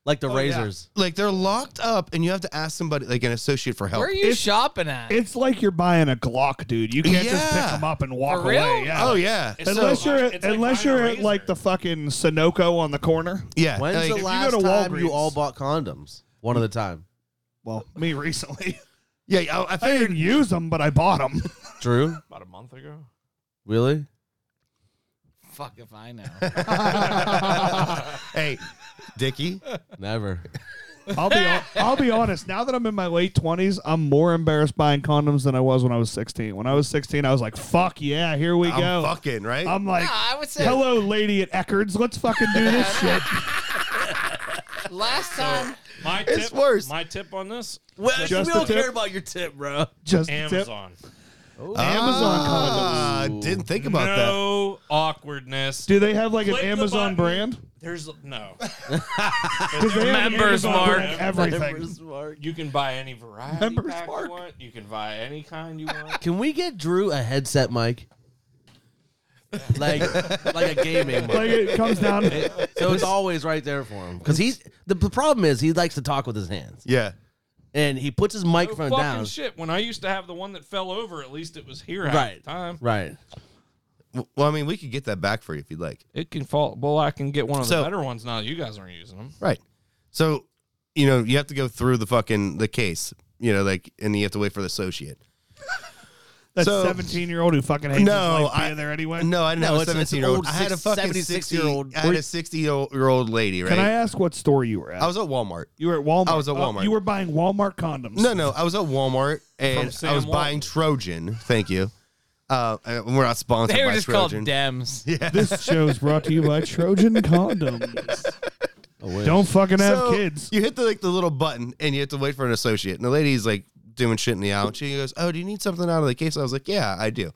S2: like the
S5: yeah.
S2: razors.
S3: Like they're locked up, and you have to ask somebody, like an associate, for help.
S4: Where are you shopping at?
S5: It's like you're buying a Glock, dude. You can't just pick
S3: Yeah.
S5: them up and walk
S4: real?
S5: away. Yeah.
S3: Oh yeah,
S1: It's
S5: Unless
S1: so-
S5: you're
S1: it's
S5: at,
S1: like
S5: unless
S1: buying a
S5: you're at like
S1: razor.
S5: the fucking Sunoco on the corner.
S3: yeah.
S2: When's
S3: like-
S2: the
S5: you
S2: last
S5: go to
S2: time you
S5: Walgreens-
S2: all bought condoms? One at a time.
S5: Well, me recently.
S3: yeah, I, I
S5: I
S3: figured
S5: didn't use them, but I bought them.
S2: Drew,
S1: About a month ago.
S2: really?
S4: Fuck if I know.
S3: hey, Dickie,
S2: Never.
S5: I'll be hon- I'll be honest. Now that I'm in my late twenties, I'm more embarrassed buying condoms than I was when I was 16. When I was 16, I was like, "Fuck yeah, here we
S3: I'm ah,
S5: go."
S3: fucking right.
S5: I'm like,
S4: No, I would say
S5: "Hello, lady at Eckerd's. Let's fucking do this shit."
S4: last
S5: Um,
S4: time.
S1: My tip,
S3: It's worse.
S1: My tip on this:
S2: Well,
S5: Just
S2: we
S5: the
S2: don't
S5: tip?
S2: care about your tip, bro.
S5: Just a tip.
S1: Amazon.
S2: Oh.
S5: Amazon
S3: Ah, Didn't think about that.
S1: no awkwardness.
S5: Do they have like
S1: Click
S5: an
S1: the button.
S5: Amazon brand?
S1: There's no.
S5: 'Cause they have an
S1: Members
S5: Amazon
S1: mark.
S5: brand everything.
S1: You can buy any variety
S5: Members
S1: pack
S5: mark.
S1: you want. You can buy any kind you want.
S2: Can we get Drew a headset mic? Like, like a gaming mic.
S5: Like it comes down.
S2: So it's always right there for him because he's the, the problem is he likes to talk with his hands
S3: Yeah.
S2: and he puts his
S1: No
S2: microphone
S1: fucking
S2: down.
S1: shit. When I used to have the one that fell over, at least it was here half
S2: Right,
S1: the time.
S2: right.
S3: W- Well, I mean, we could get that back for you if you'd like.
S1: It can fall. Oh, Well, I can get one of
S3: So-
S1: the better ones now. that You guys aren't using them.
S3: Right. So, you know, you have to go through the fucking the case. You know, like, and you have to wait for the associate.
S5: That
S3: So-
S5: 17 year old who fucking hates his
S3: No,
S5: life being
S3: I-
S5: there anyway.
S3: No, I didn't
S2: No,
S3: have
S2: it's-
S3: a
S2: it's an
S3: seventeen year old.
S2: old
S3: I had a
S2: six-
S3: fucking
S2: 76
S3: sixty
S2: year
S3: year
S2: old
S3: old. I had a sixty year old lady. Right.
S5: Can I ask what store you were at?
S3: I was at Walmart.
S5: you were at Walmart.
S3: I was at
S5: Oh,
S3: Walmart.
S5: you were buying Walmart condoms.
S3: No, no, I was at Walmart and
S1: Sam
S3: I was
S1: Walton.
S3: buying Trojan. Thank you. Uh, and we're not sponsored
S4: They were
S3: by
S4: just
S3: Trojan.
S4: called Dems.
S5: This show's brought to you by Trojan Condoms. Don't fucking have
S3: So,
S5: kids.
S3: You hit the like the little button and you have to wait for an associate. And the lady's like doing shit in the aisle. And she goes, "Oh, do you need something out of the case?" I was like, "Yeah, I do."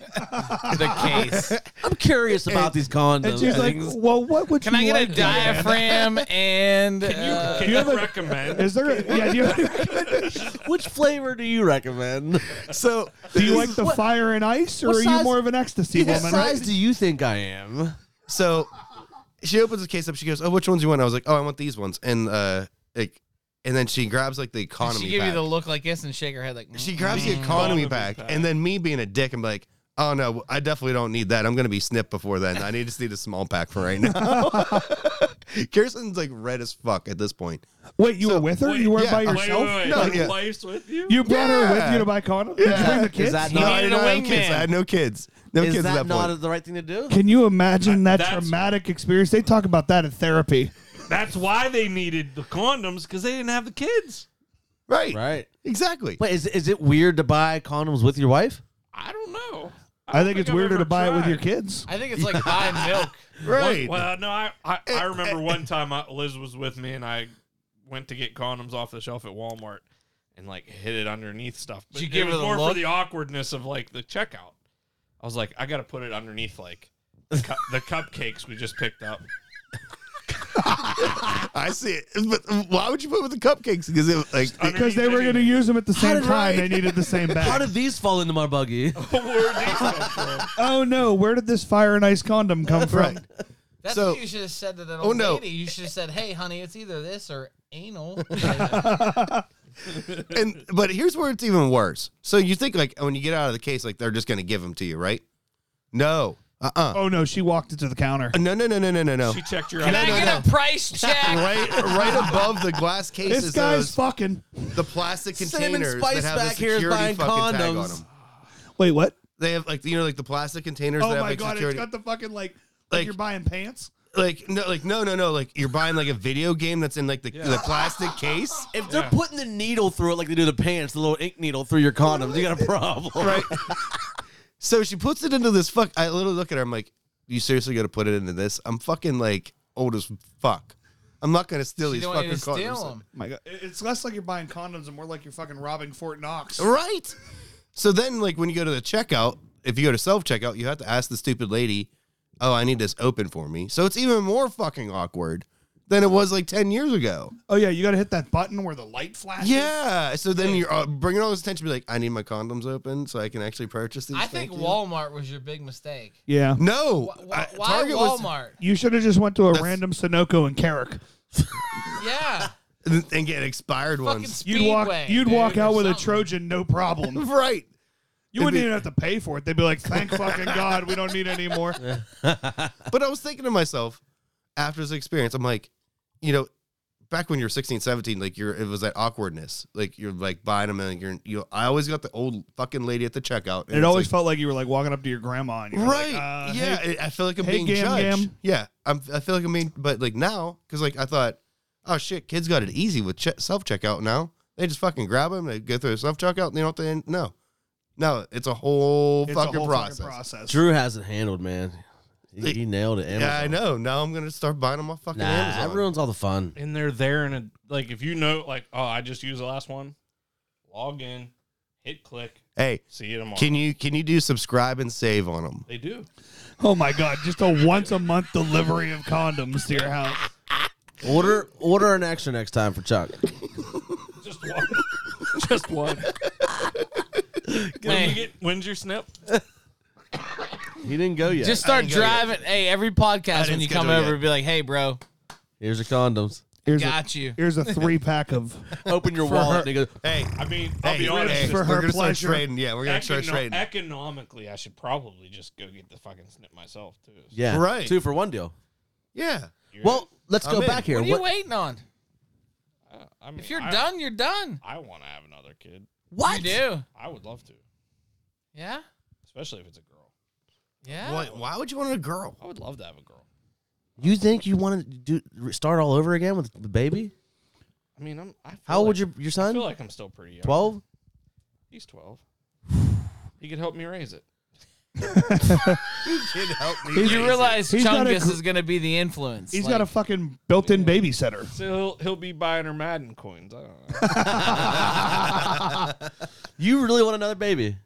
S4: The case.
S2: I'm curious about these
S5: And
S2: condoms.
S5: she's like,
S2: things.
S5: "Well, what would
S4: Can
S5: you
S4: I get
S5: like
S4: a
S5: to
S4: diaphragm and
S1: Can you,
S4: uh,
S1: can
S5: you
S1: you,
S5: have a-
S1: recommend?
S5: have? Is there? A, yeah. Do you,
S2: which flavor do you recommend?
S3: So
S5: do you like the
S2: What-
S5: fire and ice, or
S2: what
S5: are you
S2: size-
S5: more of an ecstasy
S2: what
S5: woman? Right?
S2: size do you think I am?
S3: so she opens the case up. She goes, "Oh, which ones you want?" I was like, "Oh, I want these ones." And uh, like, and then she grabs like the
S4: Did
S3: economy.
S4: she give
S3: pack.
S4: you the look like this and shake her head like
S3: She
S4: "Mm,
S3: grabs the
S4: mm."
S3: economy
S1: Economy
S3: pack,
S1: pack.
S3: and then me being a dick, I'm like, "Oh no, I definitely don't need that. I'm gonna be snipped before then. I need just need a small pack for right now." Kirsten's like red as fuck at this point.
S5: Wait, you were with her? you weren't
S3: yeah,
S5: by
S3: wait,
S5: yourself?
S1: Wait, wait, wait.
S3: No,
S1: Your
S3: yeah.
S1: wife's with you.
S5: You brought her with
S3: Yeah.
S5: you to buy condoms? Did you bring the kids?
S2: Is that
S3: No,
S2: not?
S3: I
S4: needed
S3: didn't
S4: a
S3: have kids.
S4: wingman.
S3: I had no kids. No
S2: is
S3: kids
S2: that
S3: at that
S2: not
S3: point.
S2: the right thing to do?
S5: Can you imagine that
S1: That's-
S5: traumatic experience? They talk about that in therapy.
S1: That's why they needed the condoms because they didn't have the kids.
S3: right.
S2: Right.
S3: Exactly.
S2: Wait, is is it weird to buy condoms with your wife?
S1: I don't know.
S5: I,
S1: don't
S5: think it's
S1: I've
S5: weirder
S1: ever
S5: to buy it with
S1: tried.
S5: your kids.
S4: I think it's like buying milk.
S3: Right. Eh,
S1: Well, no, I I, I remember one time I, Liz was with me and I went to get condoms off the shelf at Walmart and like hid it underneath stuff. But
S4: Did you give
S1: it
S4: her
S1: was
S4: the
S1: more for
S4: look?
S1: the awkwardness of like the checkout. I was like, I got to put it underneath like the, cu- the cupcakes we just picked up.
S3: I see it. But why would you put it with the cupcakes? Because it like
S5: Because they were going to use them at the same
S2: did
S5: time.
S2: I-
S5: They needed the same
S2: How
S5: bag.
S2: did these fall into my buggy?
S1: Where these come from?
S5: oh, no. Where did this fire and ice condom come from?
S3: right.
S4: That's
S3: So-
S4: what you should have said to that old
S3: Oh, no.
S4: lady. You should have said, "Hey, honey, it's either this or anal."
S3: And but here's where it's even worse. So you think like when you get out of the case, like they're just going to give them to you, right? No. Uh. uh
S5: Oh, no. She walked it to the counter.
S3: No. No. No. No. No. No. No.
S1: She checked your
S4: Can
S1: eye-
S4: I
S3: no,
S4: get a price check?
S3: Right, right above the glass cases,
S5: This guy's
S3: those-
S5: fucking.
S3: the plastic
S2: Cinnamon
S3: containers
S2: Spice
S3: that have
S2: back
S3: the
S2: here is
S3: security
S2: buying
S3: fucking tag on
S2: condoms.
S3: them.
S5: Wait, what?
S3: They have like you know like the plastic containers
S5: Oh,
S3: that have
S5: my
S3: like
S5: God. It's
S3: security.
S5: got the fucking, like, like
S3: Like- Oh,
S5: you're buying pants?
S3: like no, like no, no, no. Like you're buying like a video game that's in like the, the plastic case.
S2: If they're putting the needle through it like they do the pants, the little ink needle through your condoms, you got a problem.
S3: right? so she puts it into this fuck. I literally look at her. I'm like, you seriously got to put it into this? I'm fucking like old as fuck. I'm not gonna steal
S4: You
S3: these
S4: don't want
S3: fucking
S4: you to steal
S3: condoms.
S4: them.
S5: My God. It- It's less like you're buying condoms and more like you're fucking robbing Fort Knox.
S3: Right. So then, like when you go to the checkout, if you go to self checkout, you have to ask the stupid lady, "Oh, I need this open for me." So it's even more fucking awkward than it was like ten years ago.
S5: Oh, yeah. You got to hit that button where the light flashes.
S3: Yeah. So then you're uh, bringing all this attention, be like, "I need my condoms open so I can actually purchase these."
S4: I think
S3: Thank you.
S4: Walmart was your big mistake.
S5: Yeah.
S3: No,
S4: Wh-
S3: I-
S4: wh- Why
S3: was-
S4: Walmart?
S5: You should have just went to a random Sunoco in Carrick.
S4: Yeah.
S3: and and get expired
S4: Fucking
S3: ones.
S4: speedway.
S5: You'd walk, you'd
S4: dude,
S5: walk
S4: or
S5: out with a
S4: something.
S5: Trojan, no problem.
S3: Right.
S5: You wouldn't
S3: be-
S5: even have to pay for it. They'd be like, "Thank fucking God, we don't need any more."
S3: But I was thinking to myself after this experience, I'm like, you know, back when you were 16, 17, like you're, it was that awkwardness. Like you're like buying them and you're, you I always got the old fucking lady at the checkout. and
S5: it
S3: it's
S5: always
S3: like-
S5: felt like you were like walking up to your grandma. And you were
S3: Right.
S5: Like, uh,
S3: yeah.
S5: hey-
S3: I I feel like I'm
S5: hey,
S3: being
S5: Gam
S3: judged.
S5: Gam.
S3: Yeah. I'm, I feel like I'm being, but like now, cause like I thought, oh shit, kids got it easy with che- self checkout now. They just fucking grab them, they go through a self checkout, and they don't, they, no. No, it's a whole,
S5: it's a
S3: fucking,
S5: whole
S3: process.
S5: fucking process.
S2: Drew has it handled, man. He, he nailed it. Amazon.
S3: Yeah, I know. Now I'm gonna start buying them off fucking
S2: Nah,
S3: Amazon.
S2: that ruins all the fun.
S1: and they're there in a like if you know like oh I just used the last one, log in, hit click,
S3: hey,
S1: see you tomorrow.
S3: Can you can you do subscribe and save on them?
S1: they do.
S5: Oh my God! Just a once a month delivery of condoms to your house.
S2: Order order an extra next time for Chuck.
S1: Just one. Just one. when you get, when's your snip?
S2: He didn't go yet.
S4: Just start
S3: didn't go yet.
S4: driving. Hey, every
S3: I
S4: podcast
S3: didn't
S4: when you come
S3: schedule
S4: over,
S3: yet.
S4: be like, "Hey, bro,
S2: Here's your condoms.
S5: Here's a,
S4: got you."
S5: here's a three pack of.
S2: Open your wallet.
S4: wallet,
S2: Nigga.
S3: Hey,
S1: I mean, I'll
S3: hey,
S1: be honest.
S3: hey,
S5: for
S3: we're
S5: her
S3: gonna start
S5: pleasure.
S3: trading. Yeah, we're gonna start
S1: Econo-
S3: trading.
S1: economically, I should probably just go get the fucking snip myself too.
S2: Yeah,
S3: Right.
S2: Two for one deal.
S3: yeah,
S1: You're-
S2: Well, let's
S3: I'm
S2: go
S3: in.
S2: back here.
S4: What are you
S2: What,
S4: waiting on?
S1: I- uh, I mean,
S4: If you're
S1: I-
S4: done, you're done.
S1: I want to have another kid.
S4: You do.
S1: I would love to,
S4: Yeah.
S1: especially if it's a girl.
S4: Yeah.
S3: Why, why would you want a girl?
S5: Oh,
S1: I would love to have a girl.
S2: you think you want to do re- start all over again with the baby?
S1: I mean, I'm. I feel
S2: How old
S1: like,
S2: your your
S1: I
S2: son?
S1: feel like I'm still pretty young.
S2: Twelve.
S1: He's twelve. He could help me raise it.
S3: Kid, help me.
S4: Did you realize
S5: he's got a
S4: Chungus
S5: gr-
S4: is going to be the influence?
S5: He's
S4: Like,
S5: got a fucking built-in babysitter.
S1: So he'll, he'll be buying her Madden coins. I don't know.
S2: You really want another baby?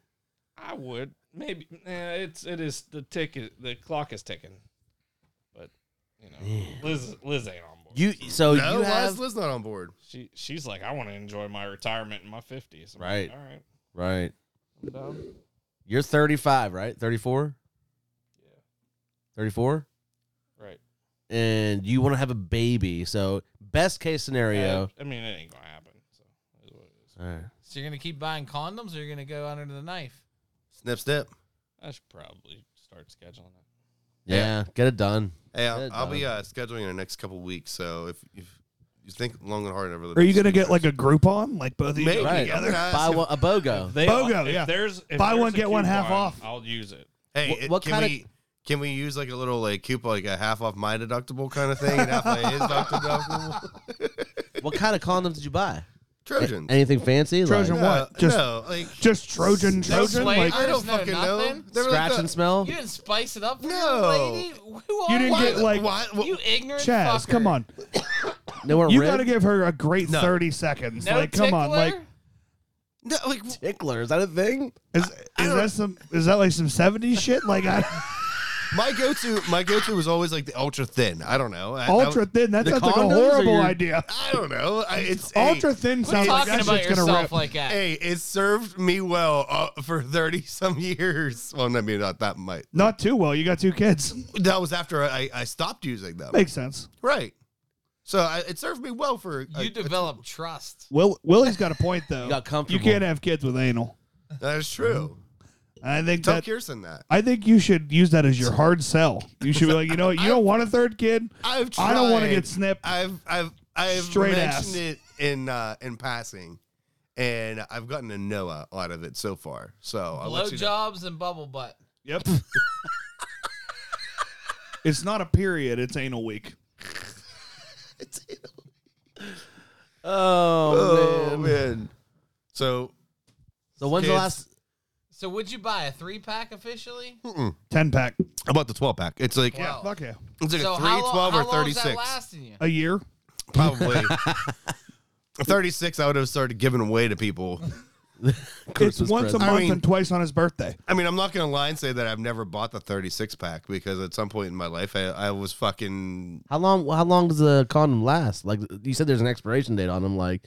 S1: I would maybe. Nah, it's it is the tick. is- The clock is ticking, but you know, Liz Liz ain't on board.
S2: You so
S3: No,
S2: oh, you
S3: why
S2: have
S3: is Liz not on board?
S1: she she's like, I want to enjoy my retirement in my fifties.
S2: Right.
S1: All right.
S2: right.
S1: I'm down.
S2: You're 35, right? 34.
S1: Yeah.
S2: 34,
S1: Right.
S2: and you want to have a baby. So best case scenario.
S1: I, I mean, it ain't gonna happen. So it is what it is.
S2: All right.
S4: So you're going to keep buying condoms, or you're going to go under the knife?
S3: Snip, snip.
S1: I should probably start scheduling it.
S2: Yeah, get it done.
S3: Hey,
S2: Good,
S3: I'll, I'll be uh, scheduling in the next couple weeks. So if, if you think long and hard over the,
S5: Are you gonna get like a Groupon, like both of you
S3: Maybe.
S5: go
S3: Right.
S5: together?
S3: That's
S2: Buy
S3: good.
S2: one, a bogo.
S1: They,
S5: BOGO,
S1: if
S5: yeah.
S1: There's if
S5: Buy one,
S1: there's a
S5: get one half
S1: coupon,
S5: off.
S1: I'll use it.
S3: hey,
S2: What-
S3: it-
S2: what
S3: can
S2: kinda-
S3: we can we use like a little like coupon, like a half off my deductible kind of thing, and half off his deductible?
S2: what kind of condoms did you buy?
S3: Trojans.
S2: Anything fancy?
S5: Trojan
S2: like,
S3: No,
S5: what? Just-
S3: no, like
S5: Just Trojan, Trojan.
S4: flavor?
S5: Like
S3: I don't
S4: No,
S3: fucking know.
S4: nothing?
S3: They were like
S2: scratch
S3: the-
S2: and smell.
S4: You didn't spice it up for
S3: No.
S4: your lady? Who are
S5: You didn't
S3: Why-
S5: get, like-
S3: why-
S4: You ignorant
S5: Chaz,
S4: fucker.
S5: come on.
S2: No more
S5: You
S2: rib?
S5: got to give her a great
S3: No.
S5: thirty seconds.
S4: No
S5: like, come on,
S4: tickler?
S5: like.
S3: no, like
S2: tickler. Is that a thing?
S5: Is, is that some? Is that like some '70s shit? Like I,
S3: My go to my go to was always like the ultra thin. I don't know. I,
S5: ultra
S3: I,
S5: thin. That
S2: The
S5: sounds like a
S2: condoms or
S5: horrible
S2: your-
S5: idea.
S3: I don't know. I, it's
S5: Ultra
S3: Hey,
S5: thin
S4: Quit
S5: sounds like
S4: talking
S5: that
S4: about
S5: shit's gonna rip.
S4: yourself like that.
S3: hey, it served me well uh, for thirty some years. Well, I mean not that much.
S5: Not too well. You got two kids.
S3: That was after I, I stopped using them.
S5: Makes sense.
S3: Right. So I, it served me well for. uh,
S4: you
S3: I-
S4: develop trust.
S5: Will Willie's got a point though. You
S2: got comfortable.
S5: can't have kids with anal.
S3: that's true.
S5: I think
S3: Tell
S5: Mm-hmm. that.
S3: Kirsten that.
S5: I think you should use that as your hard sell. You should be like, you know, what? you don't want a third kid.
S3: I've. Tried.
S5: I don't want to get snipped.
S3: I've I've I've
S5: Straight
S3: mentioned
S5: ass.
S3: it in uh, in passing, and I've gotten a no out of it so far. So I'll
S4: Blow
S3: let you know.
S4: jobs and bubble butt.
S5: Yep. it's not a period. It's anal week.
S2: Oh, man.
S3: So
S2: So when's the
S3: Kids.
S2: last?
S4: So would you buy a three pack officially?
S5: Ten pack.
S3: about the 12 pack. It's like
S4: Wow.
S5: Fuck yeah.
S3: it's like
S4: so
S3: a 3,
S4: how, lo-
S3: 12
S4: how
S3: or
S4: long is
S3: 36.
S4: that lasting you?
S5: A year.
S3: Probably. 36 I would have started giving away to people.
S5: It's
S2: Christmas
S5: once
S2: present.
S5: a month
S3: I mean-
S5: and twice on his birthday.
S3: I mean, I'm not going to lie and say that I've never bought the 36 pack because at some point in my life I, I was fucking
S2: How long? How long does the condom last? Like you said, there's an expiration date on them. Like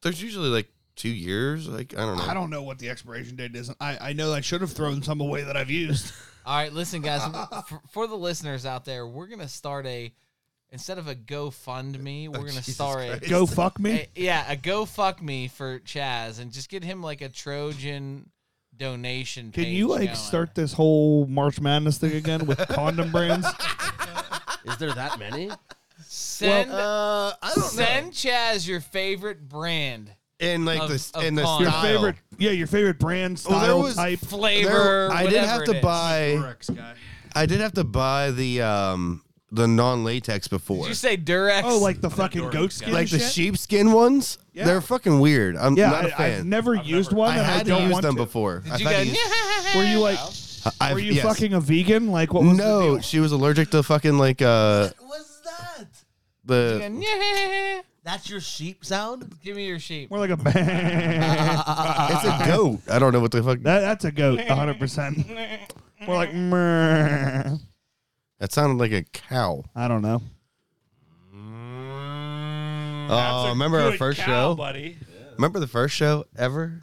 S3: There's usually like 2 years, like I don't know.
S5: I don't know what the expiration date is. I, I know I should have thrown some away that I've used.
S4: All right, listen, guys. for, for the listeners out there, we're gonna start a instead of a GoFundMe, we're gonna
S3: Oh, Jesus
S4: start
S3: Christ.
S4: it.
S5: Go fuck me.
S4: a- Eh, yeah, a go fuck me for Chaz and just get him like a Trojan donation.
S5: Can
S4: page
S5: you like
S4: going.
S5: start this whole March Madness thing again with condom brands?
S2: Is there that many?
S4: send
S3: Uh, I don't
S4: send
S3: know.
S4: Chaz your favorite brand
S3: And like
S4: Of-
S3: this
S4: of
S3: and the
S4: con.
S5: Your
S3: style.
S5: favorite, yeah, your favorite brand
S3: Well,
S5: style
S3: there was-
S5: type.
S4: flavor.
S3: There- I did
S4: whatever
S3: have
S4: it
S3: to
S4: is.
S3: buy.
S1: Rex guy.
S3: I did have to buy the um the non latex
S4: Did
S3: before,
S4: you say Durex?
S5: Oh, like the fucking
S1: Doritos
S5: goat
S1: guy.
S5: skin,
S3: like the
S5: shit?
S3: sheepskin ones.
S5: Yeah.
S3: They're fucking weird. I'm
S5: Yeah,
S3: not a
S5: I,
S3: fan.
S5: have never
S1: I've
S5: used
S1: never-
S5: one.
S3: I
S5: and
S3: had
S5: I don't
S3: to use
S5: want
S3: them
S5: to.
S3: before.
S4: Did
S3: I've
S4: you
S3: had
S4: go?
S3: to use-
S5: Were you like,
S3: I've-
S5: were you
S3: yes.
S5: fucking a vegan? Like, what was the
S3: no,
S5: deal?
S3: she was allergic to fucking like uh
S8: What's that?
S3: the
S8: That's your sheep sound?
S4: Give me your sheep.
S5: More like a bang.
S3: it's a goat. I don't know what the fuck. That,
S5: That, that's a goat, 100. percent We're like, "Mrrr."
S3: sounded like a cow.
S5: I don't know.
S3: Oh, remember our first show?
S1: buddy.
S3: Remember the first show ever?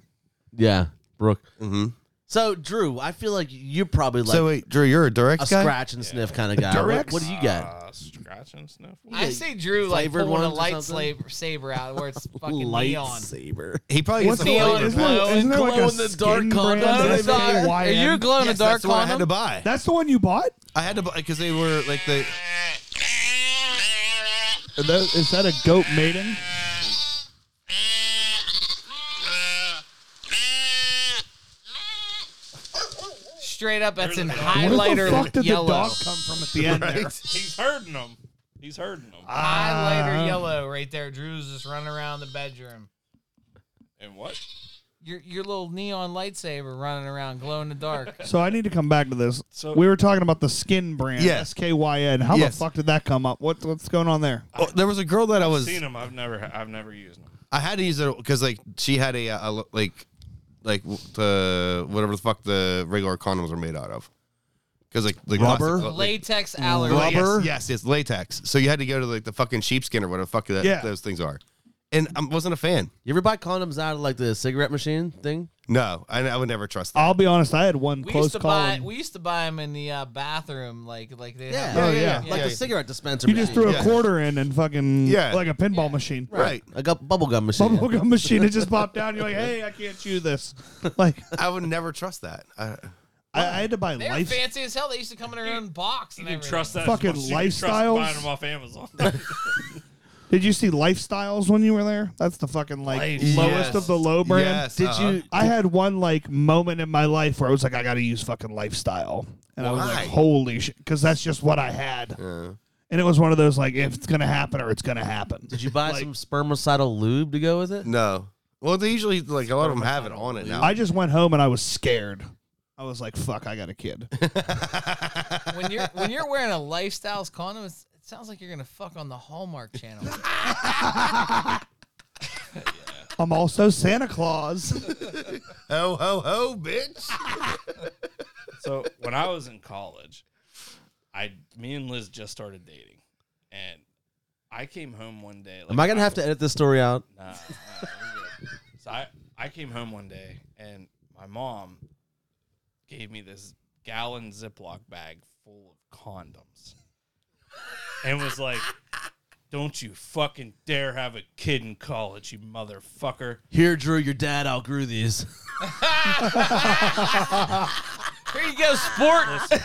S2: Yeah, Brooke.
S3: Mm-hmm.
S2: So Drew, I feel like you're probably like
S3: so wait, Drew, you're a Durex
S2: a
S3: guy.
S2: scratch and sniff kind of guy. What,
S5: Durex?
S2: what do you got?
S1: Uh, scratch and sniff.
S4: I say Drew like
S2: flavored
S4: pulling a
S2: ones or
S4: light
S2: something?
S4: slab- saber out where it's fucking neon.
S2: Lightsaber.
S3: He probably gets
S5: What's
S3: the
S5: the-
S3: flavor.
S5: isn't,
S3: pack.
S4: glow
S5: there, isn't there like
S2: glow
S5: a
S2: in the
S5: skin
S2: dark condom?
S5: brand?
S4: Glow in the
S5: that's
S4: dark.
S5: like
S4: Are
S5: YN?
S4: you glow in
S3: Yes,
S4: the dark
S3: that's the one I had to
S4: condom?
S3: buy.
S5: That's the one you bought.
S3: I had to buy because they were like the.
S5: Is that- is that a goat maiden?
S4: Straight up, that's in
S5: Where the
S4: highlighter
S5: fuck did
S4: yellow.
S5: the dog come from at the end there?
S1: He's herding them. He's herding them.
S4: highlighter
S5: Ah.
S4: yellow right there. Drew's just running around the bedroom.
S1: and what?
S4: Your your little neon lightsaber running around, glow in the dark.
S5: So I need to come back to this.
S1: So-
S5: we were talking about the skin brand,
S3: Yes.
S5: S K Y N. How
S3: Yes.
S5: the fuck did that come up? What what's going on there?
S3: Oh, there was a girl that I was.
S1: Seen them. I've never. I've never used them.
S3: I had to use it because like she had a, uh, a like like w- the whatever the fuck the regular condoms are made out of. Because like the
S2: Rubber?
S3: plastic- like-
S4: Latex allergy.
S3: Yes, Yes, yes, latex. So you had to go to like the fucking sheepskin or whatever the fuck that,
S5: Yeah.
S3: those things are. And I wasn't a fan.
S2: You ever buy condoms out of like the cigarette machine thing?
S3: No, I, I would never trust that.
S5: I'll be honest, I had one
S4: We
S5: close
S4: used to
S5: call.
S4: buy
S5: and
S4: we used to buy them in the uh, bathroom, like like they
S2: Yeah.
S4: have-
S5: Oh, yeah.
S2: Like
S3: Yeah.
S2: the cigarette dispenser.
S5: you just
S2: machine.
S5: threw
S3: Yeah.
S5: a quarter in and fucking
S3: Yeah.
S5: like a pinball machine.
S3: Right.
S2: like a bubblegum machine.
S5: Bubblegum machine, it just popped down. You're like, hey, I can't chew this. Like
S3: I would never trust that. I,
S5: I, I had to buy
S4: They were
S5: life
S4: fancy as hell. They used to come in their own box.
S1: You
S4: And
S1: can
S4: everything.
S1: trust that.
S5: Fucking
S1: as much as you can trust
S5: lifestyles.
S1: Buying them off Amazon.
S5: Did you see Lifestyles when you were there? That's the fucking like
S1: Life-
S5: lowest
S3: Yes.
S5: of the low brand.
S3: Yes,
S2: Did
S3: uh-huh.
S2: you?
S5: I had one like moment in my life where I was like, I got to use fucking lifestyle, and I was
S3: Why?
S5: like, holy shit, because that's just what I had. And it was one of those like, if it's gonna happen or it's gonna happen.
S2: Did you buy some spermicidal lube to go with it?
S3: No. Well, they usually like a lot of them have it on it now.
S5: I just went home and I was scared. I was like, fuck, I got a kid.
S4: when you're when you're wearing a lifestyles condom. It's, it sounds like you're gonna fuck on the Hallmark Channel.
S5: I'm also Santa Claus.
S3: ho ho ho, bitch!
S1: so when I was in college, I, me and Liz just started dating, and I came home one day. Like,
S2: Am I gonna have to edit this story out?
S1: Nah, nah, we're good. so I, I came home one day and my mom gave me this gallon Ziploc bag full of condoms and was like, don't you fucking dare have a kid in college, you motherfucker.
S2: Here, Drew, your dad outgrew these.
S4: Here you go, sport.
S1: There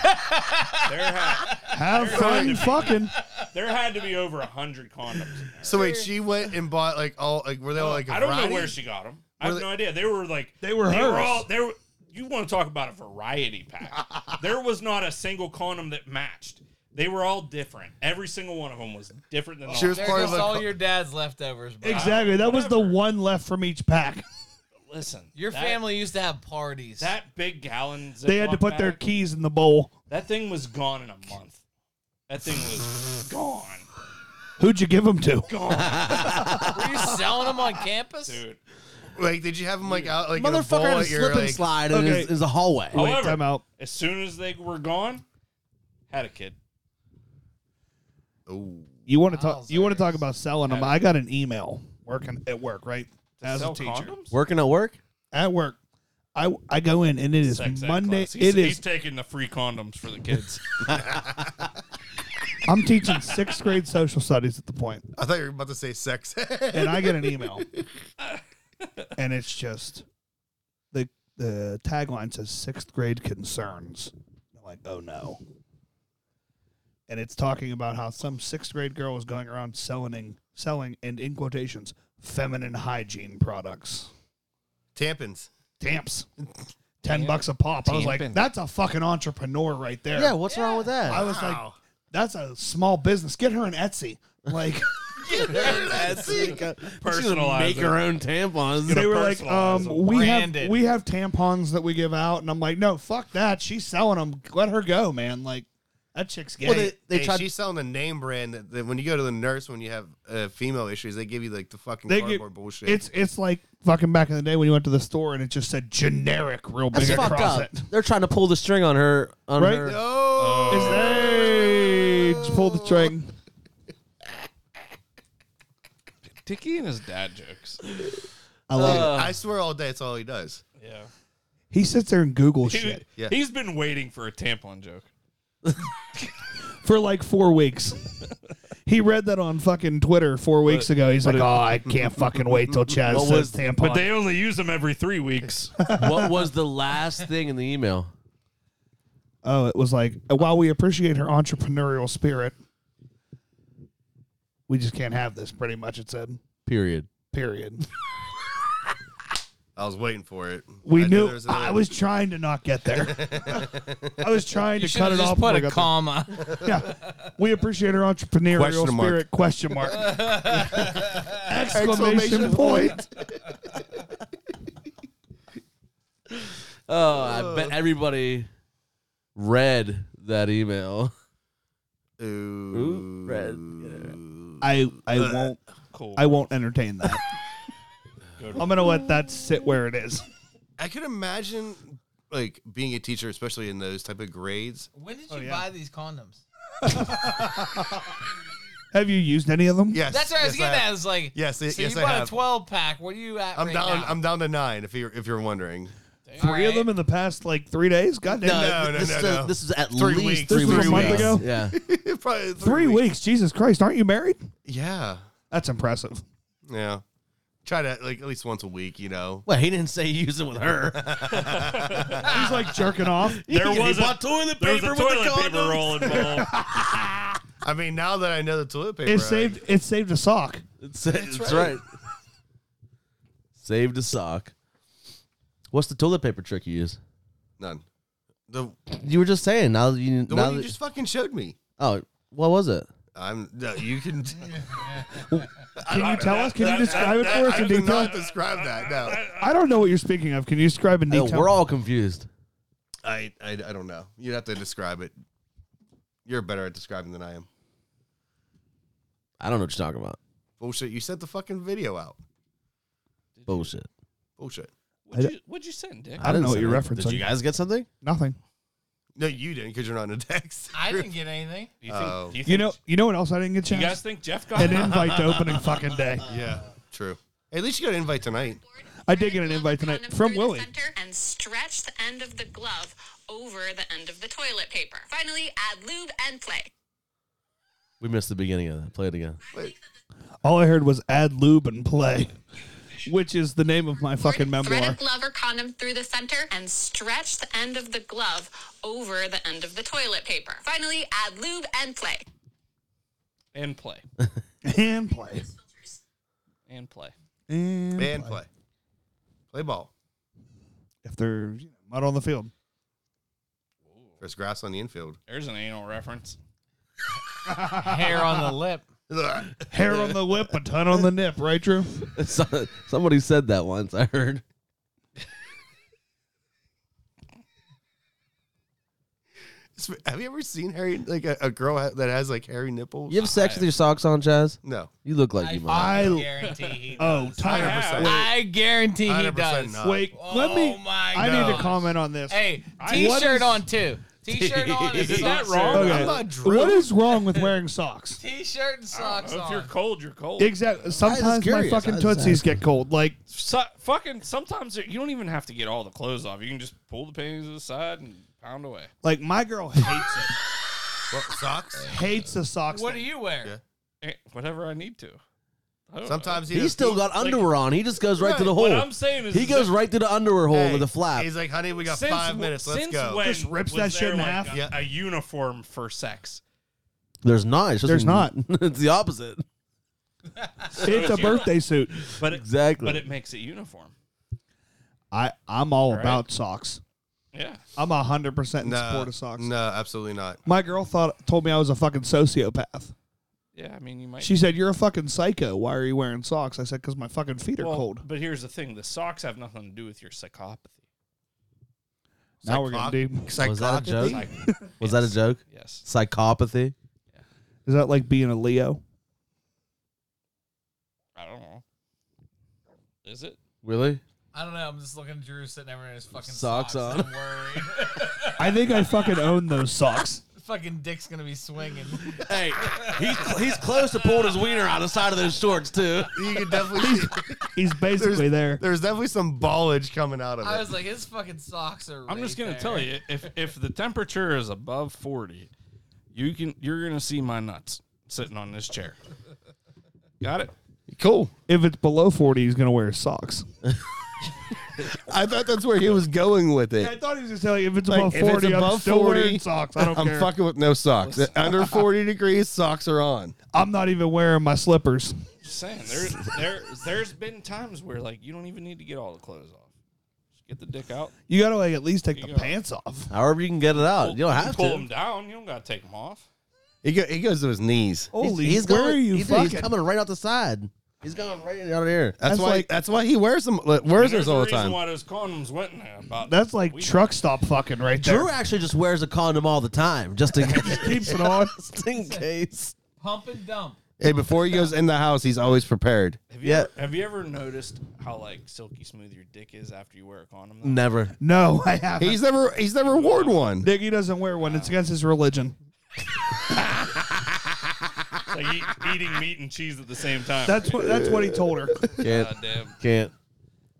S1: had,
S5: Have fun, fucking.
S1: there had to be over a hundred condoms. in there.
S3: So wait, she went and bought like all like were they all like a
S1: I don't know
S3: variety?
S1: where she got them. I have
S3: Were they-
S1: no idea. They were like
S5: They were
S1: They were
S5: hers.
S1: all they were. You want to talk about a variety pack? there was not a single condom that matched. They were all different. Every single one of them was different than the
S3: She was
S1: last.
S4: There
S3: part
S4: goes
S3: of a
S4: all
S3: co-
S4: your dad's leftovers, bro.
S5: Exactly. That was the one left from each pack.
S1: Listen,
S4: Your
S1: that-
S4: family used to have parties.
S1: That big gallon.
S5: They had to
S1: Ziploc
S5: put their
S1: bag,
S5: keys in the bowl.
S1: That thing was gone in a month. That thing was gone,
S5: Who'd you give them to?
S1: gone,
S4: Were you selling them on campus?
S1: dude.
S3: Like, did you have them like out like in a bowl
S2: Motherfucker had a
S3: at your,
S2: slip and
S3: like-
S2: slide in,
S5: Okay.
S2: his, in the hallway.
S1: Oh,
S5: Wait,
S1: However-
S5: time out.
S1: As soon as they were gone, had a kid.
S3: Ooh.
S5: You want to talk?
S4: Wowzers.
S5: You want to talk about selling them? I got an email working at work, right? As
S1: Sell
S5: a teacher
S1: condoms?
S2: Working at work?
S5: at work, I I go in and it is
S1: Sex ed
S5: Monday.
S1: class. He's,
S5: It
S1: he's
S5: is
S1: taking the free condoms for the kids.
S5: I'm teaching sixth grade social studies at the point,
S3: I thought you were about to say sex.
S5: and I get an email, and it's just the the tagline says sixth grade concerns. I'm like, oh no. And it's talking about how some sixth grade girl was going around selling selling and in quotations feminine hygiene products.
S3: Tampons.
S5: Tamps. Ten bucks a pop. I was like,
S4: Tampon.
S5: that's a fucking entrepreneur right there.
S2: Yeah, what's wrong with that?
S5: I was like,
S3: Wow.
S5: that's a small business. Get her an Etsy. Like
S1: Personalize
S2: make
S1: it.
S2: her own tampons.
S5: they were like,
S1: personalize
S5: um,
S1: them.
S5: we have
S4: Branded.
S5: we have tampons that we give out, and I'm like, no, fuck that. She's selling them. Let her go, man. Like that chick's gay.
S2: Well, they, they
S3: Hey,
S2: tried.
S3: she's selling a name brand that, that when you go to the nurse when you have uh, female issues, they give you like the fucking
S5: They
S3: cardboard
S5: give-
S3: bullshit.
S5: it's it's like fucking back in the day when you went to the store and it just said generic real big
S2: that's fucked
S5: across
S2: up.
S5: it.
S2: They're trying to pull the string on her. On
S5: Right?
S2: her.
S3: oh,
S5: Is they just pulled the string?
S1: Dickie and his dad jokes.
S5: I love it.
S3: I swear all day, it's all he does.
S1: Yeah.
S5: He sits there and Google shit
S3: Yeah.
S1: He's been waiting for a tampon joke.
S5: for like four weeks. He read that on fucking Twitter four weeks ago. He's like, "Oh, I can't fucking wait till Chaz
S2: What
S5: says
S2: was-
S5: tampon."
S1: But they only use them every three weeks.
S2: what was the last thing in the email?
S5: Oh, it was like while we appreciate her entrepreneurial spirit, we just can't have this. Pretty much, it said.
S2: Period.
S5: Period.
S3: I was waiting for it.
S5: We
S3: I
S5: knew.
S3: there was another-
S5: I was trying to not get there. I was trying to
S4: You
S5: cut
S4: should've
S5: it
S4: just
S5: off.
S4: Put
S5: before I
S4: a
S5: got
S4: comma.
S5: there. Yeah. We appreciate her entrepreneurial
S3: Question mark.
S5: spirit. Question mark. Exclamation point.
S2: Oh, I bet everybody read that email.
S3: Ooh.
S2: Ooh, red.
S5: I I won't.
S1: Cool.
S5: I won't entertain that.
S1: Good.
S5: I'm gonna let that sit where it is.
S3: I could imagine like being a teacher, especially in those type of grades.
S4: When did you
S5: yeah.
S4: buy these condoms?
S5: Have you used any of them?
S3: Yes,
S4: That's what I was
S3: yes,
S4: getting
S3: have.
S4: at. It's like,
S3: Yes,
S4: so
S3: yes,
S4: you
S3: I
S4: bought
S3: have.
S4: a 12 pack. What are you at?
S3: I'm
S4: right
S3: down.
S4: Now?
S3: I'm down to nine. If you're if you're wondering,
S5: Three of them in the past like three days. God damn.
S3: No, no,
S2: this
S3: no,
S2: is
S3: no.
S2: this is at
S3: Three
S2: least
S3: weeks.
S2: three
S5: This was
S2: weeks.
S5: a month
S2: ago.
S5: ago?
S2: Yeah,
S3: probably three,
S5: Three weeks. Jesus Christ! Aren't you married?
S3: Yeah,
S5: That's impressive.
S3: yeah. Try to like at least once a week. You know,
S2: well, he didn't say use it with her.
S5: He's like jerking off.
S1: There
S2: He
S1: was a-
S2: bought toilet
S1: There was
S2: paper
S1: a
S2: with
S1: toilet
S2: the
S1: paper
S2: condoms.
S1: roll involved.
S3: I mean, now that I know the toilet paper,
S5: It
S3: I-
S5: saved it saved a sock.
S2: That's, that's right. Saved a sock. What's the toilet paper trick you use?
S3: none. The
S2: You were just saying. Now that you
S3: the
S2: now
S3: one you
S2: that-
S3: just fucking showed me.
S2: oh, what was it?
S3: I'm no, you can.
S5: Can you tell us? Can you describe it for us
S3: I
S5: in
S3: do
S5: detail?
S3: not describe that. No,
S5: I don't know what you're speaking of. Can you describe in
S2: Oh,
S5: detail?
S2: we're all confused.
S3: I, I I don't know. You'd have to describe it. You're better at describing than I am.
S2: I don't know what you're talking about.
S3: Bullshit. You sent the fucking video out.
S2: Bullshit.
S3: Bullshit.
S1: What'd you, what'd you send, Dick?
S5: I don't know what
S2: send
S5: you're
S2: it. Did
S5: referencing.
S2: you guys get something?
S5: Nothing.
S3: No, you didn't because you're not in a text.
S4: I didn't get anything.
S1: Do you think,
S3: Oh.
S1: do you, think,
S5: You know. You know what else I didn't get?
S1: do you
S5: Chance?
S1: guys think Jeff got
S5: an
S1: it?
S5: invite to opening fucking day.
S3: Yeah, true. At least you got an invite tonight.
S5: I did get an invite tonight from Willie.
S9: And stretch the end of the glove over the end of the toilet paper. Finally, add lube and play.
S2: We missed the beginning of that. Play it again.
S5: All I heard was "ad lube and play," which is the name of my fucking
S9: Thread a
S5: memoir.
S9: glove or condom through the center and stretch the end of the glove over the end of the toilet paper. Finally, add lube and play.
S1: And play.
S5: And play.
S1: And play.
S5: And
S3: And play. Play ball.
S5: if there's you know, mud on the field.
S3: There's grass on the infield.
S1: There's an anal reference.
S4: Hair on the lip.
S5: Hair on the lip, a ton on the nip, right, Drew?
S2: So- Somebody said that once. I heard.
S3: Have you ever seen Harry, like a, a girl ha- that has like hairy nipples?
S2: You have sex with your socks on, Chaz?
S3: No.
S2: You look like you might.
S5: I-
S4: guarantee he
S5: Oh,
S4: does.
S5: Tyler.
S1: have.
S5: Wait,
S4: I guarantee he
S3: 100%
S4: does.
S3: not.
S5: wait let me.
S4: Oh my
S5: I need
S4: gosh.
S5: to comment on this.
S4: Hey,
S5: I- what
S4: t-shirt
S5: is-
S4: on too. T-shirt on. and
S1: Is that
S4: socks
S1: wrong?
S4: on.
S5: Okay.
S3: I'm not Drew.
S5: What is wrong with wearing socks?
S4: T-shirt and socks
S1: if you're
S4: on.
S1: cold, you're cold.
S5: Exactly. Sometimes my
S2: curious. I
S5: fucking
S2: was
S5: tootsies
S2: asking.
S5: get cold. Like
S1: So, fucking sometimes it- you don't even have to get all the clothes off. You can just pull the panties to the side and pound away.
S5: like my girl hates it.
S3: Well, socks.
S5: Hates the socks.
S4: What do
S5: thing.
S4: you wear?
S3: Yeah.
S6: Eh, Whatever I need to. I don't
S3: Sometimes he
S2: He's
S3: does-
S2: still got underwear on. He just goes right to the
S6: know.
S2: hole.
S6: What I'm saying is
S2: Oh. He goes
S6: since-
S2: right to the underwear hole
S3: Hey,
S2: with a flap.
S3: He's like, honey, we got
S6: since
S3: five
S6: wh-
S3: minutes. Let's
S6: since
S3: go.
S6: when
S5: Just rips
S6: was
S5: that shit
S6: there,
S5: in
S6: like,
S5: half.
S6: A,
S3: Yeah.
S6: a uniform for sex.
S2: There's not. It's just-
S5: There's not.
S2: it's the opposite.
S5: It's a birthday suit.
S6: But it,
S2: Exactly.
S6: but it makes it uniform.
S5: I I'm all
S6: right.
S5: about socks.
S6: Yeah.
S5: I'm hundred percent in
S3: No,
S5: support of socks.
S3: no, absolutely not.
S5: My girl thought told me I was a fucking sociopath.
S6: Yeah. I mean, you might.
S5: She said, "You're a fucking psycho. Why are you wearing socks?" I said, "Cause my fucking feet are
S6: Well,
S5: cold."
S6: But here's the thing: the socks have nothing to do with your psychopathy.
S5: Now we're gonna do.
S2: Was that a joke?
S6: Psych-
S2: Was that a joke?
S6: yes.
S2: Psychopathy.
S5: Is that like being a Leo?
S6: I don't know. Is it?
S2: Really?
S4: I don't know. I'm just looking at Drew sitting everywhere in his fucking
S2: Socks
S4: socks,
S2: on.
S4: I'm worried.
S5: I think I fucking own those socks.
S4: fucking dick's gonna be swinging.
S2: Hey, he's he's close to pulling his wiener out the side of those shorts too.
S3: You can definitely see,
S5: He's basically there.
S3: there's definitely some ballage coming out of it.
S4: I was like, his fucking socks are.
S6: I'm just
S4: right
S6: gonna
S4: there.
S6: tell you if if the temperature is above 40, you can you're gonna see my nuts sitting on this chair. Got it?
S3: cool.
S5: If it's below forty, he's gonna wear socks.
S3: I thought that's where he was going with
S5: I
S3: it.
S5: thought he was gonna tell you if it's
S3: Like,
S5: above
S3: if it's
S5: forty, I'm
S3: above
S5: still
S3: 40,
S5: wearing socks. I don't
S3: I'm
S5: care.
S3: fucking with no socks. Under 40 degrees, socks are on.
S5: I'm not even wearing my slippers.
S6: Just saying. There's there there's been times where like you don't even need to get all the clothes off. Just get the dick out.
S5: You gotta like at least take the
S6: go.
S5: pants off.
S2: However you can get it out.
S6: Pull-
S2: You don't have
S6: pull them
S2: to.
S6: down. You don't gotta take them off.
S3: He, go, he goes to his knees.
S5: Holy,
S2: he's
S5: where
S2: going,
S5: are you
S2: he's,
S5: fucking?
S2: he's coming right out the side. He's going right out of here.
S3: That's,
S5: That's
S3: why.
S5: like-
S3: that's why he wears them. like, Wears
S6: There's
S3: those
S6: a
S3: all the
S6: reason
S3: time.
S6: why those condoms went in there. About
S5: That's like
S6: we-
S5: truck stop fucking right there.
S2: Drew actually just wears a condom all the time, just in case.
S5: keeps it on.
S2: just in case.
S4: Pump and dump.
S3: Hey, before he goes in the house, he's always prepared.
S6: Have you,
S2: Yeah.
S6: ever, have you ever noticed how like silky smooth your dick is after you wear a condom? though?
S2: Never.
S5: No, I haven't.
S3: He's never. He's never worn one.
S5: Diggy doesn't wear one. It's against his religion.
S6: It's like eat, eating meat and cheese at the same time.
S5: That's what that's what he told her.
S2: Can't.
S6: goddamn.
S2: Can't.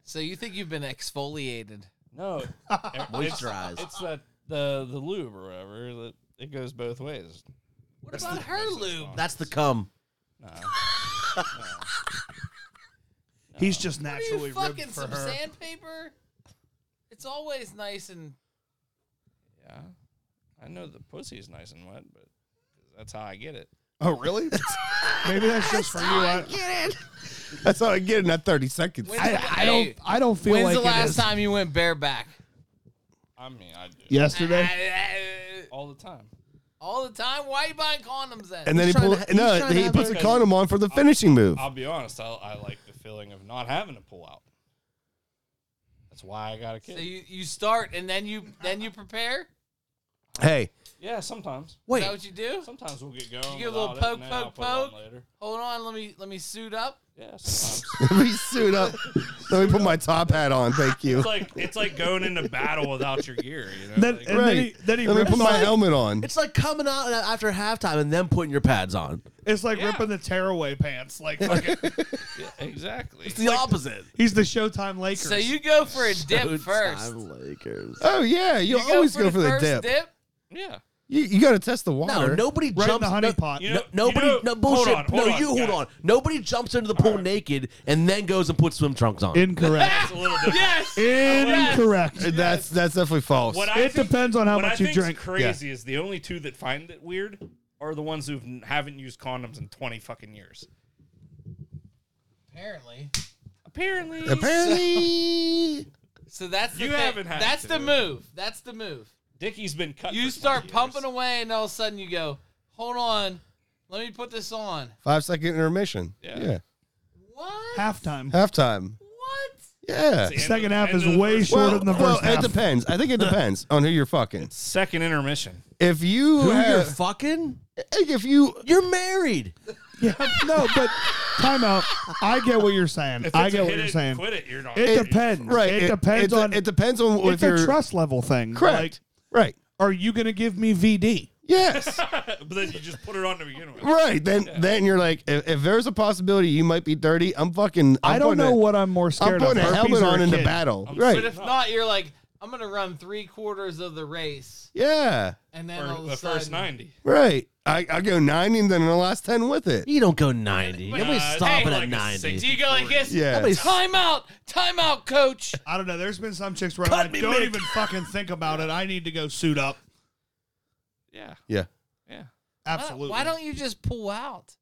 S4: So you think you've been exfoliated?
S6: No,
S2: Moisturize.
S6: It's, it's that the the lube or whatever that it goes both ways.
S4: What about her lube?
S2: That's the cum.
S5: He's just
S4: What are
S5: naturally
S4: you fucking
S5: ribbed for
S4: some
S5: her.
S4: sandpaper? It's always nice and
S6: Yeah, I know the pussy is nice and wet, but that's how I get it.
S5: Oh, really? Maybe that's just for you. I,
S3: That's how I get in that 30 seconds.
S4: When's
S5: I,
S4: the-
S5: I don't.
S4: hey,
S5: I don't feel
S4: When's
S5: like
S4: the
S5: it
S4: last
S5: is.
S4: time you went bareback?
S6: I mean, I do it
S5: Yesterday,
S6: all the time.
S4: All the time. Why are you buying condoms then?
S3: And then he
S2: Ah. He's trying
S3: pulls.
S2: to- he's
S3: No,
S2: trying to
S3: he
S2: have
S3: puts
S2: a-
S3: a condom on for the finishing move.
S6: I'll be honest. I, I like the feeling of not having to pull out. That's why I got a kid.
S4: so you, you start and then you then you prepare. Is
S3: Hey,
S6: yeah, sometimes.
S4: that what you do?
S6: Sometimes we'll get going.
S4: You give a little
S6: without it,
S4: poke,
S6: and then I'll
S4: poke,
S6: put it on
S4: poke.
S6: Later.
S4: Hold on, let me let me suit up.
S6: Yeah, sometimes.
S3: let me suit up. Let me put my top hat on. Thank you.
S6: it's like it's like going into battle without your gear. You know,
S5: then,
S6: Like,
S5: and then he, then he
S3: Let me
S5: rips
S3: put my
S5: off-
S3: helmet on.
S2: It's like coming out after halftime and then putting your pads on.
S5: It's like
S6: Yeah.
S5: ripping the tearaway pants. Like fucking,
S6: yeah, exactly.
S2: It's the opposite.
S5: he's the Showtime Lakers.
S4: So you go for a dip first.
S2: Lakers.
S3: Oh yeah, you,
S4: You
S3: always go for the,
S4: first
S3: dip.
S6: yeah.
S3: You, you got to test the water.
S2: No, nobody
S5: right in
S2: jumps.
S5: the honey pot.
S2: No,
S6: You know-
S2: nobody.
S6: you know-
S2: no
S6: hold
S2: bullshit.
S6: on, hold
S2: no,
S6: on,
S2: you hold
S6: guys.
S2: on. Nobody jumps into the pool naked and then goes and puts swim trunks on.
S5: Incorrect.
S6: It's a little different.
S4: Yes.
S5: Incorrect.
S3: That's that's definitely false.
S6: What I
S5: It
S6: think,
S5: depends on how
S6: what I
S5: much you
S6: think's
S5: drink.
S6: Crazy is the only two that find it weird are the ones who haven't used condoms in twenty fucking years.
S4: Apparently.
S6: Apparently,
S3: Apparently,
S4: So that's the
S6: You
S4: thing.
S6: haven't had
S4: That's
S6: to.
S4: the move. That's the move.
S6: Dickie's been cut.
S4: You
S6: for
S4: start
S6: 20
S4: pumping
S6: years.
S4: away, and all of a sudden you go, "Hold on, let me put this on."
S3: five second intermission.
S6: Yeah.
S3: Yeah,
S4: What?
S5: Halftime.
S3: halftime.
S4: what?
S3: Yeah.
S6: It's the end of
S5: Second
S6: the-
S5: half
S6: end
S5: is
S6: of the
S5: way
S6: first-
S5: shorter than the
S3: well,
S5: first
S3: it
S5: half.
S3: depends. I think it depends on who you're fucking.
S6: Second intermission.
S3: If you
S2: Who you're
S3: have,
S2: fucking?
S3: if you
S2: You're married.
S5: Yeah, no, but time out. I get what you're saying.
S6: If
S5: I
S6: it's a
S5: get what
S6: hit
S5: you're
S6: it,
S5: saying.
S6: Quit it. You're not.
S5: It
S6: you're-
S5: depends.
S3: right,
S5: It, depends
S3: it,
S5: on.
S3: it depends on if
S5: it's a
S3: you're
S5: trust level thing.
S3: correct.
S5: Like,
S3: right.
S5: are you going to give me VD?
S3: Yes.
S6: but then you just put it on to begin with.
S3: right. Then then you're like, if, if there's a possibility you might be dirty, I'm fucking. I'm
S5: I don't
S3: putting
S5: know
S3: a-
S5: what I'm more
S3: I'm
S5: scared of.
S3: putting a
S5: herpes
S3: helmet
S5: or
S3: on in the
S5: kid.
S3: battle.
S6: I'm
S3: right.
S4: But if not, you're like, I'm gonna run three quarters of the race,
S3: Yeah.
S4: and then
S6: Or
S4: all of
S6: the
S4: a sudden,
S6: first 90.
S3: Right. I, I go 90 and then in the last 10 with it.
S2: You don't go 90.
S6: But,
S2: Nobody's
S6: uh, hey,
S2: stopping
S6: like a
S2: at 90.
S6: 60. You go like this.
S3: Yeah.
S2: Nobody's
S6: Time out. Time out, coach.
S5: I don't know. There's been some chicks where I'm like, don't even fucking think about it. I need to go suit up.
S6: Yeah.
S3: Yeah.
S6: Yeah.
S5: Absolutely.
S4: Why don't you just pull out?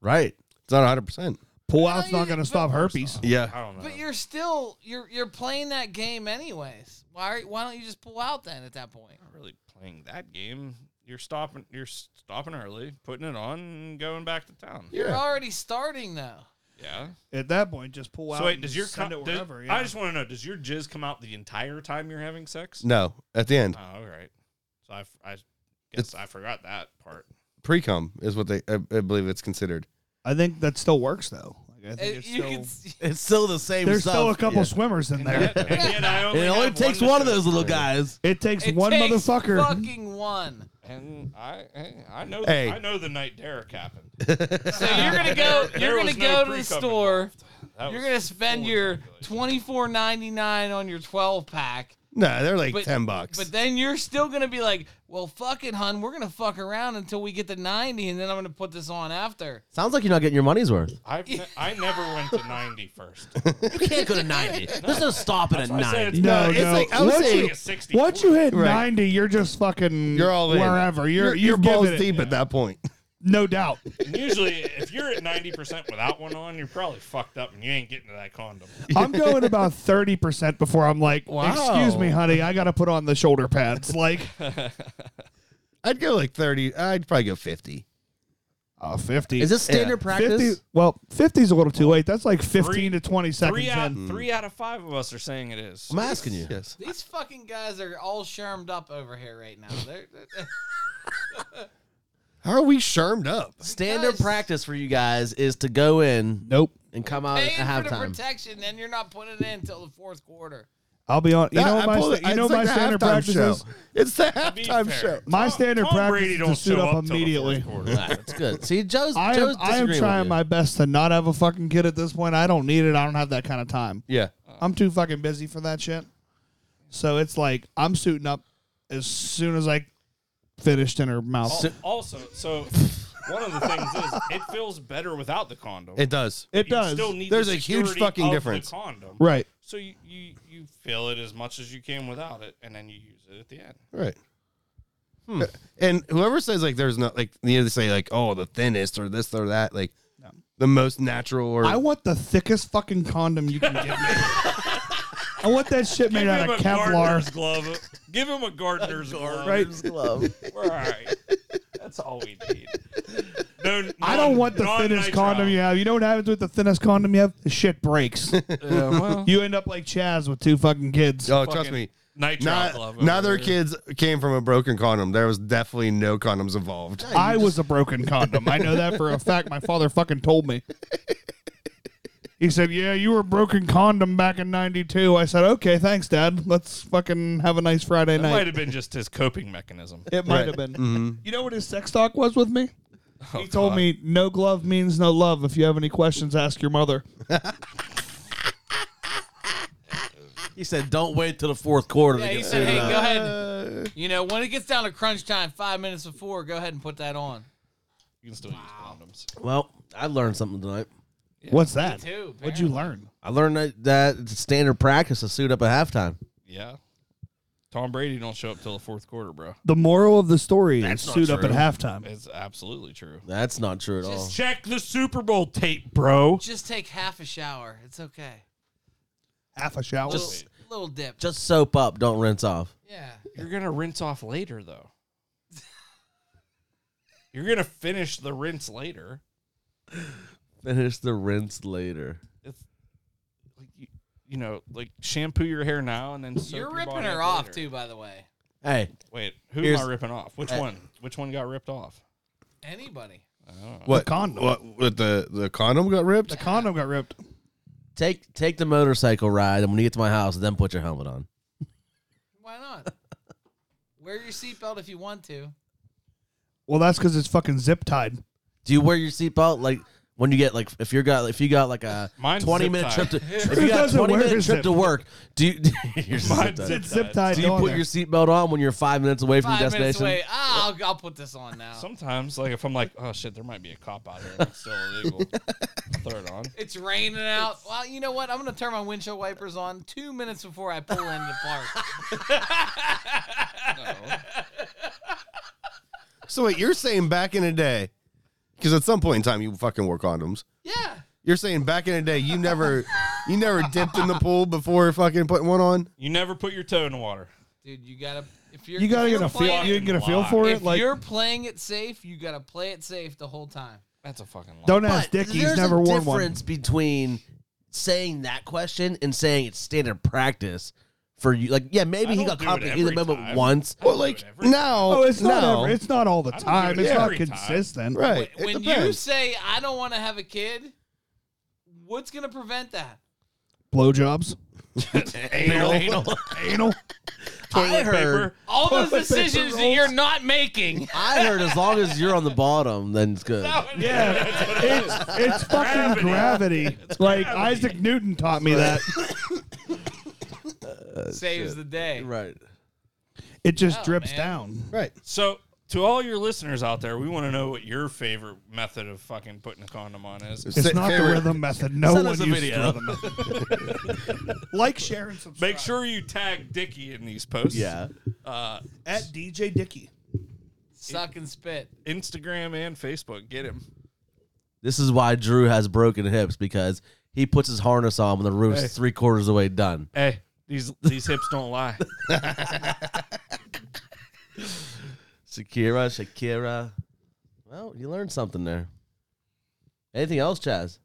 S3: Right. It's not 100%.
S5: pull
S4: why
S5: out's
S4: don't
S5: not
S4: you-
S5: going to
S4: but-
S5: stop herpes?
S3: Yeah.
S6: I don't know.
S4: But you're still you're you're playing that game anyways. Why are- why don't you just pull out then at that point?
S6: not really playing that game. You're stopping. You're stopping early, putting it on, and going back to town.
S4: You're already starting though.
S6: Yeah.
S5: At that point, just pull out.
S6: So wait,
S5: and
S6: does your
S5: send
S6: co-
S5: it
S6: does-
S5: wherever?
S6: I just want to know: Does your jizz come out the entire time you're having sex?
S3: No. At the end,
S6: Oh, all right. So I, f- I guess
S3: It's-
S6: I forgot that part.
S3: pre cum is what they, I, I believe it's considered.
S5: I think that still works though. Like, I think
S4: Uh,
S5: it's
S4: you
S5: still,
S4: can s-
S2: It's still the same
S5: there's
S2: stuff.
S5: still a couple
S3: yeah.
S5: swimmers in
S6: And
S5: there.
S6: yet- and yet I only
S2: it only
S6: have
S2: takes
S6: to
S2: one of
S6: show.
S2: those little guys.
S5: It takes
S4: it
S5: one
S4: takes
S5: motherfucker.
S4: Fucking one.
S6: And I, hey, I know,
S3: Hey.
S6: I know the night Derek happened.
S4: So you're gonna go.
S6: There
S4: You're gonna
S6: was no
S4: go to the
S6: pre-cum
S4: store.
S6: That
S4: You're
S6: was
S4: gonna spend
S6: full
S4: your
S6: calculation.
S4: twenty four ninety nine on your twelve pack,
S3: No, they're like
S4: But-
S3: 10 bucks.
S4: but then you're still gonna be like, "Well, fuck it, hun. We're gonna fuck around until we get to ninety, and then I'm gonna put this on after."
S2: Sounds like you're not getting your money's worth.
S6: I've ne- I never went to ninety first.
S2: You can't go to 90. There's no stopping at
S6: why I said
S2: 90.
S6: it's-
S5: No,
S3: No, it's
S5: no.
S3: like- I would
S5: once
S3: say-
S5: you,
S6: Like a 60
S5: once you hit
S3: Right.
S5: 90, you're just fucking.
S3: you're all in.
S5: wherever. You're
S3: you're,
S5: you're,
S3: balls
S5: giving it.
S3: deep at that point.
S5: No doubt.
S6: And usually, if you're at ninety percent without one on, you're probably fucked up, and you ain't getting to that condom.
S5: I'm going about thirty percent before I'm like,
S2: Wow.
S5: excuse me, honey, I got to put on the shoulder pads. Like,
S3: I'd go like 30. I'd probably go 50.
S5: uh, fifty.
S2: Is this standard practice?
S5: 50, well, 50's a little too late. That's like 15 to 20 seconds
S6: Three out,
S5: in.
S6: three out of five of us are saying it is.
S2: I'm asking you.
S3: Yes.
S4: These fucking guys are all shermed up over here right now. They're, they're-
S3: How are we shermed up?
S2: Standard
S4: Because-
S2: practice for you guys is to go in
S5: Nope.
S2: and come out at
S4: paying for the
S2: halftime.
S4: protection, and you're not putting it in until the fourth quarter.
S5: I'll be on. You
S3: Nah,
S5: know
S3: I
S5: what my,
S3: pulled it-
S5: sta- you
S3: it's
S5: know
S3: like
S5: my
S3: the
S5: standard
S3: halftime
S5: practice
S3: show.
S5: is?
S3: It's the
S6: be
S3: halftime
S6: fair.
S3: show.
S5: My standard
S6: Tom
S5: practice
S6: Brady
S5: is
S6: don't
S5: to suit
S6: show
S5: up
S6: up till the
S5: immediately.
S6: fourth quarter.
S2: All right, That's good. See, Joe's,
S5: I am,
S2: Joe's
S5: I am
S2: disagreeing with
S5: trying
S2: you.
S5: my best to not have a fucking kid at this point. I don't need it. I don't have that kind of time.
S3: Yeah.
S5: I'm too fucking busy for that shit. So it's like I'm suiting up as soon as I finished in her mouth.
S6: Al- also, so one of the things is it feels better without the condom.
S3: It does.
S5: it
S6: You
S5: does.
S6: Still need
S3: There's
S6: the
S3: a huge
S6: security
S3: fucking
S6: of the
S3: difference.
S6: condom.
S5: right.
S6: So you, you you feel it as much as you can without it, and then you use it at the end.
S3: Right. Uh, And whoever says like there's not like you know, they say like oh the thinnest or this or that like the most natural or
S5: I want the thickest fucking condom you can give me. I want that shit made out of Kevlar.
S6: gardener's glove. Give him a gardener's glove.
S5: Right.
S6: We're all right. That's all we need. No,
S5: I don't want the thinnest condom you have. You know what happens with the thinnest condom you have? The shit breaks. you end up like Chaz with two fucking kids.
S3: oh trust me
S6: Nitrile
S3: not,
S6: glove. over
S3: neither
S6: there.
S3: kids came from a broken condom there was definitely no condoms involved
S5: I was a broken condom. I know that for a fact. My father fucking told me. He said, "Yeah, you were a broken condom back in '92." I said, "Okay, thanks, Dad. Let's fucking have a nice Friday
S6: That
S5: night."
S6: might have been just his coping mechanism.
S5: It might have been. You know what his sex talk was with me?
S2: Oh,
S5: he told
S6: God.
S5: me, "No glove means no love. If you have any questions, ask your mother."
S2: He said, "Don't wait till the fourth quarter."
S4: Yeah,
S2: to
S4: he
S2: get
S4: said,
S2: suited
S4: "Hey,
S2: up."
S4: go ahead. You know, when it gets down to crunch time, five minutes before, go ahead and put that on."
S6: You can still use condoms.
S2: Well, I learned something tonight.
S5: What's that?
S4: too,
S5: What'd you learn?
S2: I learned that, that it's standard practice to suit up at halftime.
S6: Yeah. Tom Brady don't show up till the fourth quarter, bro.
S5: The moral of the story is
S2: That's not
S5: suit up at
S2: true.
S5: halftime.
S6: It's absolutely true.
S2: That's not true at all.
S4: Just-
S6: Check the Super Bowl tape, bro.
S4: Just take half a shower. It's okay.
S5: Half a shower.
S4: Little, little dip.
S2: Just soap up, don't rinse off.
S4: yeah.
S6: You're gonna rinse off later, though. You're gonna finish the rinse later.
S2: Finish the rinse later.
S6: It's like you, you know, like shampoo your hair now and then. Soap
S4: You're
S6: your
S4: ripping
S6: body
S4: her
S6: up
S4: off
S6: later.
S4: too, by the way.
S2: Hey,
S6: Wait, who
S2: Here's-
S6: am I ripping off? Which
S2: Uh,
S6: one? Which one got ripped off?
S4: Anybody.
S3: what
S5: condom.
S3: what, what the the condom got ripped
S5: The condom got ripped.
S2: take take the motorcycle ride, and when you get to my house, then put your helmet on.
S4: Why not? Wear your seatbelt if you want to.
S5: Well, that's because it's fucking zip tied.
S2: Do you wear your seatbelt? Like When you get like, if you got, if you got like a
S6: Mine's
S2: twenty
S6: zip
S2: minute
S6: tie.
S2: trip to, if
S5: It
S2: you got a
S5: doesn't
S2: twenty
S5: work
S2: minute
S5: as
S2: trip
S5: zip-
S2: to work, do you, yours is
S6: Mine's
S2: zip
S6: zip
S2: tied.
S5: It's zip tied.
S2: do you
S5: on
S2: put
S5: there.
S2: your seatbelt on when you're five minutes away from
S4: Five
S2: your
S4: minutes
S2: destination?
S4: away. Ah, I'll, I'll put this on now.
S6: Sometimes, like if I'm like, oh shit, there might be a cop out here, and it's still illegal. Throw it on.
S4: It's raining out. Well, you know what? I'm gonna turn my windshield wipers on two minutes before I pull into the park.
S3: So wait, you're saying back in the day, because at some point in time you fucking wore condoms.
S4: yeah.
S3: You're saying back in the day you never, you never dipped in the pool before fucking putting one on.
S6: You never put your toe in the water.
S4: Dude, you gotta if you're
S5: You gotta
S4: if
S5: get
S4: you're
S5: a feel.
S4: playing-
S5: You get a feel
S6: lie.
S5: for
S4: if
S5: it. Like,
S4: you're playing it safe, you gotta play it safe the whole time.
S6: That's a fucking lie.
S5: don't
S2: But
S5: ask Dick. He's
S2: there's
S5: never
S2: a
S5: worn one.
S2: difference between saying that question and saying it's standard practice for you. Like, yeah,
S6: I
S2: maybe he
S6: don't
S2: got
S6: do it
S2: complicated in the
S6: every
S2: moment
S6: time.
S2: once.
S3: Well, like
S6: every
S3: now,
S5: Oh, it's not.
S3: now,
S5: every- it's not all the
S6: I don't
S5: time.
S6: do it
S5: It's not
S6: every time.
S5: consistent.
S3: right. it
S4: when you
S3: depends.
S4: say I don't want to have a kid, what's gonna prevent that?
S5: Blowjobs.
S6: anal, anal,
S5: Anal.
S2: I heard,
S6: paper.
S4: All those
S5: Toilet paper
S4: decisions that
S5: rolls.
S4: you're not making.
S2: I heard, as long as you're on the bottom, then it's good.
S5: Yeah, it's it's fucking gravity. like Isaac Newton taught me that.
S4: Saves the day.
S2: Right.
S5: It just
S4: Oh,
S5: drips
S4: man.
S5: down.
S6: So, to all your listeners out there, we want to know what your favorite method of fucking putting a condom on is.
S5: It's
S3: Sa-
S5: not
S3: favorite-
S5: the rhythm method. No
S2: Send
S5: one
S2: us a
S5: uses
S2: video.
S5: rhythm method. like, share, and subscribe.
S6: Make sure you tag Dicky in these posts.
S2: Yeah.
S6: Uh,
S5: at DJ Dicky.
S4: Suck and spit.
S6: Instagram and Facebook. Get him.
S2: This is why Drew has broken hips because he puts his harness on when the roof's
S6: Hey.
S2: three quarters away done.
S6: Hey, these these hips don't lie.
S2: Shakira, Shakira. Well, you learned something there. Anything else, Chaz?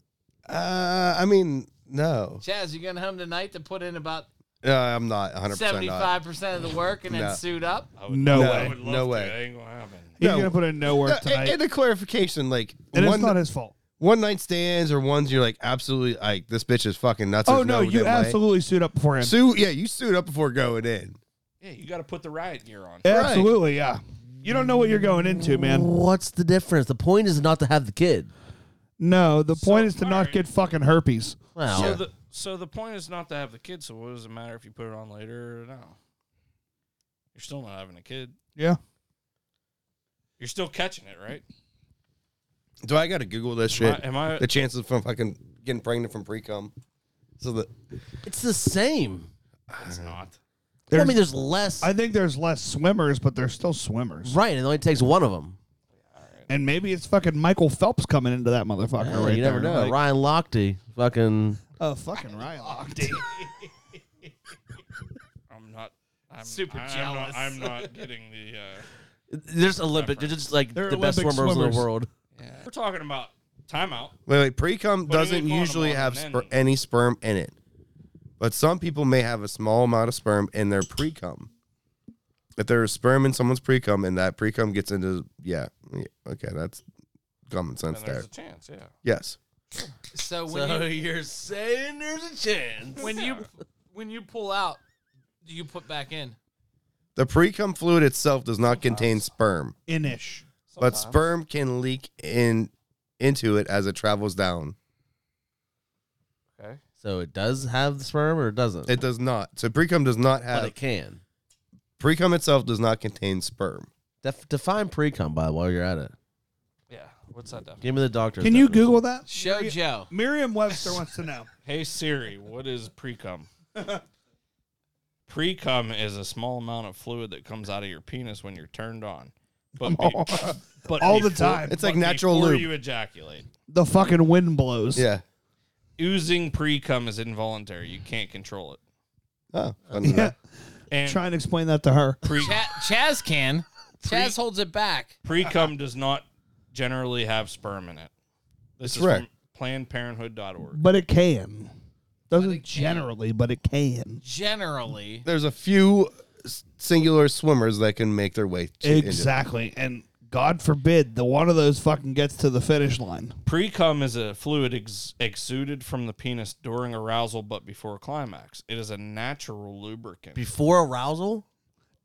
S3: uh, I mean, no,
S4: Chaz, you going home tonight to put in about
S3: uh, I'm not 100. percent
S4: seventy five percent of the work and then
S3: No.
S4: suit up?
S6: I
S5: No
S6: I
S5: way.
S6: would love
S3: No
S6: to.
S3: way.
S6: It ain't gonna happen.
S5: He's
S3: No.
S5: gonna put in no work tonight,
S3: And a clarification, like
S5: and it's
S3: one,
S5: not his fault.
S3: one night stands or ones you're like absolutely like this bitch is fucking nuts.
S5: Oh
S3: There's
S5: no, you
S3: damn way.
S5: absolutely suit up for him.
S3: Sue, yeah, you suit up before going in.
S6: Yeah, you got to put the riot gear on.
S5: absolutely, yeah. You don't know what you're going into, man.
S2: What's the difference? The point is not to have the kid.
S5: No, the point is to
S6: alright.
S5: not get fucking herpes.
S3: Oh.
S2: Well,
S6: So the so the point is not to have the kid. So what does it matter if you put it on later or now? You're still not having a kid.
S5: Yeah.
S6: You're still catching it, right?
S3: Do I got to Google this
S6: Am
S3: shit?
S6: I, am I-
S3: the chances from fucking getting pregnant from pre cum. So the
S2: it's the same.
S6: It's not.
S2: Well, I
S5: There's-
S2: mean, there's less.
S5: I think there's less swimmers, but there's still swimmers.
S2: right. It only takes one of them.
S5: And maybe it's fucking Michael Phelps coming into that motherfucker right
S2: you never
S5: there,
S2: know.
S5: like-
S2: Ryan Lochte, fucking.
S5: Oh, fucking Ryan Lochte.
S6: I'm not. I'm
S4: Super
S6: I- I'm
S4: jealous.
S6: Not, I'm not getting the. Uh,
S2: There's Olympic. They're just like
S5: They're
S2: the best
S5: Olympic
S2: swimmers in
S5: swimmers.
S2: the world.
S6: We're talking about timeout.
S3: wait, wait pre cum
S6: Putting
S3: doesn't
S6: a condom
S3: usually
S6: on
S3: have
S6: and
S3: sper-
S6: then-
S3: any sperm in it, but some people may have a small amount of sperm in their pre cum. If there is sperm in someone's pre cum and that pre cum gets into yeah, yeah, okay, that's common sense
S6: And
S3: there.
S6: there's a chance. Yeah.
S3: Yes,
S4: So when you
S2: you're saying there's a chance.
S4: when you when you pull out, do you put back in?
S3: the pre cum fluid itself does not contain sperm,
S5: Inish.
S3: but sperm can leak in into it as it travels down.
S6: Okay.
S2: So it does have the sperm or it doesn't?
S3: It does not. So pre cum does not
S2: but
S3: have
S2: it can.
S3: pre cum itself does not contain sperm.
S2: Def- define pre-cum by while you're at it.
S6: Yeah. What's that? Def-
S2: Give me the doctor.
S5: Can you Google that?
S4: Show Joe.
S5: Merriam Webster wants to know.
S6: hey Siri, what is pre-cum? pre-cum is a small amount of fluid that comes out of your penis when you're turned on. But, be- but
S5: All the
S6: before-
S5: time.
S3: It's like
S6: but
S3: natural
S6: before
S3: lube.
S6: you ejaculate.
S5: The fucking wind blows.
S3: Yeah.
S6: Oozing pre-cum is involuntary. You can't control it.
S3: Oh.
S5: Yeah.
S6: And
S5: Try and explain that to her.
S6: pre-
S4: Cha- Chaz can. Chaz holds it back.
S6: pre-cum does not generally have sperm in it. This is
S3: right.
S6: from PlannedParenthood.org.
S5: But it can. Doesn't
S4: it can.
S5: generally, but it can.
S4: Generally,
S3: There's a few s- singular swimmers that can make their way. to- into-
S5: Exactly. And God forbid the one of those fucking gets to the finish line.
S6: Precum is a fluid ex- exuded from the penis during arousal but before climax. It is a natural lubricant.
S2: before arousal?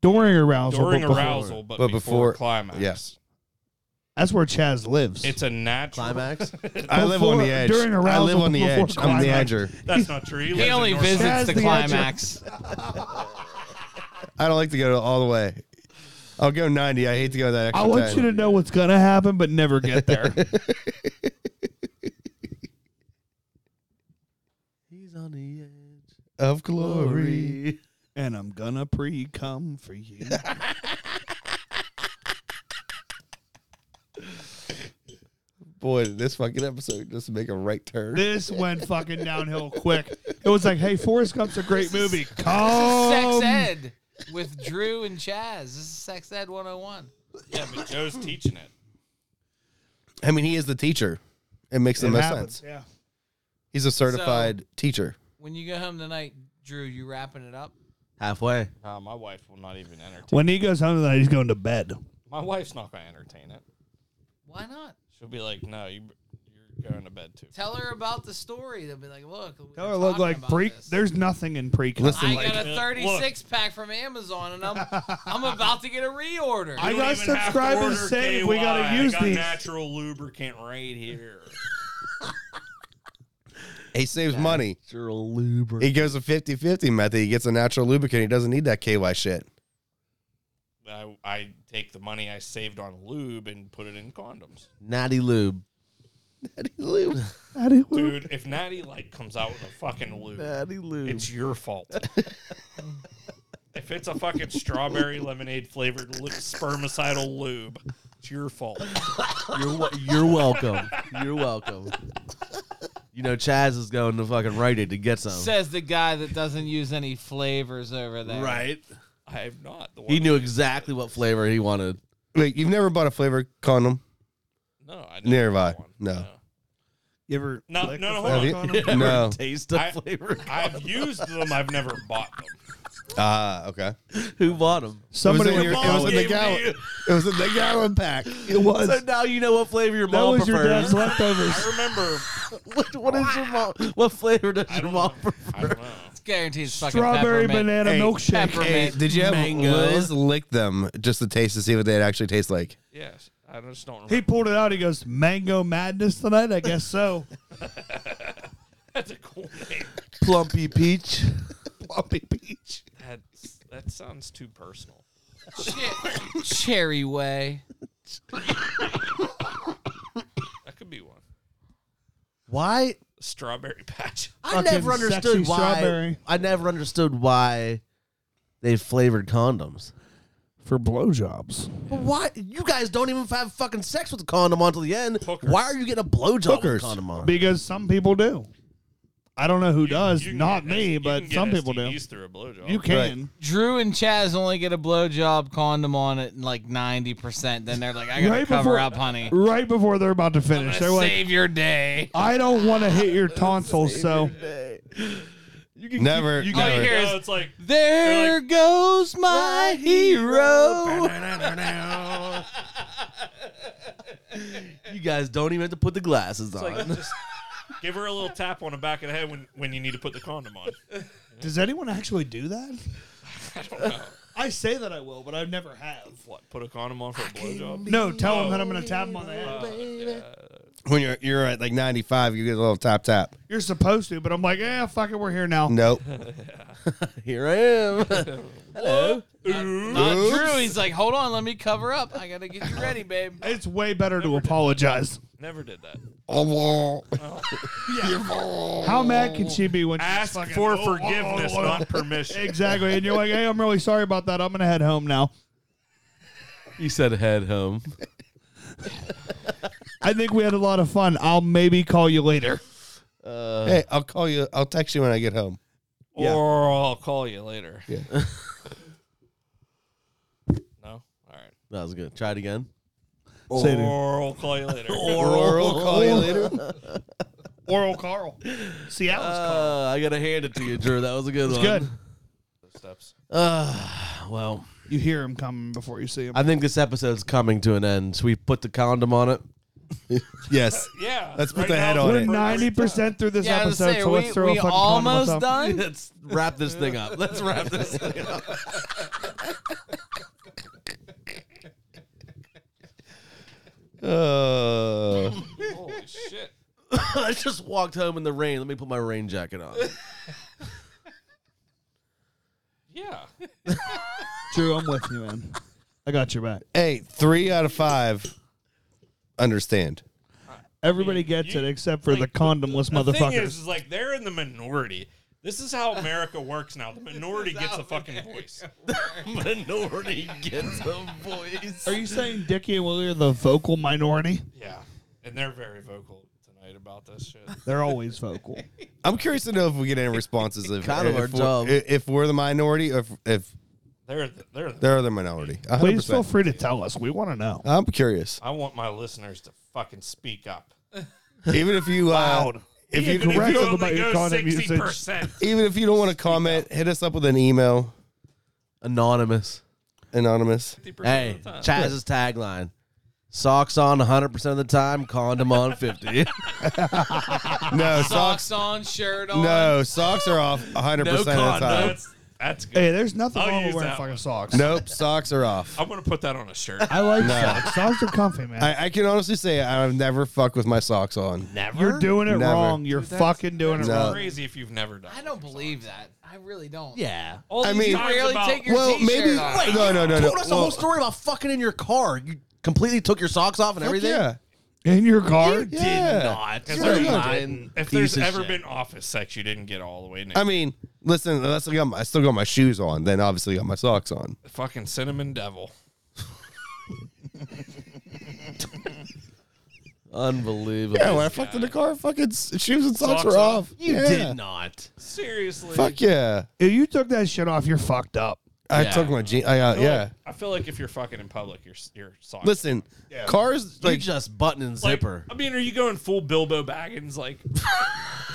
S5: During arousal.
S6: during
S5: but before.
S6: arousal but,
S3: But
S6: before,
S3: before-
S6: climax.
S3: Yes.
S5: That's where Chaz lives.
S6: It's a natural.
S2: Climax.
S3: I live on the
S5: Before-
S3: edge.
S5: during
S3: I
S5: arousal,
S3: live on the
S5: before
S3: edge. I'm the
S5: climax.
S3: edger.
S6: That's not true. You
S4: He only
S5: Has
S4: visits the
S5: the edge of-
S4: climax.
S3: I don't like to go all the way. I'll go 90. I hate to go that extra
S5: I want
S3: time.
S5: you to know what's gonna happen, but never get there.
S2: He's on the edge.
S3: of glory.
S5: and I'm gonna pre cum for you.
S3: Boy, did this fucking episode just make a right turn.
S5: this went fucking downhill quick. It was like, hey, Forrest Gump's a great movie. Come.
S4: Sex Ed with Drew and Chaz. This is Sex Ed 101.
S6: Yeah, but Joe's teaching it.
S3: I mean, he is the teacher. It makes the
S5: It
S3: most
S5: happens,
S3: sense.
S5: Yeah.
S3: He's a certified teacher.
S4: When you go home tonight, Drew, you wrapping it up?
S2: Halfway.
S6: Uh, my wife will not even entertain.
S5: When he goes home tonight, he's going to bed.
S6: My wife's not going to entertain it.
S4: Why not?
S6: She'll be like, "No, you, you're going to bed too."
S4: Tell her about the story. They'll be like, look. we
S5: Tell
S4: were
S5: her, look,
S4: talking
S5: like
S4: about
S5: pre.
S4: this.
S5: There's nothing in pre cum.
S3: Listen,
S4: I
S6: like-
S4: got
S6: Uh,
S4: a
S6: look.
S4: 36 pack from Amazon, and I'm I'm about to get a reorder.
S5: I
S6: You
S5: got
S6: don't even have to
S5: subscribe and
S6: order
S5: save.
S6: KY.
S5: We gotta
S6: I
S5: use
S6: got
S5: these.
S6: natural lubricant right here.
S3: He saves money.
S2: Natural lubricant.
S3: He goes a 50 50 method. He gets a natural lubricant. He doesn't need that KY shit.
S6: I, I take the money I saved on lube and put it in condoms.
S2: Natty lube.
S5: How do you-
S6: Dude, if Natty Light comes out with a fucking lube,
S2: Natty lube.
S6: it's your fault. if it's a fucking strawberry lemonade flavored lu- spermicidal lube, it's your fault.
S2: You're, wel- you're welcome. You're welcome. You know, Chaz is going to fucking Rite Aid to get some.
S4: Says the guy that doesn't use any flavors over there.
S6: I have not. The one
S2: He knew exactly what flavor he wanted.
S3: Wait, you've never bought a flavored condom?
S6: No, I
S3: Neither
S6: never
S3: have I.
S6: bought one.
S3: No.
S5: You ever?
S6: No,
S5: lick
S6: no,
S5: the
S6: hold
S3: Have
S5: fuck
S3: you?
S5: on him?
S3: No.
S2: Taste the
S6: I-
S2: flavor.
S6: I've used them. I've never bought them.
S3: Ah, okay.
S2: Who bought him?
S5: Somebody
S3: it was in, your, it was in the
S6: gave it
S3: gallon.
S6: to
S3: It was in the gallon pack.
S5: It was.
S2: So now you know what flavor your
S5: that
S2: mom
S5: was your
S2: prefers.
S5: dad's leftovers.
S6: I remember.
S2: what, what is your mom? What flavor does
S6: I
S2: your
S6: don't
S2: mom
S6: know.
S2: prefer?
S6: I don't know.
S4: It's guaranteed it's fucking
S5: Strawberry
S4: peppermint.
S5: banana
S3: Hey,
S5: milkshake.
S4: pepper-
S3: Hey,
S4: Peppermint.
S3: did you have
S2: Mango.
S3: Liz lick them just to taste to see what they actually taste like?
S6: Yes, I just don't remember.
S5: He pulled it out. He goes, "Mango madness tonight." I guess so.
S6: That's a cool name.
S2: Plumpy peach.
S3: Plumpy peach.
S6: That's, that sounds too personal.
S4: Che- cherry way.
S6: That could be one.
S2: Why?
S6: Strawberry patch.
S2: I
S5: Fucking
S2: never understood
S5: sexy
S2: why.
S5: strawberry.
S2: I never understood why they flavored condoms.
S5: For blowjobs.
S2: But why? You guys don't even have fucking sex with the condom on till the end.
S6: Hookers.
S2: Why are you getting a blowjob with a
S3: Hookers.
S2: condom on?
S5: Because some people do. I don't know who does.
S6: You can
S5: Not
S6: get
S5: me,
S6: S- you
S5: but
S6: can get
S5: some people do.
S6: STDs through a blowjob.
S5: You can.
S4: Drew and Chaz only get a blowjob condom on it like 90%. Then they're like, I gotta
S5: Right
S4: cover
S5: before-
S4: up, honey.
S5: Right before they're about to finish, they're
S4: Save
S5: like,
S4: your day.
S5: "I don't want to hit your tonsils." So
S3: Never.
S4: Oh,
S3: never.
S4: you hear
S6: No,
S4: is,
S6: it's like
S4: there goes my hero.
S2: You guys don't even have to put the glasses
S6: it's
S2: on.
S6: like just give her a little tap on the back of the head when, when you need to put the condom on.
S5: Does anyone actually do that? I don't know. I say that I will, but I never have.
S6: What? Put a condom on for a blowjob?
S5: No, tell them that I'm going to tap them on the head.
S6: Oh.
S3: when you're you're at like 95, you get a little tap tap.
S5: You're supposed to, but I'm like, eh, fuck it, we're here now.
S3: Nope.
S2: Here I am. Hello.
S4: Not Drew. He's like, hold on, let me cover up. I gotta get you ready, babe.
S5: It's way better to apologize.
S6: Never did that.
S5: Oh, How mad can she be when she's
S6: Ask
S5: fucking-
S6: for
S5: Oh, oh, oh,
S6: forgiveness,
S5: oh, oh.
S6: not permission.
S5: Exactly, and you're like, hey, I'm really sorry about that. I'm going to head home now.
S2: You said head home.
S5: I think we had a lot of fun. I'll maybe call you later.
S2: Uh,
S3: hey, I'll call you. I'll text you when I get home.
S6: Or I'll call you later.
S3: Yeah.
S6: no? All right.
S2: That was good. Try it again.
S5: Say it again. Oh.
S6: Or I'll call you later.
S3: Or I'll call you later.
S5: Oral Carl. Seattle's Carl.
S2: Uh, I gotta hand it to you, Drew. That was a good
S5: It's
S2: one.
S5: good.
S6: Steps.
S2: Uh, well,
S5: You hear him coming before you see him.
S2: I think this episode's coming to an end. So we put the condom on it.
S3: Yes.
S6: Yeah.
S3: Let's put
S6: right
S3: the
S6: now
S3: head on
S6: it's
S5: We're
S3: it.
S6: the first-
S5: 90% through this
S4: Yeah, I was
S5: episode,
S4: gonna say,
S5: so let's
S4: we,
S5: throw a
S4: we
S5: fucking condom on
S4: almost
S5: top.
S4: done.
S2: Let's wrap this thing up. Let's wrap this thing up.
S3: Uh,
S6: Holy shit.
S2: I just walked home in the rain. Let me put my rain jacket on.
S6: Yeah.
S5: Drew, I'm with you, man. I got your back.
S3: hey, three out of five understand.
S5: Everybody
S6: mean,
S5: gets
S6: you-
S5: it except for the
S6: like,
S5: condomless
S6: The
S5: motherfuckers.
S6: thing is, is like they're in the minority. This is how America works now. The minority gets a fucking voice.
S2: Minority gets a voice.
S5: Are you saying Dickie and Willie are the vocal minority?
S6: Yeah. And they're very vocal tonight about this shit.
S5: They're always vocal.
S3: I'm curious to know if we get any responses. If,
S2: Kind of
S3: if
S2: our
S3: we're-
S2: job.
S3: i- if we're the minority, or if, if
S6: They're the, they're the,
S3: they're the minority. 100%.
S5: Please feel free to tell us. We want to know.
S3: I'm curious.
S6: I want my listeners to fucking speak up.
S3: Even if you uh, if you
S6: Even
S5: correct
S6: if you
S5: them
S6: only
S5: about your
S6: go
S5: condom usage.
S6: 60%.
S3: even if you don't want to comment, hit us up with an email,
S2: Anonymous.
S3: anonymous.
S6: 50%
S2: Hey,
S6: of the time.
S2: Chaz's tagline. Socks on 100% of the time, condom on 50.
S3: No socks.
S4: Socks on, shirt on.
S3: No socks are off 100 percent of the time.
S6: That's, that's good.
S5: Hey, there's nothing
S6: I'll
S5: wrong
S6: use
S5: with wearing
S6: that
S5: fucking
S6: one.
S5: socks.
S3: Nope, socks are off.
S6: I'm going to put that on a shirt.
S5: I like socks. Socks are comfy, man.
S3: I, I can honestly say I've never fucked with my socks on.
S5: You're doing it
S3: Never.
S5: wrong. You're fucking doing it
S6: That's
S3: No.
S5: wrong.
S6: crazy if you've never done
S4: I
S6: it.
S4: don't believe that. I really don't.
S2: yeah.
S4: All
S3: I
S4: these
S3: mean-
S4: you rarely
S6: Talks
S4: take
S6: about-
S4: your
S3: well,
S4: t-shirt
S3: maybe
S4: off.
S3: no, no, no, no.
S2: Told us the
S3: Well,
S2: whole story about fucking in your car. You completely took your socks off and
S3: fuck
S2: everything.
S3: Yeah,
S5: In your car?
S3: yeah.
S6: If
S3: You're
S6: there's-
S3: a
S2: lying
S6: if
S2: piece
S6: there's
S2: of
S6: ever
S2: shit.
S6: been office sex you didn't get all the way naked.
S3: I mean, listen, unless I, got my, I still got my shoes on, then obviously got my socks on.
S6: fucking cinnamon devil.
S2: Unbelievable.
S3: Yeah, when I fucked in the car, fucking s- shoes and socks,
S6: Socks
S3: were
S6: off.
S3: off.
S2: you
S3: Yeah.
S2: did not.
S6: Seriously.
S3: Fuck yeah.
S5: If you took that shit off, you're fucked up.
S3: I
S2: Yeah.
S3: took my jeans. I, uh,
S6: I feel
S3: yeah.
S6: like- I feel like if you're fucking in public, you're s- you're soft.
S3: Listen, cars
S2: Like,
S3: like
S2: just button and
S6: Like,
S2: zipper.
S6: I mean, are you going full Bilbo Baggins like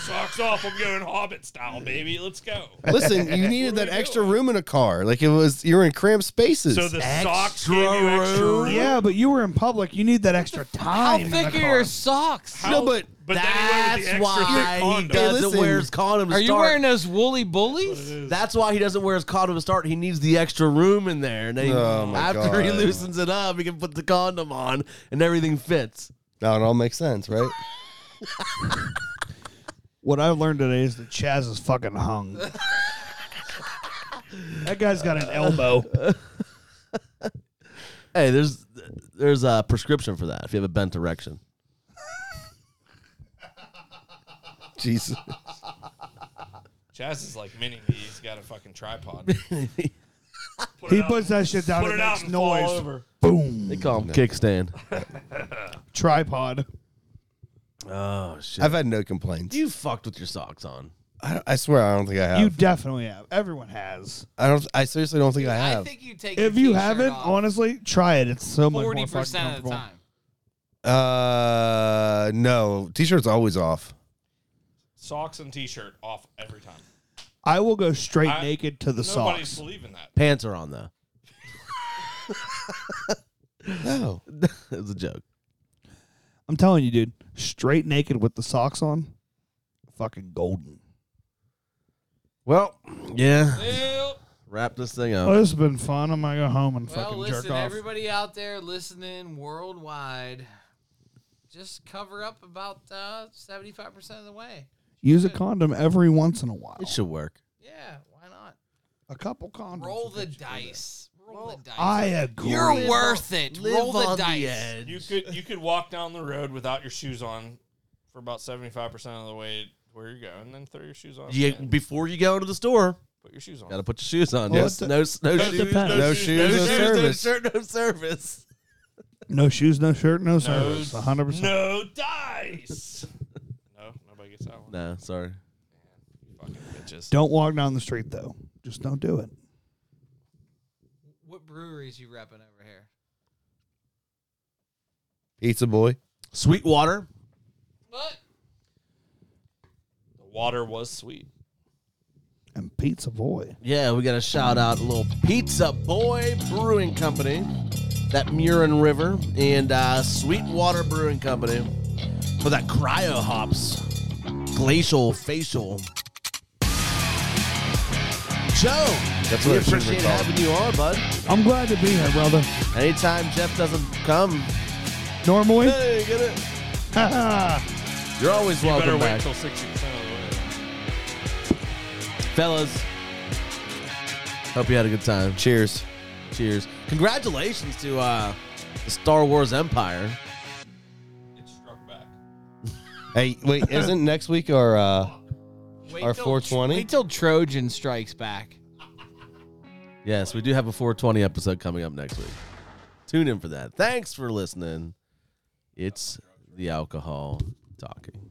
S6: socks off? I'm going Hobbit style, baby. Let's go.
S3: listen, you needed that extra room in a car. Like it was you were in cramped spaces.
S6: So the socks gave you extra room.
S5: Yeah, but you were in public. You need that extra
S4: How
S5: time. in the
S4: thick are
S5: car.
S4: your socks?
S6: How-
S3: No, but
S6: but
S2: That's
S6: then he went with the extra
S2: why
S6: thick
S2: he
S6: condom.
S2: doesn't
S3: Listen.
S2: wear his condom. To
S4: Are you
S2: start.
S4: wearing those woolly bullies?
S2: That's why he doesn't wear his condom to start. He needs the extra room in there. And then
S3: Oh, my
S2: after he
S3: God.
S2: loosens it up, he can put the condom on and everything fits.
S3: now it all makes sense, right?
S5: What I learned today is that Chaz is fucking hung. that guy's got an elbow.
S2: Hey, there's there's a prescription for that if you have a bent erection.
S3: Jesus.
S6: Chaz is like mini me. He's got a fucking tripod. Put it
S5: He
S6: out-
S5: puts that shit down
S6: put
S5: and
S6: it out
S5: makes
S6: and noise. fall
S5: noise.
S6: over.
S5: Boom.
S2: They call them kickstand.
S5: Tripod.
S2: Oh shit!
S3: I've had no complaints.
S2: you fucked with your socks on.
S3: I, I swear I don't think I have.
S5: You definitely have. Everyone has.
S3: I don't I seriously don't think I
S4: I
S3: have.
S4: think you take.
S5: If
S4: your
S5: you
S4: t-shirt
S5: haven't,
S4: off
S5: honestly, try it. It's so much more
S4: forty
S5: fucking
S4: percent of the
S5: comfortable.
S4: time.
S3: uh no. T shirt's always off.
S6: Socks and t-shirt off every time.
S5: I will go straight
S6: I-
S5: naked to the
S6: Nobody's
S5: socks.
S6: believing that.
S2: Pants are on though.
S3: No.
S2: it was a joke.
S5: I'm telling you, dude, straight naked with the socks on, fucking golden.
S2: Well, yeah.
S6: Well,
S2: Wrap this thing
S5: Oh,
S2: up.
S5: this has been fun. I'm gonna go home and
S4: Well,
S5: fucking
S4: listen,
S5: jerk off.
S4: everybody out there listening worldwide, just cover up about uh, seventy-five percent of the way.
S5: Use a condom every once in a while.
S2: It should work.
S4: Yeah, why not?
S5: A couple condoms.
S4: Roll
S5: would
S4: the
S5: get you
S4: dice. Roll the dice.
S5: there. I agree.
S4: You're worth it.
S2: Live
S4: Roll the
S2: on
S4: dice.
S2: edge.
S6: you could you could walk down the road without your shoes on for about seventy five percent of the way where you're going, then throw your shoes on.
S2: You,
S6: again.
S2: before you go into the store,
S6: put your shoes on.
S2: got to put your shoes on.
S5: Well,
S2: yes.
S5: it de-
S2: No, s- no
S5: it
S2: shoes.
S5: depends.
S2: No
S3: No
S2: shoes.
S3: shoes, no service.
S2: No shirt. No service.
S5: No shoes, no shirt, no
S6: no,
S5: service. 100. percent
S6: no dice. no, nobody gets that one.
S2: No, sorry.
S6: Fucking bitches.
S5: Don't walk down the street though. Just don't do it.
S4: What breweries you repping over here?
S3: Pizza boy.
S2: Sweetwater.
S4: What?
S6: The water was sweet.
S5: And pizza boy.
S2: Yeah, we got to shout out little Pizza Boy Brewing Company, that Murin River, and uh, Sweetwater Brewing Company for that cryo hops, glacial facial. Joe,
S3: That's
S2: we
S3: what it should be
S2: appreciate
S3: called.
S2: having you on, bud.
S5: I'm glad to be here, brother.
S2: Anytime Jeff doesn't come,
S5: normally.
S2: Hey, get it?
S5: Haha.
S2: You're always
S1: Better
S2: welcome
S1: wait
S2: back.
S1: until 60% of the way.
S2: Fellas, hope you had a good time.
S6: Cheers.
S2: Cheers. Congratulations to uh, the Star Wars Empire.
S1: It struck back.
S6: Hey, wait, isn't next week our uh
S4: Wait
S6: our
S4: till-
S6: 420?
S4: Wait till Trojan strikes back.
S2: Yes, we do have a 420 episode coming up next week. Tune in for that. Thanks for listening. It's the alcohol talking.